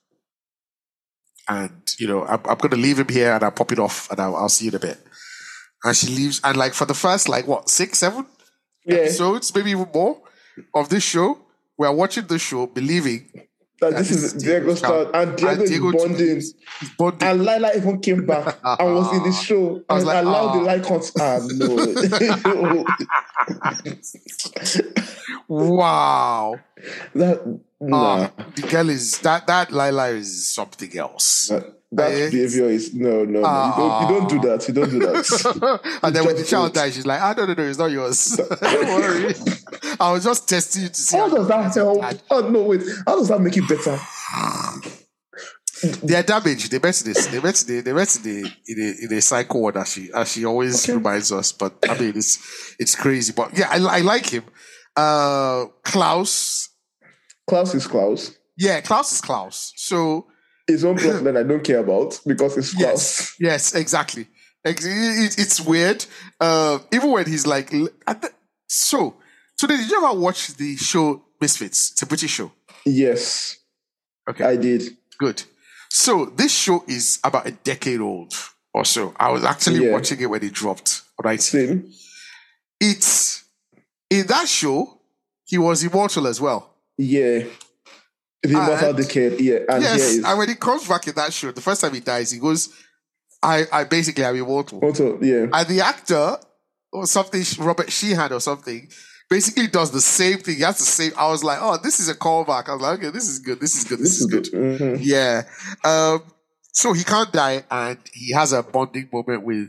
Speaker 2: And you know, I'm, I'm going to leave him here, and I'll pop it off, and I'll, I'll see you in a bit. And she leaves, and like for the first like what six, seven
Speaker 3: yeah,
Speaker 2: episodes, maybe even more of this show, we are watching the show believing
Speaker 3: that this is Diego's child. And Diego,
Speaker 2: Diego
Speaker 3: is bonding.
Speaker 2: he's bonding.
Speaker 3: And Lila even came back and was in the show
Speaker 2: I was
Speaker 3: and
Speaker 2: like,
Speaker 3: allowed the
Speaker 2: "Ah."
Speaker 3: Lycons. Ah, no.
Speaker 2: Wow.
Speaker 3: that, nah.
Speaker 2: Ah, the girl is that that Lila is something else.
Speaker 3: That that
Speaker 2: Eh?
Speaker 3: behavior is no, no, no. You don't, you don't
Speaker 2: Ah.
Speaker 3: do that. You don't do that.
Speaker 2: and then when the
Speaker 3: Just
Speaker 2: child
Speaker 3: don't.
Speaker 2: dies, she's like, "Ah, no, no, no, it's not yours. Don't worry. I was just testing you to see."
Speaker 3: How
Speaker 2: how-
Speaker 3: does that help? Oh no, wait. How does that make it better?
Speaker 2: They are damaged. They met this. They met the. They met the in a in a cycle one as she as she always
Speaker 3: Okay.
Speaker 2: reminds us. But I mean, it's it's crazy. But yeah, I, I like him. Uh, Klaus.
Speaker 3: Klaus is Klaus.
Speaker 2: Yeah, Klaus is Klaus. So
Speaker 3: His own plotline I don't care about because it's Klaus.
Speaker 2: Yes, exactly. Ex- it- it's weird. Uh, even when he's like, l- at the- so today, did you ever watch the show Misfits? It's a British show.
Speaker 3: Yes.
Speaker 2: Okay.
Speaker 3: I did.
Speaker 2: Good. So this show is about a decade old or so. I was actually
Speaker 3: Yeah.
Speaker 2: watching it when it dropped on ITV.
Speaker 3: Same.
Speaker 2: It's in that show, he was immortal as well.
Speaker 3: Yeah. The mother
Speaker 2: And-
Speaker 3: decade. Yeah. And
Speaker 2: yes.
Speaker 3: here is
Speaker 2: And when he comes back in that show, the first time he dies, he goes, I, I basically am immortal.
Speaker 3: also, yeah.
Speaker 2: And the actor or something, Robert Sheehan or something, basically does the same thing. He has the same. I was like, oh, this is a callback. I was like, okay, this is good. This is good. This, is, good.
Speaker 3: Mhm.
Speaker 2: Yeah. Um, so he can't die, and he has a bonding moment with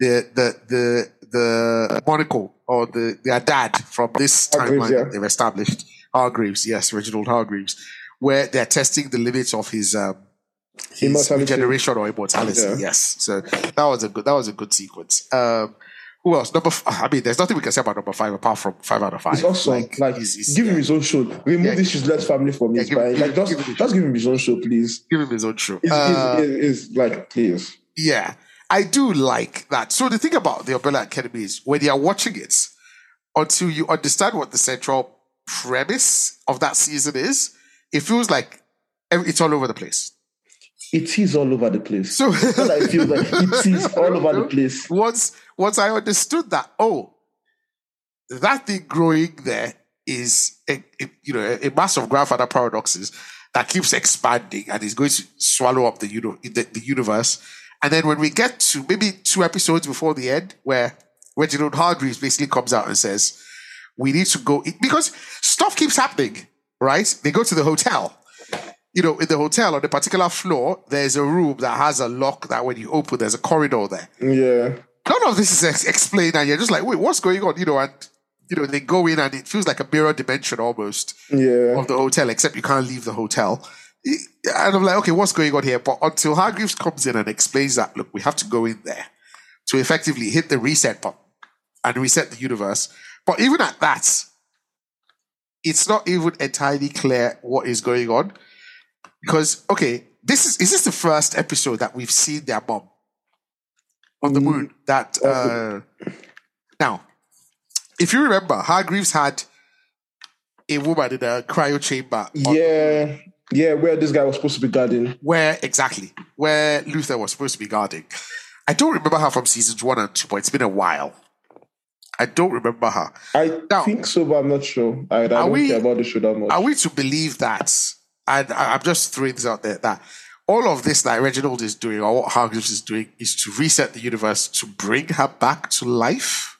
Speaker 2: the the the the Monaco or the their dad from this timeline
Speaker 3: Hargreaves, yeah.
Speaker 2: that they've established. Hargreaves, yes, Reginald Hargreaves, where they're testing the limits of his um his
Speaker 3: Immortality.
Speaker 2: regeneration or immortality.
Speaker 3: Yeah.
Speaker 2: Yes, so that was a good that was a good sequence. Um, who else? Number, f- I mean, there's nothing we can say about number five apart from five out of five.
Speaker 3: It's awesome. Like,
Speaker 2: he's- he's-
Speaker 3: give him
Speaker 2: yeah,
Speaker 3: his own show. Remove
Speaker 2: Yeah.
Speaker 3: this useless family from
Speaker 2: Yeah,
Speaker 3: his
Speaker 2: give him-
Speaker 3: mind.
Speaker 2: give
Speaker 3: Like,
Speaker 2: him-
Speaker 3: just,
Speaker 2: give him his
Speaker 3: just give him his own show, please.
Speaker 2: give him his own show.
Speaker 3: It's,
Speaker 2: Uh,
Speaker 3: it's, it's, it's like, please.
Speaker 2: Yeah, I do like that. So the thing about the Umbrella Academy is when you are watching it, until you understand what the central premise of that season is, it feels like ev- it's all over the place.
Speaker 3: It is all over the place.
Speaker 2: So
Speaker 3: That's what I feel like it is all over the place.
Speaker 2: once once I understood that, oh, that thing growing there is a, a- you know a mass of grandfather paradoxes that keeps expanding and is going to swallow up the, uni- the the universe. And then when we get to maybe two episodes before the end, where Reginald Hargreaves basically comes out and says, "We need to go because stuff keeps happening." Right? They go to the hotel you know, in the hotel on a particular floor, there's a room that has a lock that when you open, there's a corridor there.
Speaker 3: Yeah.
Speaker 2: None of this is ex- explained, and you're just like, wait, what's going on? You know, and you know, they go in and it feels like a mirror dimension almost
Speaker 3: Yeah.
Speaker 2: of the hotel, except you can't leave the hotel. It- And I'm like, okay, what's going on here? But until Hargreaves comes in and explains that, look, we have to go in there to effectively hit the reset button and reset the universe. But even at that, it's not even entirely clear what is going on. Because, okay, this is is this the first episode that we've seen their mom on the moon? That uh now, if you remember, Hargreaves had a woman in a cryo chamber on
Speaker 3: Yeah. Yeah, where this guy was supposed to be guarding.
Speaker 2: where exactly where Luther was supposed to be guarding. I don't remember her from seasons one and two, but it's been a while. I don't remember her.
Speaker 3: I
Speaker 2: Now-
Speaker 3: think so, but I'm not sure. I, I don't
Speaker 2: we-
Speaker 3: care about the show that much.
Speaker 2: Are we to believe that? And I, I'm just throwing this out there that all of this that Reginald is doing, or what Hargreaves is doing, is to reset the universe to bring her back to life.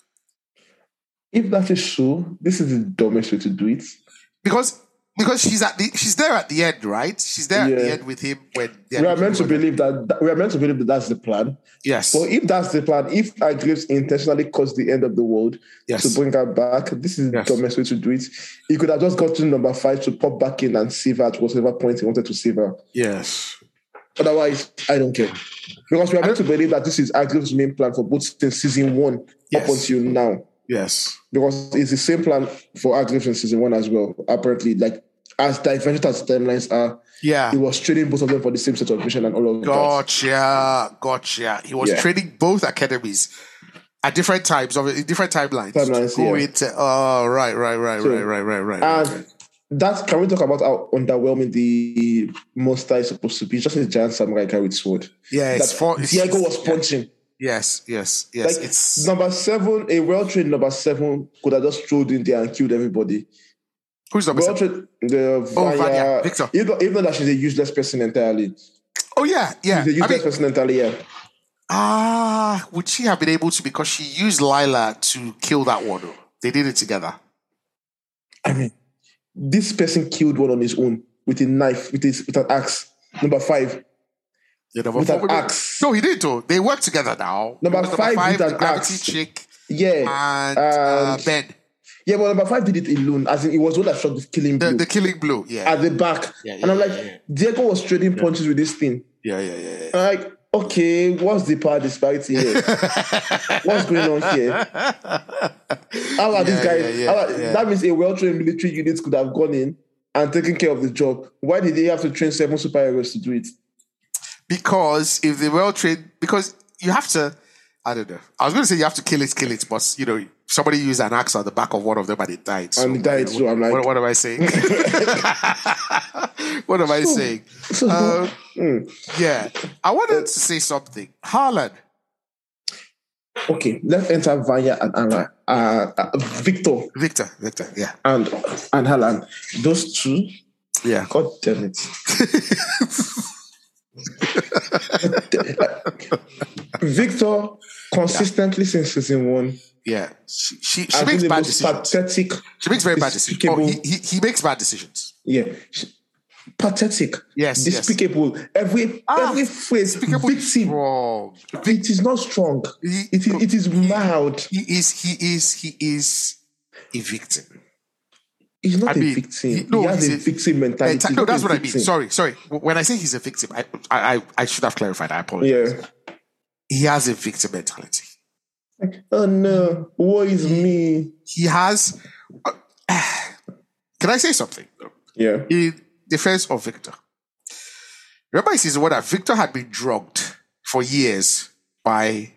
Speaker 3: If that is so, this is the dumbest way to do it.
Speaker 2: Because because she's at the she's there at the end, right? She's there at the end with him when
Speaker 3: we are meant to believe that, that we are meant to believe that that's the plan.
Speaker 2: Yes.
Speaker 3: But if that's the plan, if Hargreaves intentionally caused the end of the world
Speaker 2: Yes.
Speaker 3: to bring her back, this is the
Speaker 2: Yes.
Speaker 3: dumbest way to do it. He could have just gotten number five to pop back in and save her at whatever point he wanted to save her.
Speaker 2: Yes.
Speaker 3: Otherwise, I don't care. Because we are meant to believe that this is Hargreaves' main plan for both since season one
Speaker 2: Yes.
Speaker 3: up until now.
Speaker 2: Yes.
Speaker 3: Because it's the same plan for Hargreaves in season one as well. Apparently, like as divergent as the timelines are,
Speaker 2: Yeah.
Speaker 3: he was training both of them for the same set of mission and all of that.
Speaker 2: Gotcha. Gotcha. He was
Speaker 3: Yeah.
Speaker 2: training both academies at different times of in different timelines. to
Speaker 3: Timelines,
Speaker 2: go
Speaker 3: yeah.
Speaker 2: into oh right, right, right,
Speaker 3: So,
Speaker 2: right, right, right, right.
Speaker 3: And that can we talk about how underwhelming the monster is supposed to be? It's just a giant samurai guy with sword.
Speaker 2: yeah, it's
Speaker 3: that
Speaker 2: four it's,
Speaker 3: Diego was
Speaker 2: yeah.
Speaker 3: punching.
Speaker 2: Yes, yes, yes.
Speaker 3: like
Speaker 2: it's
Speaker 3: number seven, a well-trained number seven could have just strolled in there and killed everybody.
Speaker 2: who's number seven?
Speaker 3: Well-trained, the
Speaker 2: Oh, Vanya,
Speaker 3: Vanya,
Speaker 2: Victor.
Speaker 3: even, even though she's a useless person entirely,
Speaker 2: Oh yeah, yeah.
Speaker 3: she's a
Speaker 2: I
Speaker 3: useless
Speaker 2: mean,
Speaker 3: person entirely. Yeah,
Speaker 2: Ah, would she have been able to? Because she used Lila to kill that one. though. They did it together.
Speaker 3: I mean, this person killed one on his own with a knife, with his with an axe. Number five,
Speaker 2: Yeah, number
Speaker 3: with
Speaker 2: four,
Speaker 3: an
Speaker 2: maybe-
Speaker 3: axe.
Speaker 2: No, he did though. They work together now.
Speaker 3: Number
Speaker 2: It was
Speaker 3: five with
Speaker 2: the
Speaker 3: an
Speaker 2: gravity
Speaker 3: axe.
Speaker 2: chick
Speaker 3: Yeah,
Speaker 2: and uh,
Speaker 3: And-
Speaker 2: Ben.
Speaker 3: yeah, but number five did it alone. As in, it was the one that shot the killing
Speaker 2: The,
Speaker 3: blow
Speaker 2: the killing blow. Yeah.
Speaker 3: at the back.
Speaker 2: Yeah, yeah,
Speaker 3: and I'm
Speaker 2: yeah,
Speaker 3: like,
Speaker 2: yeah.
Speaker 3: Diego was trading punches with this thing.
Speaker 2: yeah, yeah, yeah, yeah.
Speaker 3: I'm like, okay, what's the power disparity here? what's going on here? How are
Speaker 2: Yeah,
Speaker 3: these guys?
Speaker 2: yeah, yeah,
Speaker 3: how are-
Speaker 2: yeah.
Speaker 3: That means a well-trained military unit could have gone in and taken care of the job. Why did they have to train seven superheroes to do it?
Speaker 2: Because if they well trained, because you have to, I don't know. I was going to say you have to kill it, kill it, but you know, somebody used an axe on the back of one of them and it died. So
Speaker 3: And they died, so I'm like-
Speaker 2: what, what am I saying? what am I saying?
Speaker 3: So,
Speaker 2: Um,
Speaker 3: mm,
Speaker 2: yeah, I wanted to say something. Haaland,
Speaker 3: okay, let's enter Vanya and Anna, uh, uh, Victor
Speaker 2: Victor, Victor, yeah,
Speaker 3: and and Halan. Those two,
Speaker 2: yeah.
Speaker 3: God damn it! God damn it. Like, Victor consistently since season one
Speaker 2: Yeah, she she, she
Speaker 3: has been
Speaker 2: makes
Speaker 3: the
Speaker 2: bad
Speaker 3: most
Speaker 2: decisions.
Speaker 3: pathetic.
Speaker 2: She makes very bad decisions. Oh, he,
Speaker 3: despicable-
Speaker 2: he, he makes bad decisions.
Speaker 3: Yeah, she- pathetic.
Speaker 2: Yes, yes.
Speaker 3: despicable. Every
Speaker 2: Ah,
Speaker 3: every phrase,
Speaker 2: Despicable is
Speaker 3: victim.
Speaker 2: wrong.
Speaker 3: It is not strong.
Speaker 2: He-
Speaker 3: It is it is mild.
Speaker 2: He is he is he is a victim.
Speaker 3: He's not
Speaker 2: I mean,
Speaker 3: a victim.
Speaker 2: he-
Speaker 3: He,
Speaker 2: no,
Speaker 3: has
Speaker 2: he's
Speaker 3: a
Speaker 2: a-
Speaker 3: victim mentality.
Speaker 2: Eh, ta-
Speaker 3: He's
Speaker 2: no,
Speaker 3: not a
Speaker 2: that's what I mean.
Speaker 3: victim.
Speaker 2: Sorry, sorry. When I say he's a victim, I I I, I should have clarified. I apologize.
Speaker 3: Yeah.
Speaker 2: He has a victim mentality.
Speaker 3: Oh no, woe is
Speaker 2: Mm.
Speaker 3: me?
Speaker 2: He has. uh, can I say something? though?
Speaker 3: Yeah.
Speaker 2: In defense of Victor, remember in season one that Victor had been drugged for years by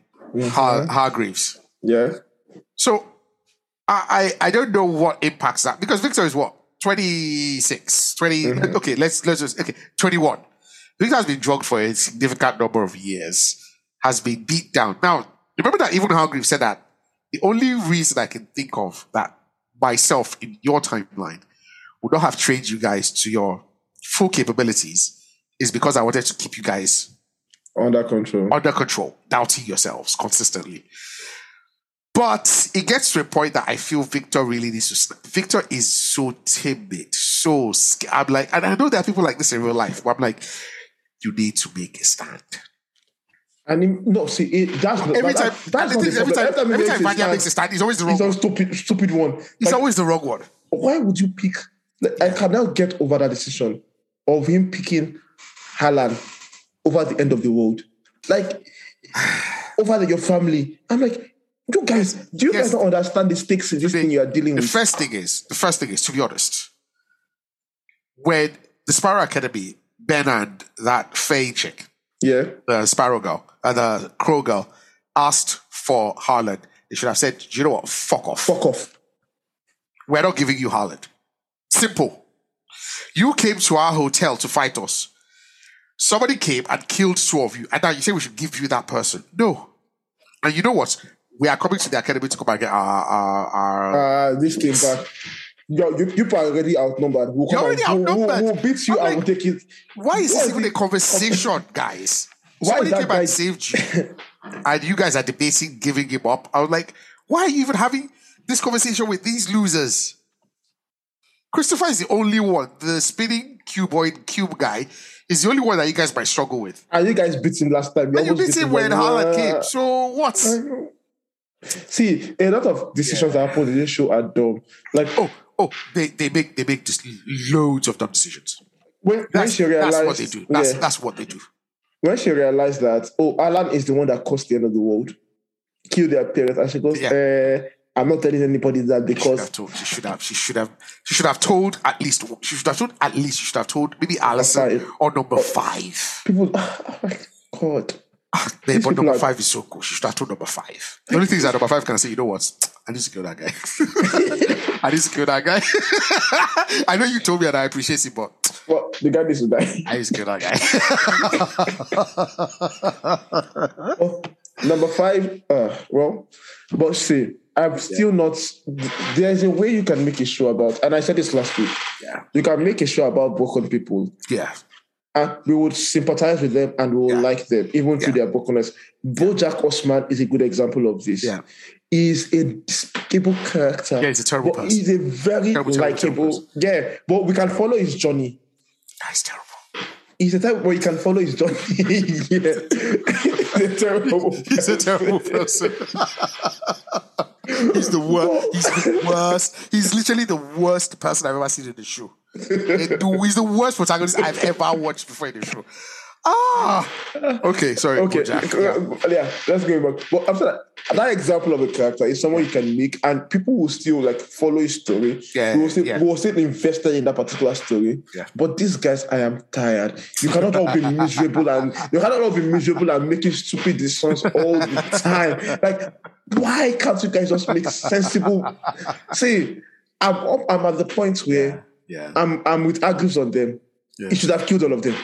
Speaker 2: Har-
Speaker 3: Mm-hmm.
Speaker 2: Hargreaves.
Speaker 3: Yeah.
Speaker 2: So I, I I don't know what impacts that because Victor is what 26, 20 okay, let's let's just okay, 21. Victor has been drugged for a significant number of years, has been beat down. Now, remember that even Hargreaves said that the only reason I can think of that myself in your timeline would not have trained you guys to your full capabilities is because I wanted to keep you guys
Speaker 3: Under control.
Speaker 2: under control, doubting yourselves consistently. But it gets to a point that I feel Victor really needs to snap. Victor is so timid, so scared. I'm like, and I know there are people like this in real life, but I'm like, you need to make a stand.
Speaker 3: And him, no, see, it, that's not
Speaker 2: Every
Speaker 3: that,
Speaker 2: time,
Speaker 3: That, that's not the
Speaker 2: every
Speaker 3: problem.
Speaker 2: time, every time,
Speaker 3: he makes a
Speaker 2: Vanya
Speaker 3: stand,
Speaker 2: makes a stand, he's always the wrong.
Speaker 3: it's
Speaker 2: one.
Speaker 3: a stupid, stupid one.
Speaker 2: He's
Speaker 3: Like,
Speaker 2: always the wrong one.
Speaker 3: why would you pick? Like, I cannot get over that decision of him picking Haaland over the end of the world. Like, over the, your family. I'm like, you guys, do you
Speaker 2: Yes.
Speaker 3: guys not understand the stakes in this
Speaker 2: The-
Speaker 3: thing you are dealing
Speaker 2: The
Speaker 3: with?
Speaker 2: first thing is, the first thing is, to be honest, when the Sparrow Academy, Ben and that Faye chick,
Speaker 3: yeah.
Speaker 2: the Sparrow girl, uh, the Crow girl, asked for Haaland, they should have said, "Do you know what? Fuck off.
Speaker 3: Fuck off.
Speaker 2: We're not giving you Haaland. Simple. You came to our hotel to fight us. Somebody came and killed two of you, and now you say we should give you that person. No. And you know what? We are coming to the academy to come and get our, our, our
Speaker 3: Uh, this came back. Yo, you, you are already outnumbered. We'll
Speaker 2: You're already
Speaker 3: and- we'll- we'll-
Speaker 2: outnumbered.
Speaker 3: We'll beat you
Speaker 2: I'm
Speaker 3: and we'll take it.
Speaker 2: Why is
Speaker 3: Why
Speaker 2: this
Speaker 3: is
Speaker 2: even
Speaker 3: it-
Speaker 2: a conversation, guys?
Speaker 3: Why
Speaker 2: Somebody
Speaker 3: is that
Speaker 2: came
Speaker 3: guy-
Speaker 2: and saved you, and you guys are debating giving him up. I was like, why are you even having this conversation with these losers? Christopher is the only one, the spinning cuboid cube guy, is the only one that you guys might struggle with.
Speaker 3: And you guys beat him last time.
Speaker 2: And you
Speaker 3: almost
Speaker 2: beat
Speaker 3: beat
Speaker 2: him when
Speaker 3: by-
Speaker 2: Haaland came. So what?
Speaker 3: Uh, See, a lot of decisions that happen in this show are dumb. Like
Speaker 2: Oh, oh, they, they make they make just loads of dumb decisions.
Speaker 3: when, when
Speaker 2: That's,
Speaker 3: she realized
Speaker 2: that's what they do. That's
Speaker 3: yeah,
Speaker 2: that's what they do.
Speaker 3: when she realized that oh Alan is the one that caused the end of the world, killed their parents, and she goes,
Speaker 2: Yeah.
Speaker 3: eh, I'm not telling anybody that
Speaker 2: She should
Speaker 3: because
Speaker 2: have told. She should have. She should have. She should have told at least. She should have told at least. She should have told maybe Allison
Speaker 3: five.
Speaker 2: or number five.
Speaker 3: people oh my god.
Speaker 2: Yeah, but
Speaker 3: people
Speaker 2: number
Speaker 3: are-
Speaker 2: five is so cool. She should have told number five. The only thing is that number five can say, you know what? I need to kill that guy. I need to kill that guy. I know you told me and I appreciate it, but
Speaker 3: Well, the guy needs to die.
Speaker 2: I need to kill that guy.
Speaker 3: Oh, Number five, uh, well, but see, I'm still not. There's a way you can make a show about, and I said this last week.
Speaker 2: Yeah.
Speaker 3: You can make a show about broken people,
Speaker 2: yeah.
Speaker 3: and we would sympathize with them and we would
Speaker 2: Yeah.
Speaker 3: like them, even through
Speaker 2: Yeah.
Speaker 3: their brokenness. Bojack Osman is a good example of this.
Speaker 2: Yeah.
Speaker 3: He's a despicable character.
Speaker 2: Yeah, he's a terrible
Speaker 3: but
Speaker 2: person.
Speaker 3: He's a very
Speaker 2: Terrible, terrible,
Speaker 3: likable. Yeah, but we can follow his journey.
Speaker 2: That's terrible.
Speaker 3: He's the type where you can follow his journey. yeah. He's a terrible.
Speaker 2: He's a terrible person. he's the worst. He's the worst. He's literally the worst person I've ever seen in the show. He's the worst protagonist I've ever watched before in the show. Ah, okay. Sorry,
Speaker 3: Okay,
Speaker 2: Bojack. Yeah.
Speaker 3: uh, yeah. let's go back. But after that, that example of a character is someone you can make, and people will still like follow his story.
Speaker 2: Yeah,
Speaker 3: we will still,
Speaker 2: yeah.
Speaker 3: we will still invested in that particular story.
Speaker 2: Yeah.
Speaker 3: But these guys, I am tired. You cannot all be miserable, and you cannot all be miserable and making stupid decisions all the time. Like, why can't you guys just make sensible? See, I'm up, I'm at the point where
Speaker 2: Yeah.
Speaker 3: I'm I'm with Agus on them.
Speaker 2: Yeah.
Speaker 3: He should have killed all of them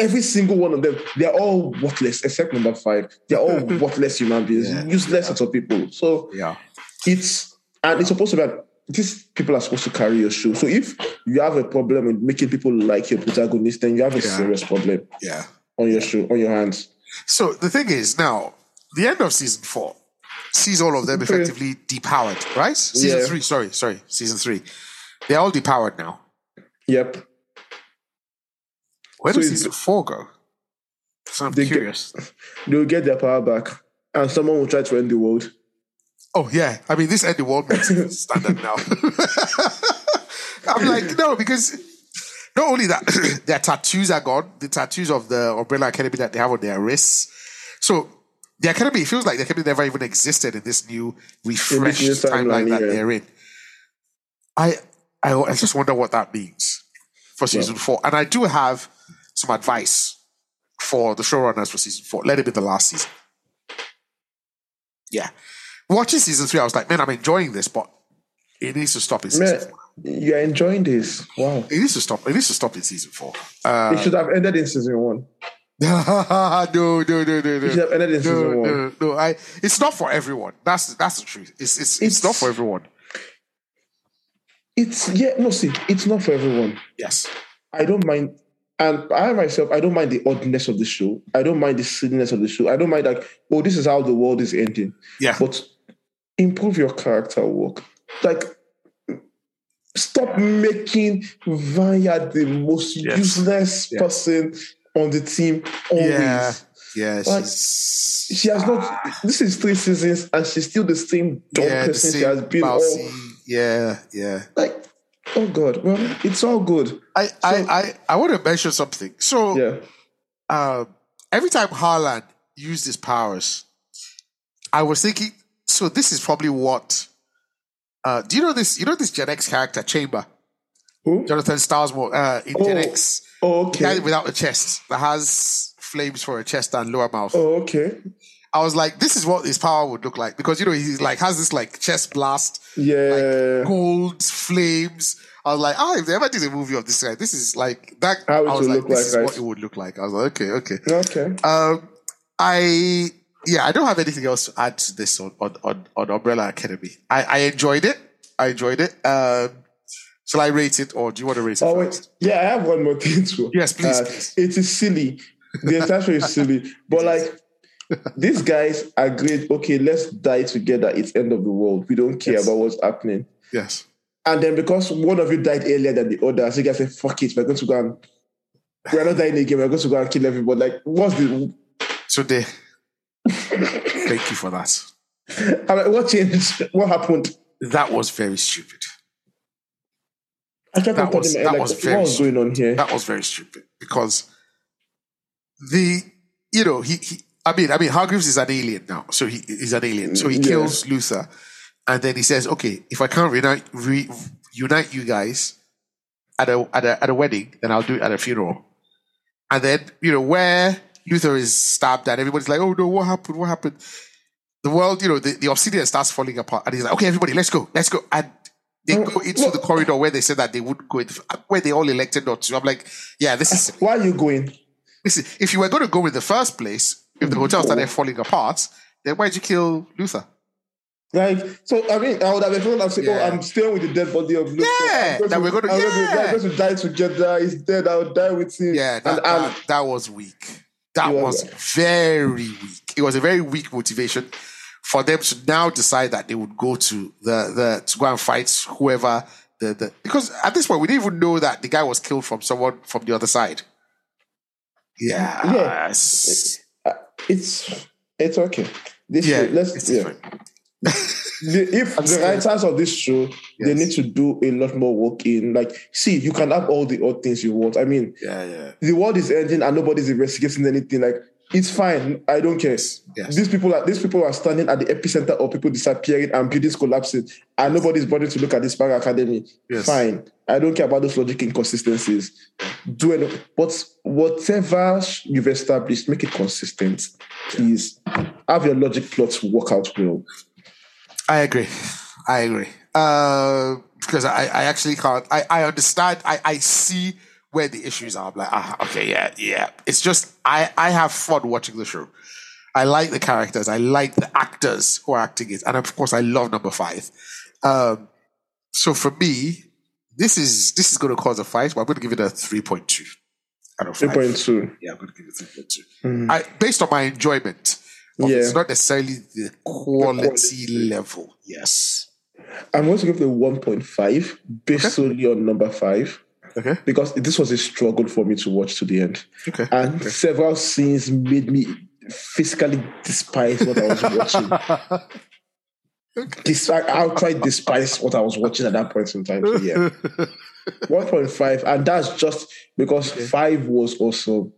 Speaker 3: every single one of them, they're all worthless, except number five. They're all worthless human beings,
Speaker 2: Yeah,
Speaker 3: useless sort of people. So
Speaker 2: yeah.
Speaker 3: it's and it's supposed to be that these people are supposed to carry your shoe. So if you have a problem with making people like your protagonist, then you have a
Speaker 2: Yeah.
Speaker 3: serious problem
Speaker 2: Yeah.
Speaker 3: on your shoe, on your hands.
Speaker 2: So the thing is now, the end of season four sees all of them effectively depowered, right? Season
Speaker 3: Yeah.
Speaker 2: three, sorry, sorry, season three. They're all depowered now.
Speaker 3: Yep.
Speaker 2: Where
Speaker 3: So
Speaker 2: does
Speaker 3: it's-
Speaker 2: season four go? So I'm
Speaker 3: They get-
Speaker 2: curious.
Speaker 3: They'll get their power back. And someone will try to end the world.
Speaker 2: Oh yeah, I mean this Eddie World makes it standard now. I'm like no because not only that their tattoos are gone, the tattoos of the Umbrella Academy that they have on their wrists. So the academy it feels like the academy never even existed in this new refreshed
Speaker 3: new
Speaker 2: timeline
Speaker 3: timeline,
Speaker 2: that
Speaker 3: yeah.
Speaker 2: they're in. I, I I just wonder what that means for season four, and I do have some advice for the showrunners for season four. Let it be the last season. Yeah. Watching season three, I was like, man, I'm enjoying this, but it needs to stop in season
Speaker 3: Man,
Speaker 2: four.
Speaker 3: you're enjoying this. Wow.
Speaker 2: It needs to stop. It needs to stop in season four. Uh,
Speaker 3: it should have ended in season one.
Speaker 2: no, no, no, no,
Speaker 3: It should
Speaker 2: no.
Speaker 3: have ended in
Speaker 2: No,
Speaker 3: season one.
Speaker 2: no, no. I, it's not for everyone. That's that's the truth. It's it's, it's
Speaker 3: It's-
Speaker 2: not for everyone.
Speaker 3: It's yeah, no, see, it's not for everyone.
Speaker 2: Yes.
Speaker 3: I don't mind, and I myself, I don't mind the oddness of the show. I don't mind the silliness of the show. I don't mind like, oh, this is how the world is ending.
Speaker 2: Yeah.
Speaker 3: But improve your character work. Like, stop making Vanya the most
Speaker 2: Yes.
Speaker 3: useless
Speaker 2: Yeah.
Speaker 3: person on the team always.
Speaker 2: Yeah. Yeah.
Speaker 3: Like,
Speaker 2: she's-
Speaker 3: She has not. This is three seasons, and she's still the same dumb
Speaker 2: yeah, the
Speaker 3: person she
Speaker 2: same
Speaker 3: has been all.
Speaker 2: bouncy- Yeah. Yeah.
Speaker 3: Like, oh god, well, it's all good.
Speaker 2: I, I, I, I want to mention something. So
Speaker 3: Yeah,
Speaker 2: um, every time Haaland used his powers, I was thinking, so this is probably what. Uh, do you know this? You know this Gen X character, Chamber,
Speaker 3: Who?
Speaker 2: Jonathan Starsmore uh, in Gen
Speaker 3: Oh,
Speaker 2: X,
Speaker 3: Oh,
Speaker 2: the guy
Speaker 3: okay.
Speaker 2: without a chest that has flames for a chest and lower mouth.
Speaker 3: Oh, okay.
Speaker 2: I was like, this is what his power would look like because you know he like has this like chest blast,
Speaker 3: Yeah.
Speaker 2: gold flames. I was like, ah, if they ever did a movie of this guy, this is like that. I
Speaker 3: How it
Speaker 2: was
Speaker 3: would
Speaker 2: like,
Speaker 3: look
Speaker 2: this
Speaker 3: like,
Speaker 2: is
Speaker 3: right?
Speaker 2: what it would look like. I was like, okay, okay.
Speaker 3: Okay.
Speaker 2: Um, I yeah, I don't have anything else to add to this on on on, on Umbrella Academy. I, I enjoyed it. I enjoyed it. Uh, shall I rate it, or do you want to rate it?
Speaker 3: Oh, wait.
Speaker 2: first?
Speaker 3: Yeah, I have one more thing too.
Speaker 2: Yes, please,
Speaker 3: Uh,
Speaker 2: please.
Speaker 3: It is silly. The entire show is silly. But like, these guys agreed, okay, let's die together. It's end of the world. We don't care
Speaker 2: Yes.
Speaker 3: about what's happening.
Speaker 2: Yes.
Speaker 3: And then because one of you died earlier than the other, so you guys said, fuck it, we're going to go and we're not dying again, we're going to go and kill everybody. Like, what's the
Speaker 2: So they. Thank you for that.
Speaker 3: I'm like, what changed? What happened?
Speaker 2: That was very stupid.
Speaker 3: I kept on
Speaker 2: That was-
Speaker 3: putting
Speaker 2: that
Speaker 3: my head
Speaker 2: was
Speaker 3: like,
Speaker 2: very
Speaker 3: what was going on here?
Speaker 2: That was very stupid because the you know he, he I mean I mean Hargreaves is an alien now, so he he's an alien, so he
Speaker 3: Yeah.
Speaker 2: kills Luther, and then he says, "Okay, if I can't reunite re, unite you guys at a, at a at a wedding, then I'll do it at a funeral." And then you know where Luther is stabbed, and everybody's like, "Oh no, what happened? What happened?" The world, you know, the, the obsidian starts falling apart, and he's like, "Okay, everybody, let's go, let's go." And they go into the corridor where they said that they would go, into, where they all elected not to. I'm like, "Yeah, this is
Speaker 3: Why are you going?
Speaker 2: Listen, if you were going to go in the first place, if the hotel started falling apart, then why'd you kill Luther?
Speaker 3: Like, so I mean, I would have expected I'm saying,
Speaker 2: Yeah.
Speaker 3: oh, I'm staying with the dead body of Luke.
Speaker 2: Yeah, that we're gonna-
Speaker 3: I'm
Speaker 2: yeah.
Speaker 3: We're going to die together. He's dead. I'll die with him.
Speaker 2: Yeah, that,
Speaker 3: and, and
Speaker 2: that, that was weak. That
Speaker 3: Yeah.
Speaker 2: was very weak. It was a very weak motivation for them to now decide that they would go to the, the to go and fight whoever the, the because at this point we didn't even know that the guy was killed from someone from the other side. Yeah.
Speaker 3: Yeah.
Speaker 2: Yes.
Speaker 3: uh, it's it's okay. This
Speaker 2: Yeah.
Speaker 3: show, let's
Speaker 2: it's
Speaker 3: yeah.
Speaker 2: different.
Speaker 3: The, if the
Speaker 2: scared.
Speaker 3: writers of this show, they
Speaker 2: Yes.
Speaker 3: need to do a lot more work in. Like, see, you can have all the odd things you want. I mean,
Speaker 2: Yeah, yeah.
Speaker 3: the world is ending and nobody's investigating anything. Like, it's fine. I don't care.
Speaker 2: Yes.
Speaker 3: These people are these people are standing at the epicenter of people disappearing and buildings collapsing, and nobody's bothering to look at this para academy.
Speaker 2: Yes.
Speaker 3: Fine. I don't care about those logic inconsistencies. Do it, but whatever sh- you've established, make it consistent, please. Have your logic plots work out well.
Speaker 2: I agree. I agree. Uh, because I, I actually can't. I, I understand. I, I see where the issues are. I'm like, ah, okay, yeah, yeah. It's just I, I have fun watching the show. I like the characters. I like the actors who are acting it, and of course, I love number five. Um, so for me, this is this is going to cause a fight. But I'm going to give it a three point two out of
Speaker 3: Three
Speaker 2: five.
Speaker 3: point two.
Speaker 2: Yeah, I'm going to give it three point two. I, based on my enjoyment, of it,
Speaker 3: Mm-hmm. Yeah.
Speaker 2: it's not necessarily the quality,
Speaker 3: quality.
Speaker 2: level. Yes.
Speaker 3: I'm going to give it a one point five based
Speaker 2: Okay.
Speaker 3: solely on number five.
Speaker 2: Okay.
Speaker 3: because this was a struggle for me to watch to the end.
Speaker 2: Okay.
Speaker 3: And several scenes made me physically despise what I was watching. Dis- I outright despise what I was watching at that point in time. So yeah. 1.5, and that's just because 5 was awesome.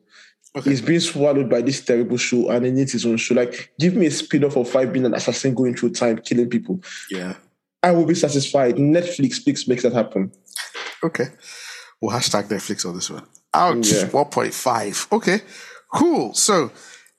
Speaker 3: It's been swallowed by this terrible show and it needs its own show. Like, give me a spin off of 5 being an assassin going through time, killing people.
Speaker 2: Yeah.
Speaker 3: I will be satisfied. Netflix, please make that happen.
Speaker 2: Okay. We'll hashtag Netflix on this one. Ouch.
Speaker 3: Yeah.
Speaker 2: 1.5. Okay. Cool. So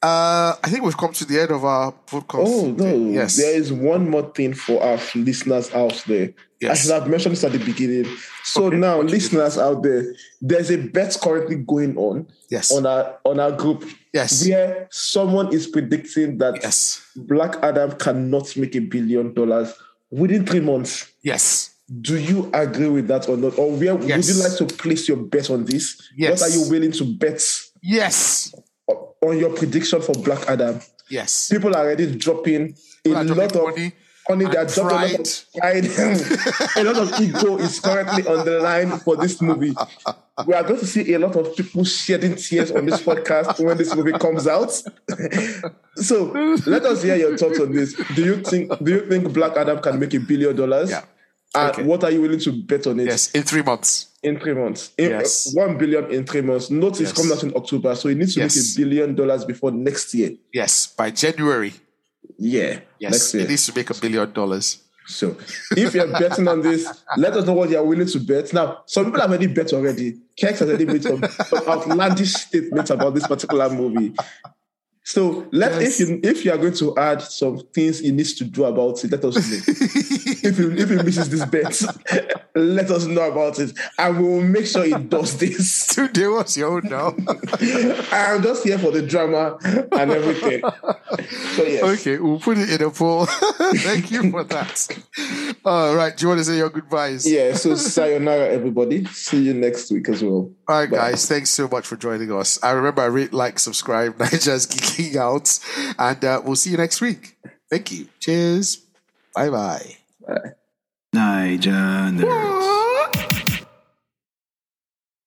Speaker 2: uh I think we've come to the end of our podcast.
Speaker 3: Oh no!
Speaker 2: Yes.
Speaker 3: There is one more thing for our listeners out there.
Speaker 2: Yes.
Speaker 3: I should have mentioned this at the beginning. So now, listeners out there, there's a bet currently going on
Speaker 2: Yes.
Speaker 3: on our on our group
Speaker 2: yes.
Speaker 3: where someone is predicting that
Speaker 2: Yes.
Speaker 3: Black Adam cannot make a billion dollars within three months.
Speaker 2: Yes.
Speaker 3: Do you agree with that or not? Or where would you
Speaker 2: Yes.
Speaker 3: like to place your bet on this?
Speaker 2: Yes.
Speaker 3: What are you willing to bet
Speaker 2: Yes.
Speaker 3: o- on your prediction for Black Adam?
Speaker 2: Yes.
Speaker 3: People are already dropping a
Speaker 2: are dropping
Speaker 3: lot of
Speaker 2: money
Speaker 3: money
Speaker 2: and
Speaker 3: that dropped a lot of pride. a lot of ego is currently on the line for this movie. We are going to see a lot of people shedding tears on this podcast when this movie comes out. so let us hear your thoughts on this. Do you think do you think Black Adam can make a billion dollars?
Speaker 2: Yeah.
Speaker 3: And
Speaker 2: Okay.
Speaker 3: what are you willing to bet on it
Speaker 2: Yes. In three months.
Speaker 3: in three months? In- uh,
Speaker 2: Yes.
Speaker 3: One billion in three months. Notice
Speaker 2: Yes.
Speaker 3: coming out in October, so it needs to
Speaker 2: Yes.
Speaker 3: make a billion dollars before next year.
Speaker 2: Yes. By January.
Speaker 3: Yeah,
Speaker 2: Yes.
Speaker 3: next year.
Speaker 2: It needs to make a billion dollars.
Speaker 3: So if you're betting on this, let us know what you're willing to bet. Now, some people have already bet already. Kex has already made some, some outlandish statements about this particular movie. So let
Speaker 2: Yes.
Speaker 3: if you if you are going to add some things he needs to do about it, let us know. if he if he misses this bet, let us know about it, and we will make sure he does this.
Speaker 2: Today was your own now.
Speaker 3: I'm just here for the drama and everything. So yes,
Speaker 2: okay, we'll put it in a poll. Thank you for that. All right, do you want to say your goodbyes?
Speaker 3: yeah. So sayonara, everybody. See you next week as well.
Speaker 2: All right, guys, thanks so much for joining us. I remember, rate, like, subscribe, Niger's Geeking Out, and uh, we'll see you next week. Thank you. Cheers. Bye bye.
Speaker 1: Niger nerds.